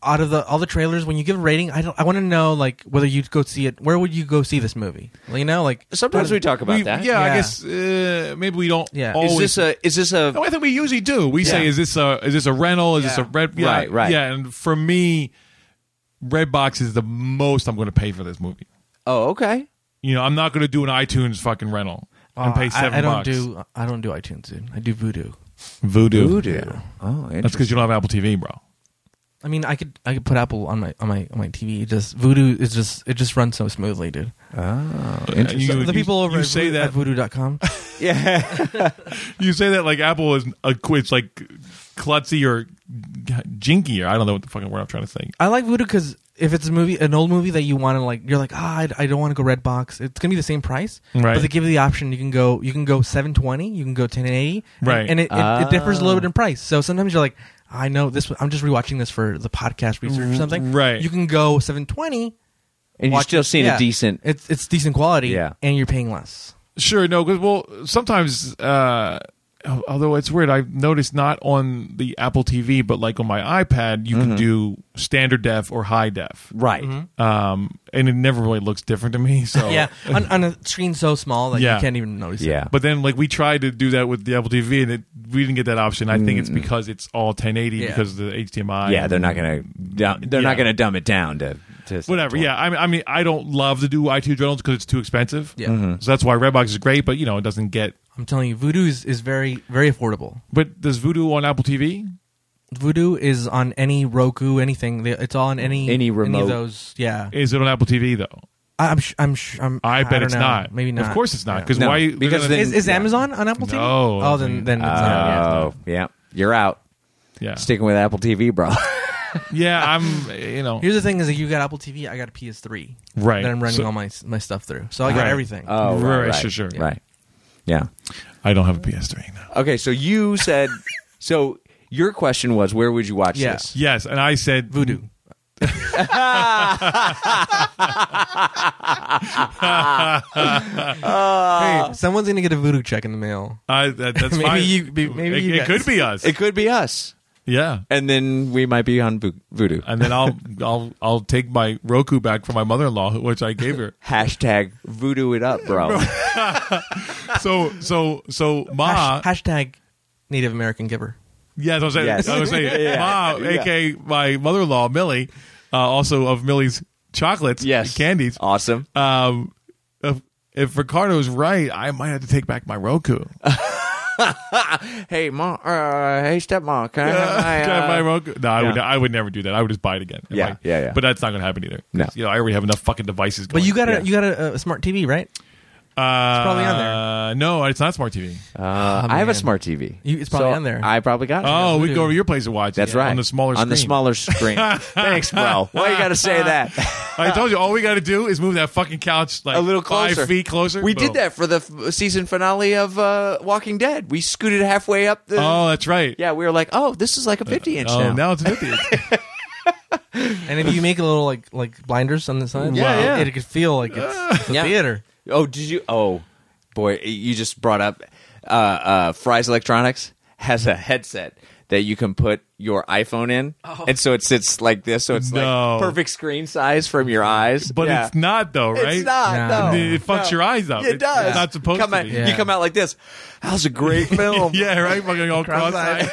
S4: Out of the all the trailers, when you give a rating, I don't. I want to know like whether you'd go see it. Where would you go see this movie? Well, you know, like
S1: Sometimes we talk about
S2: We-
S1: that.
S2: Yeah, I
S4: Yeah.
S2: guess uh, maybe we don't.
S4: Yeah.
S2: always.
S4: Is
S2: Oh,
S1: Is this a? Is this a?
S2: No, I think we usually do. We say,
S1: Yeah.
S2: is this a is this a rental? Is this a
S4: Yeah.
S2: red? Yeah,
S1: Right, right.
S2: Yeah, and for me, Redbox is the most I'm going to pay for this movie.
S1: Oh, okay.
S2: You know, I'm not going to do an iTunes fucking rental and
S4: Oh,
S2: pay
S4: I-
S2: seven
S4: I, don't
S2: bucks.
S4: do I don't do iTunes, dude. I do Voodoo.
S2: Voodoo.
S3: Oh,
S2: That's because you don't have Apple TV, bro.
S4: I mean, I could I could put Apple on my on my on my TV. It just Voodoo is just it just runs so smoothly, dude.
S2: You,
S4: the
S2: you-
S4: people over
S2: you
S4: at,
S2: say
S4: voodoo,
S2: that
S4: at voodoo.com.
S1: Yeah.
S2: you say that like Apple is a qu- it's like klutzy or jinky or I don't know what the fucking word I'm trying to say.
S4: I like Voodoo because if it's a movie, an old movie that you want to like, you're like, ah, I, I don't want to go Redbox. It's gonna be the same price,
S2: Right.
S4: But they give you the option. You can go, you can go 720, you can go 1080, and-
S2: Right.
S4: And it, it, it differs a little
S1: Ah.
S4: bit in price. So sometimes you're like, I know this. I'm just rewatching this for the podcast research or something,
S2: right.
S4: You can go 720,
S1: And you're
S4: watch
S1: still
S4: it-
S1: seeing
S4: yeah.
S1: a decent.
S4: It's it's decent quality,
S1: Yeah.
S4: and you're paying less.
S2: Sure, no, because well, sometimes. uh Although it's weird, I've noticed not on the Apple TV, but like on my iPad, you can do standard def or high def,
S1: Right.
S2: um, and it never really looks different to me. So
S4: *laughs* Yeah, on, on a screen so small that
S2: Oh. Yeah.
S4: you can't even notice.
S3: Yeah.
S4: it.
S2: But then, like, we tried to do that with the Apple TV, and it, we didn't get that option. I think it's because it's all 1080
S4: Yeah.
S2: because of the HDMI.
S3: yeah,
S2: and
S3: they're not gonna dumb, they're
S2: Yeah.
S3: not gonna dumb it down to, to
S2: whatever. Yeah, I mean, I mean, I don't love to do iTunes rentals because it's too expensive.
S4: Yeah. Mhm.
S2: so that's why Redbox is great, but you know, it doesn't get.
S4: I'm telling you, Voodoo is, is very very affordable.
S2: But does Voodoo on Apple TV?
S4: Voodoo is on any Roku, anything. They- It's all on any
S1: Any
S4: of
S1: remote.
S4: those. Yeah,
S2: Is it on Apple TV though?
S4: I- I'm. Sh- I'm. Sh- I'm
S2: I bet
S4: don't
S2: it's
S4: know.
S2: not.
S4: Maybe not.
S2: Of course it's not. Because
S1: No,
S2: why? they're
S1: because
S2: gonna-
S4: Is, is
S1: Yeah.
S4: Amazon on Apple TV?
S2: No, I
S4: Oh,
S2: don't
S4: then
S2: think-
S4: then it's not.
S1: Oh, yeah. You're out.
S2: yeah,
S1: Sticking with Apple TV, bro. *laughs*
S2: yeah. I'm. You know,
S4: Here's the thing: is that you got Apple TV, I got a PS3
S2: Right.
S4: that I'm running
S2: So-
S4: all my my stuff through. So I got
S2: Right.
S4: everything.
S2: Right,
S1: Oh, right.
S2: right,
S1: Right.
S2: sure, sure.
S1: Right. Yeah.
S2: *laughs* I don't have a PS3 now.
S1: Okay, so you said so your question was where would you watch
S4: Yeah.
S1: this?
S2: Yes, and I said
S4: Voodoo. hey, someone's gonna get a voodoo check in the mail.
S2: I,
S4: *laughs*
S2: that, that's
S4: Maybe
S2: fine.
S4: you- be- maybe
S2: it,
S4: you
S2: it
S4: guys.
S2: could be us.
S1: It could be us.
S2: yeah.
S1: And then we might be on Vo- voodoo.
S2: and then I'll I'll I'll take my Roku back from my mother-in-law, which I gave her.
S1: Hashtag voodoo it up, bro.
S2: So so so, ma,
S4: Hash- hashtag Native American giver.
S2: yeah, that's what I was
S1: Yes.
S2: saying, I was saying ma,
S1: *laughs* Yeah.
S2: aka my mother-in-law, Millie, uh, also of Millie's chocolates,
S1: *laughs* Yes. Oh.
S2: candies.
S1: Awesome.
S2: Um, if, if Ricardo's right, I might have to take back my Roku.
S1: *laughs* Hey, mom. Uh, hey, stepmom. Can I have
S2: *laughs*
S1: my,
S2: Can I have
S1: uh,
S2: my Roku? No, I would
S1: yeah.
S2: I would never do that. I would just buy it again. If
S1: Yeah,
S2: I-
S1: yeah, yeah.
S2: But that's not going to happen either.
S1: No.
S2: you know, I already have enough fucking devices. Going.
S4: But you got a
S1: Yeah.
S4: you got a, a smart TV, right?
S2: uh,
S4: probably on
S2: there. No, it's not smart TV.
S1: Uh, I have a
S4: man.
S1: smart TV.
S4: You- it's probably
S1: So
S4: on there.
S1: I probably got it.
S2: Oh, we
S4: Voodoo.
S2: go over to your place to watch.
S1: That's
S2: it,
S1: right.
S2: on the smaller
S1: On the
S2: screen. *laughs*
S1: smaller screen. Thanks, bro. Why you got to say that?
S2: I told you all we got to do is move that fucking couch like
S1: A little closer.
S2: five feet closer.
S1: We
S2: Boom.
S1: did that for the f- season finale of uh, Walking Dead. We scooted halfway up the.
S2: Oh, that's right.
S1: Yeah, we were like, oh, this is like a 50 inch
S2: Oh,
S1: now.
S2: now. it's fifty.
S1: *laughs*
S4: And if you make a little like like blinders on the side,
S2: Yeah, yeah.
S4: it, it could feel like it's, it's a
S1: Yeah.
S4: theater.
S1: Oh, did you? Oh, boy, you just brought up uh, uh, Fry's Electronics has a headset that you can put your iPhone in, and so it sits like this, so it's
S2: No.
S1: like perfect screen size from your eyes.
S2: but
S1: Yeah.
S2: it's not though,
S1: It's
S2: right?
S1: not,
S4: No.
S1: no.
S2: It fucks
S1: No.
S2: your eyes up.
S1: It does.
S2: It's not supposed
S1: come
S2: to
S1: out-
S2: be.
S4: Yeah.
S1: You come out like this. That was a
S2: *laughs*
S1: great film.
S2: Yeah, right. Fucking all cross-eyed.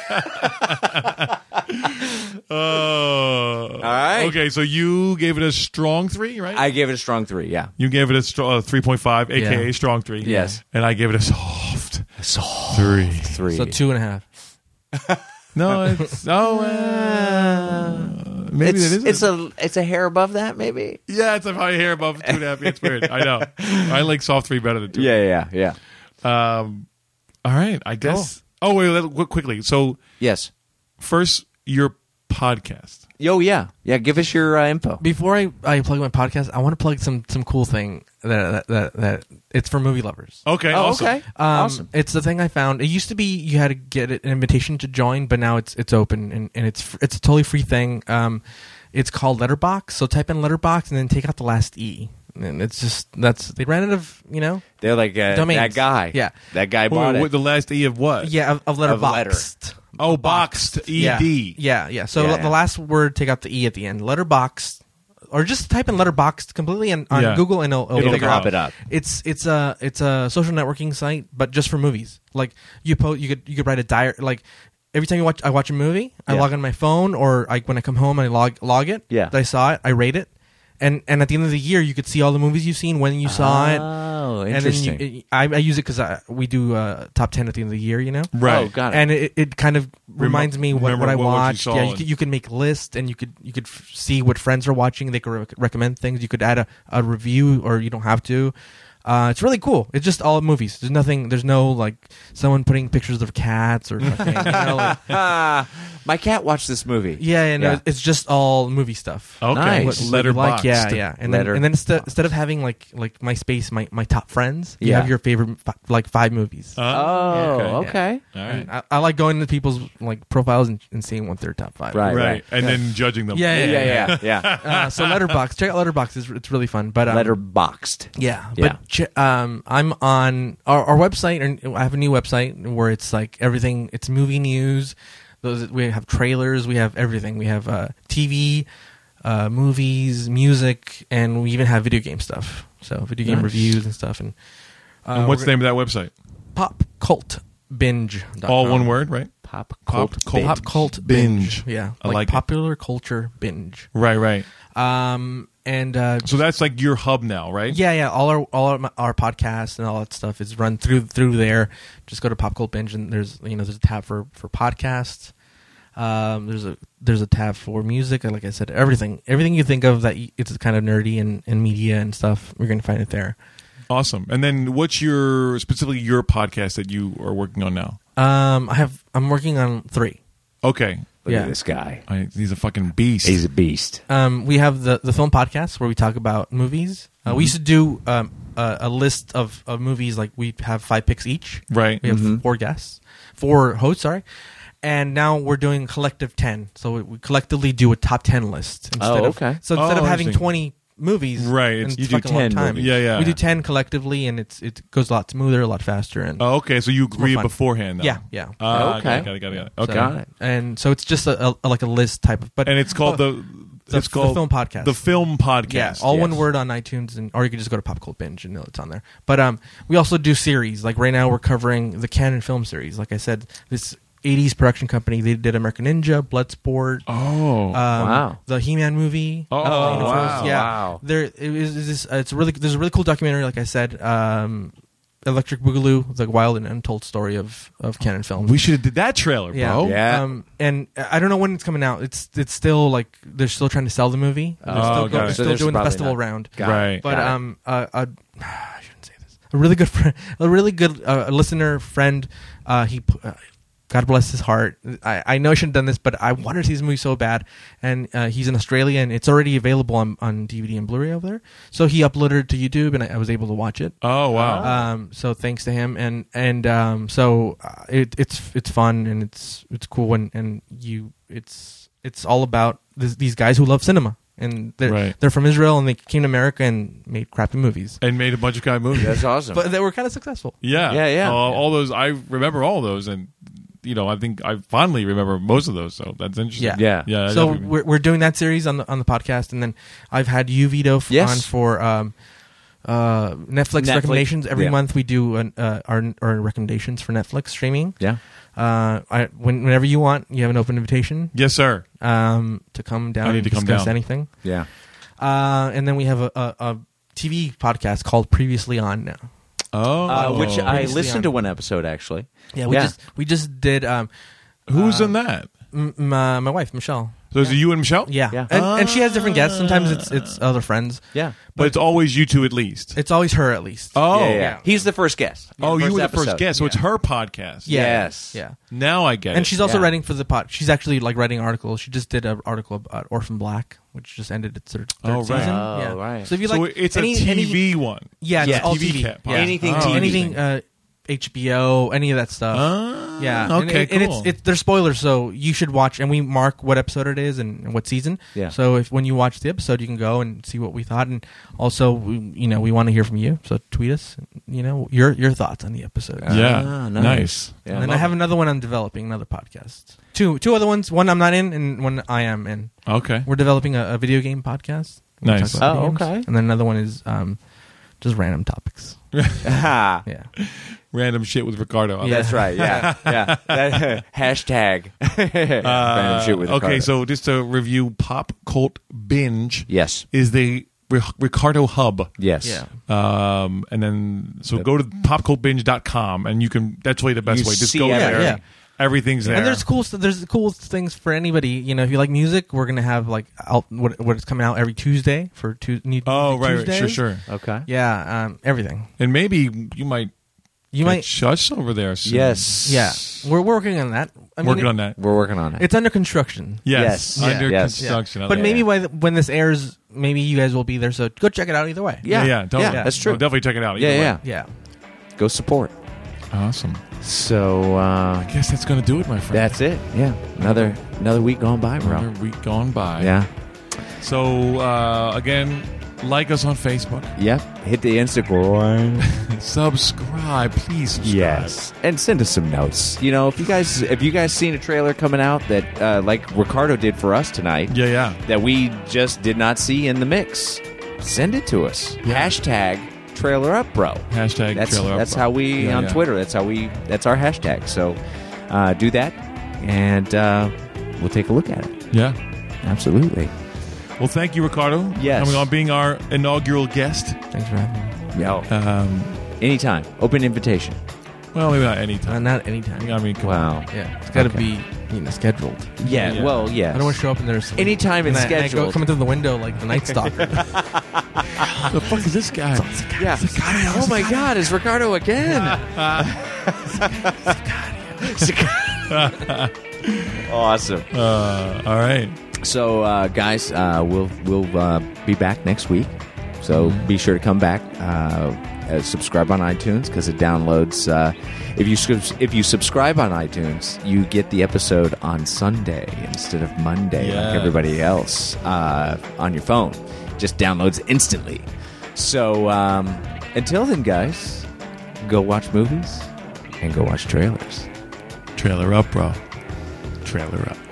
S2: *laughs*
S1: *laughs*
S2: Oh. all
S1: right.
S2: Okay, so you gave it a strong three, right?
S1: I gave it a strong three. Yeah,
S2: you gave it a str- uh, three point five, aka
S4: Yeah.
S2: strong three.
S1: Yes.
S2: And I gave it a soft
S1: so
S2: three.
S1: three.
S4: So two and a half.
S2: No, it's oh, uh, maybe
S1: it's
S2: that is
S1: it's a it's a hair above that maybe.
S2: Yeah, it's a high hair above two and a half. It's weird. I know. I like soft three better than two.
S1: yeah, yeah.
S2: All right. I guess. Oh wait, let, qu- quickly. So
S1: Yes.
S2: first, your podcast.
S1: Yo, yeah, yeah. Give us your uh, info.
S4: Before I, I plug my podcast, I want to plug some some cool thing that that that, that it's for movie lovers.
S2: Okay.
S1: Oh,
S2: awesome.
S1: okay.
S4: Um,
S1: awesome.
S4: It's the thing I found. It used to be you had to get an invitation to join, but now it's it's open and, and it's fr- it's a totally free thing. Um, it's called Letterbox. So type in Letterbox and then take out the last e, and it's just that's they ran out of you know
S1: They're like uh,
S4: Domains.
S1: that guy.
S4: Yeah.
S1: that guy
S2: Wait,
S1: bought
S2: wait,
S1: it.
S2: the last e of what?
S4: yeah of, of
S1: Uh, Of
S4: Letterboxed.
S1: letter.
S2: Oh, E boxed ed.
S4: Yeah, yeah. yeah. So
S1: E, Yeah,
S4: le-
S1: yeah.
S4: the last word, take out the e at the end. Letterboxed, or just type in letterboxed completely on, on
S2: Yeah.
S4: Google, and it'll, it'll,
S2: It'll
S4: figure
S2: pop
S4: out.
S1: it up.
S4: It's it's a it's a social networking site, but just for movies. Like you po- you could you could write a diary. Like every time you watch, I watch a movie, I
S1: Yeah.
S4: log on my phone, or like when I come home, I log log it.
S1: Yeah.
S4: I saw it, I rate it. and and at the end of the year you could see all the movies you've seen when you saw it.
S1: Oh,
S4: And then
S1: interesting.
S4: you, I, I use it because we do uh, top ten at the end of the year, you know.
S1: Oh, got it.
S4: and it, it kind of reminds me what,
S2: remember
S4: what I
S2: what you
S4: watched.
S2: saw
S4: yeah, you
S2: and-
S4: could, you can make lists, and you could you could f- see what friends are watching. They could rec recommend things. You could add a, a review, or you don't have to. Uh, it's really cool. It's just all movies. There's nothing. There's no like someone putting pictures of cats or fucking. you know, like-
S1: Ah, my cat watched this movie.
S4: yeah, and
S1: Yeah.
S4: it's just all movie stuff.
S2: Okay.
S1: Nice.
S4: What- what you
S2: Letterboxd.
S4: like, yeah, yeah, and then,
S1: Letter-
S4: and then instead, instead of having like like MySpace, my my top friends, you
S1: Yeah.
S4: have your favorite fi- like five movies.
S2: Uh,
S1: Oh,
S2: okay.
S1: okay.
S2: All right.
S4: And I, I like going to people's like profiles and, and seeing what their top five.
S1: Right.
S2: right. And then judging them.
S4: Yeah,
S1: Yeah, yeah,
S4: *laughs*
S1: yeah.
S4: uh, so letterbox check out letterbox it's, it's really fun but um,
S1: Letterboxed.
S4: yeah but
S1: Yeah.
S4: che- um, i'm on our, our website and i have a new website where it's like everything it's movie news those we have trailers we have everything we have uh, tv uh, movies music and we even have video game stuff so video game
S1: Nice.
S4: reviews and stuff and, uh,
S2: And what's
S4: we're
S2: the name of that website?
S4: gonna- pop cult binge
S2: All one word, right?
S1: Pop
S2: Pop
S1: cult.
S2: cult.
S4: pop cult Uh, um, binge,
S2: Binge.
S4: yeah
S2: I like it.
S4: popular culture binge
S2: Right, right.
S4: um and uh,
S2: So that's like your hub now, right?
S4: Yeah, yeah. All our all our, our podcasts and all that stuff is run through through there. Just go to Pop Cult Binge and there's you know there's a tab for for podcasts. Um, there's a there's a tab for music. and Like I said, everything everything you think of that y- it's kind of nerdy and, and media and stuff. You're gonna find it there.
S2: Awesome. And then what's your specifically your podcast that you are working on now?
S4: Um, I have I'm working on three.
S2: Okay.
S3: Look
S4: Yeah.
S3: at this guy.
S2: I, he's a fucking beast.
S3: He's a beast.
S4: Um, we have the the film podcast where we talk about movies. Uh,
S2: Mm-hmm.
S4: We used to do um, a, a list of, of movies. Like we have five picks each.
S2: Right. Mm-hmm.
S4: We have four guests, four hosts. Sorry. And now we're doing collective ten. So we, we collectively do a top ten list. Instead
S1: Oh,
S4: of-
S1: okay.
S4: so instead
S2: Oh,
S4: of having
S2: interesting.
S4: twenty movies,
S2: Right,
S4: and
S2: it's-
S4: it's
S2: you do
S4: fucking a long
S1: 10
S4: time.
S1: movies.
S2: Yeah, yeah.
S4: We do ten collectively, and it's it goes a lot smoother, a lot faster, and
S2: oh, okay. So you agree
S4: fun.
S2: beforehand now.
S4: Yeah, yeah. Uh,
S2: Ah,
S1: Okay.
S2: Got it, got it, got it.
S4: so-
S2: Okay.
S1: Got it.
S4: And so it's just a, a, like a list type of. But
S2: And it's called
S4: oh,
S2: the,
S4: the-
S2: it's
S4: the
S2: called
S4: film podcast.
S2: The film podcast.
S4: Yeah, all one
S1: yes.
S4: word on iTunes, and or you can just go to Pop Cult Binge and it's on there. But um, we also do series. Like right now, we're covering the Canon film series. Like I said, this '80s production company they did American Ninja, Bloodsport,
S2: Oh.
S4: um,
S1: wow.
S4: the He-Man movie.
S2: Oh,
S4: uh, Universe.
S2: wow.
S4: Yeah,
S1: Wow.
S4: there it is. is This, uh, it's really there's a really cool documentary. Like I said, um, Electric Boogaloo: The Wild and Untold Story of of Canon Films.
S2: we should have did that trailer,
S4: yeah,
S2: bro.
S1: Yeah.
S4: Um, and I don't know when it's coming out. It's it's still like they're still trying to sell the movie. They're
S2: Oh,
S4: still,
S2: got it.
S4: they're
S2: So
S4: still
S1: there's
S4: doing the
S1: probably
S4: festival
S1: not-
S4: round
S1: Got
S2: Right.
S1: It.
S4: but
S1: Got it.
S4: um, uh, uh, *sighs* I shouldn't say this. A really good friend, a really good uh, listener friend. Uh, he, pu- uh, God bless his heart. I, I know I shouldn't have done this, but I wanted to see this movie so bad, and uh, he's in Australia, and it's already available on, on DVD and Blu-ray over there. So he uploaded it to YouTube, and I, I was able to watch it.
S2: Oh wow.
S4: Um, so thanks to him, and and um, so uh, it, it's it's fun and it's it's cool, and, and you it's it's all about this, these guys who love cinema, and they're
S2: Right.
S4: they're from Israel, and they came to America and made crappy movies,
S2: and made a bunch of guy movies.
S1: That's awesome.
S4: but they were kind of successful.
S2: Yeah,
S1: Yeah, yeah.
S2: Uh, all those I remember all those, and you know, I think I fondly remember most of those. So that's interesting.
S4: Yeah.
S1: Yeah.
S2: yeah.
S4: so
S2: definitely.
S4: we're, we're doing that series on the on the podcast, and then I've had you Vito f-
S1: Yes.
S4: on for um, uh, Netflix,
S1: Netflix.
S4: recommendations every
S1: Yeah.
S4: month. We do an, uh, our our recommendations for Netflix streaming.
S1: yeah.
S4: Uh, I, when, whenever you want, you have an open invitation.
S2: yes, sir.
S4: um, to come down
S2: I need
S4: and
S2: to come
S4: discuss
S2: down.
S4: anything.
S1: Yeah.
S4: Uh, and then we have a, a, a TV podcast called Previously On now.
S2: Oh,
S1: Uh, which I
S4: Previously on-
S1: listened to one episode actually.
S4: Yeah, we just we just did um,
S2: who's in that?
S4: m- m- uh, my wife Michelle.
S2: So is it you and Michelle?
S4: Yeah,
S1: Yeah.
S4: And, and she has different guests. Sometimes it's it's
S2: Ah.
S4: other friends.
S1: Yeah.
S2: but it's always you two at least.
S4: It's always her at least.
S2: oh,
S1: yeah, yeah. He's the first guest.
S2: oh, you were the
S1: episode.
S2: first guest. So it's her podcast.
S4: yeah,
S1: yes.
S4: yeah.
S2: Now I get it.
S4: And she's also
S1: Yeah.
S4: writing for the pot. She's actually like writing articles. She just did an article about Orphan Black, which just ended its third, third
S2: Oh, right.
S4: season.
S1: Oh,
S4: yeah.
S1: right.
S4: So if you
S2: so
S4: like,
S2: it's
S4: any-
S2: a TV
S4: any-
S2: one.
S4: Yeah, it's
S1: Yeah.
S4: all
S2: TV
S4: TV.
S2: cat
S4: yeah.
S2: podcast.
S1: Anything
S2: Oh,
S1: TV.
S4: anything uh, HBO, any of that stuff.
S2: Ah,
S4: yeah, and
S2: okay,
S4: it- and
S2: cool.
S4: it's, it's they're spoilers, so you should watch. And we mark what episode it is and, and what season.
S1: Yeah.
S4: So if when you watch the episode, you can go and see what we thought, and also we, you know we want to hear from you, so tweet us. You know your your thoughts on the episode.
S2: Yeah,
S1: Ah, nice.
S2: nice.
S1: Yeah.
S4: and then I have another one I'm developing, another podcast. Two two other ones. One I'm not in, and one I am in.
S2: Okay,
S4: We're developing a, a video game podcast. We
S2: Nice.
S4: talk about
S1: Oh,
S4: video games.
S1: okay.
S4: And then another one is um, just random topics.
S1: Ah,
S4: Yeah.
S2: random shit with Ricardo. I
S4: Yeah.
S1: That's right. Yeah. Yeah. That- *laughs* hashtag.
S2: Uh,
S1: Random shit with
S2: okay,
S1: Ricardo.
S2: so just to review, Pop Cult Binge
S1: Yes.
S2: is the Ri- Ricardo Hub.
S3: Yes.
S4: Yeah.
S2: Um, and then so go to popcultbinge.com and you can. That's really the best
S3: You
S2: way. Just
S3: see
S2: go
S3: everything.
S2: there.
S4: Yeah, yeah.
S2: Everything's there.
S4: And there's cool st- there's cool things for anybody. You know, if you like music, we're gonna have like out, what what's coming out every Tuesday for two. new
S2: oh right, right,
S4: Tuesdays.
S2: sure, sure.
S3: Okay.
S4: Yeah, um, everything.
S2: And maybe you might
S4: You
S2: get
S4: might.
S2: Shush over there. Soon.
S3: Yes.
S4: yeah, we're working on that. I mean,
S2: working on that.
S3: We're working on it.
S4: It's under construction.
S2: Yes,
S3: Yes.
S2: under
S3: Yes.
S2: construction. I
S4: But
S2: like
S4: maybe
S2: that.
S4: when when this airs, maybe you guys will be there. So go check it out either way.
S3: yeah,
S2: yeah, yeah, totally.
S3: yeah, that's true.
S2: Oh, definitely check it out.
S3: yeah,
S2: either
S3: yeah.
S4: Yeah.
S3: Go support.
S2: way. awesome.
S3: So uh,
S2: I guess that's gonna do it, my friend.
S3: that's it. Yeah, another another week gone by,
S2: another
S3: bro.
S2: week gone by.
S3: Yeah.
S2: So uh, again, like us on Facebook.
S3: Yep. Hit the *laughs* Instagram.
S2: Subscribe, please. Subscribe.
S3: Yes, and send us some notes. You know, if you guys if you guys seen a trailer coming out that uh, like Ricardo did for us tonight,
S2: Yeah, yeah.
S3: that we just did not see in the mix, send it to us. Hashtag trailer up, bro.
S2: Hashtag
S3: That's
S2: trailer up,
S3: that's
S2: bro.
S3: how we
S2: Yeah,
S3: on
S2: yeah.
S3: Twitter. That's how we that's our hashtag. So uh, do that, and uh, we'll take a look at it.
S2: Yeah.
S3: Absolutely.
S2: Well, thank you, Ricardo.
S3: Yes.
S2: Coming on, being our inaugural guest.
S4: Thanks for having me.
S3: Yeah.
S2: Um,
S3: Anytime. Open invitation.
S2: well, maybe not any
S4: Uh,
S2: time.
S4: not anytime.
S2: I mean, come on.
S3: Wow.
S4: Yeah, it's got to
S3: Okay.
S4: be you know scheduled.
S3: Yeah.
S2: Yeah.
S3: Well, yeah.
S4: I don't want to show up and there's
S3: Anytime
S4: and
S3: it's
S4: I, and I go
S3: scheduled.
S4: coming through the window like the *laughs* night stalker.
S2: the fuck is this
S3: *laughs*
S2: guy?
S3: Yeah. Oh my God! It's Ricardo again. awesome.
S2: Uh, all right.
S3: So, uh, guys, uh, we'll we'll uh, be back next week. So be sure to come back. Uh, uh, subscribe on iTunes because it downloads. Uh, if you subs- if you subscribe on iTunes, you get the episode on Sunday instead of Monday, like
S2: Yes.
S3: everybody else uh, on your phone. Just downloads instantly. So um, until then, guys, go watch movies and go watch trailers.
S2: Trailer up, bro. Trailer up.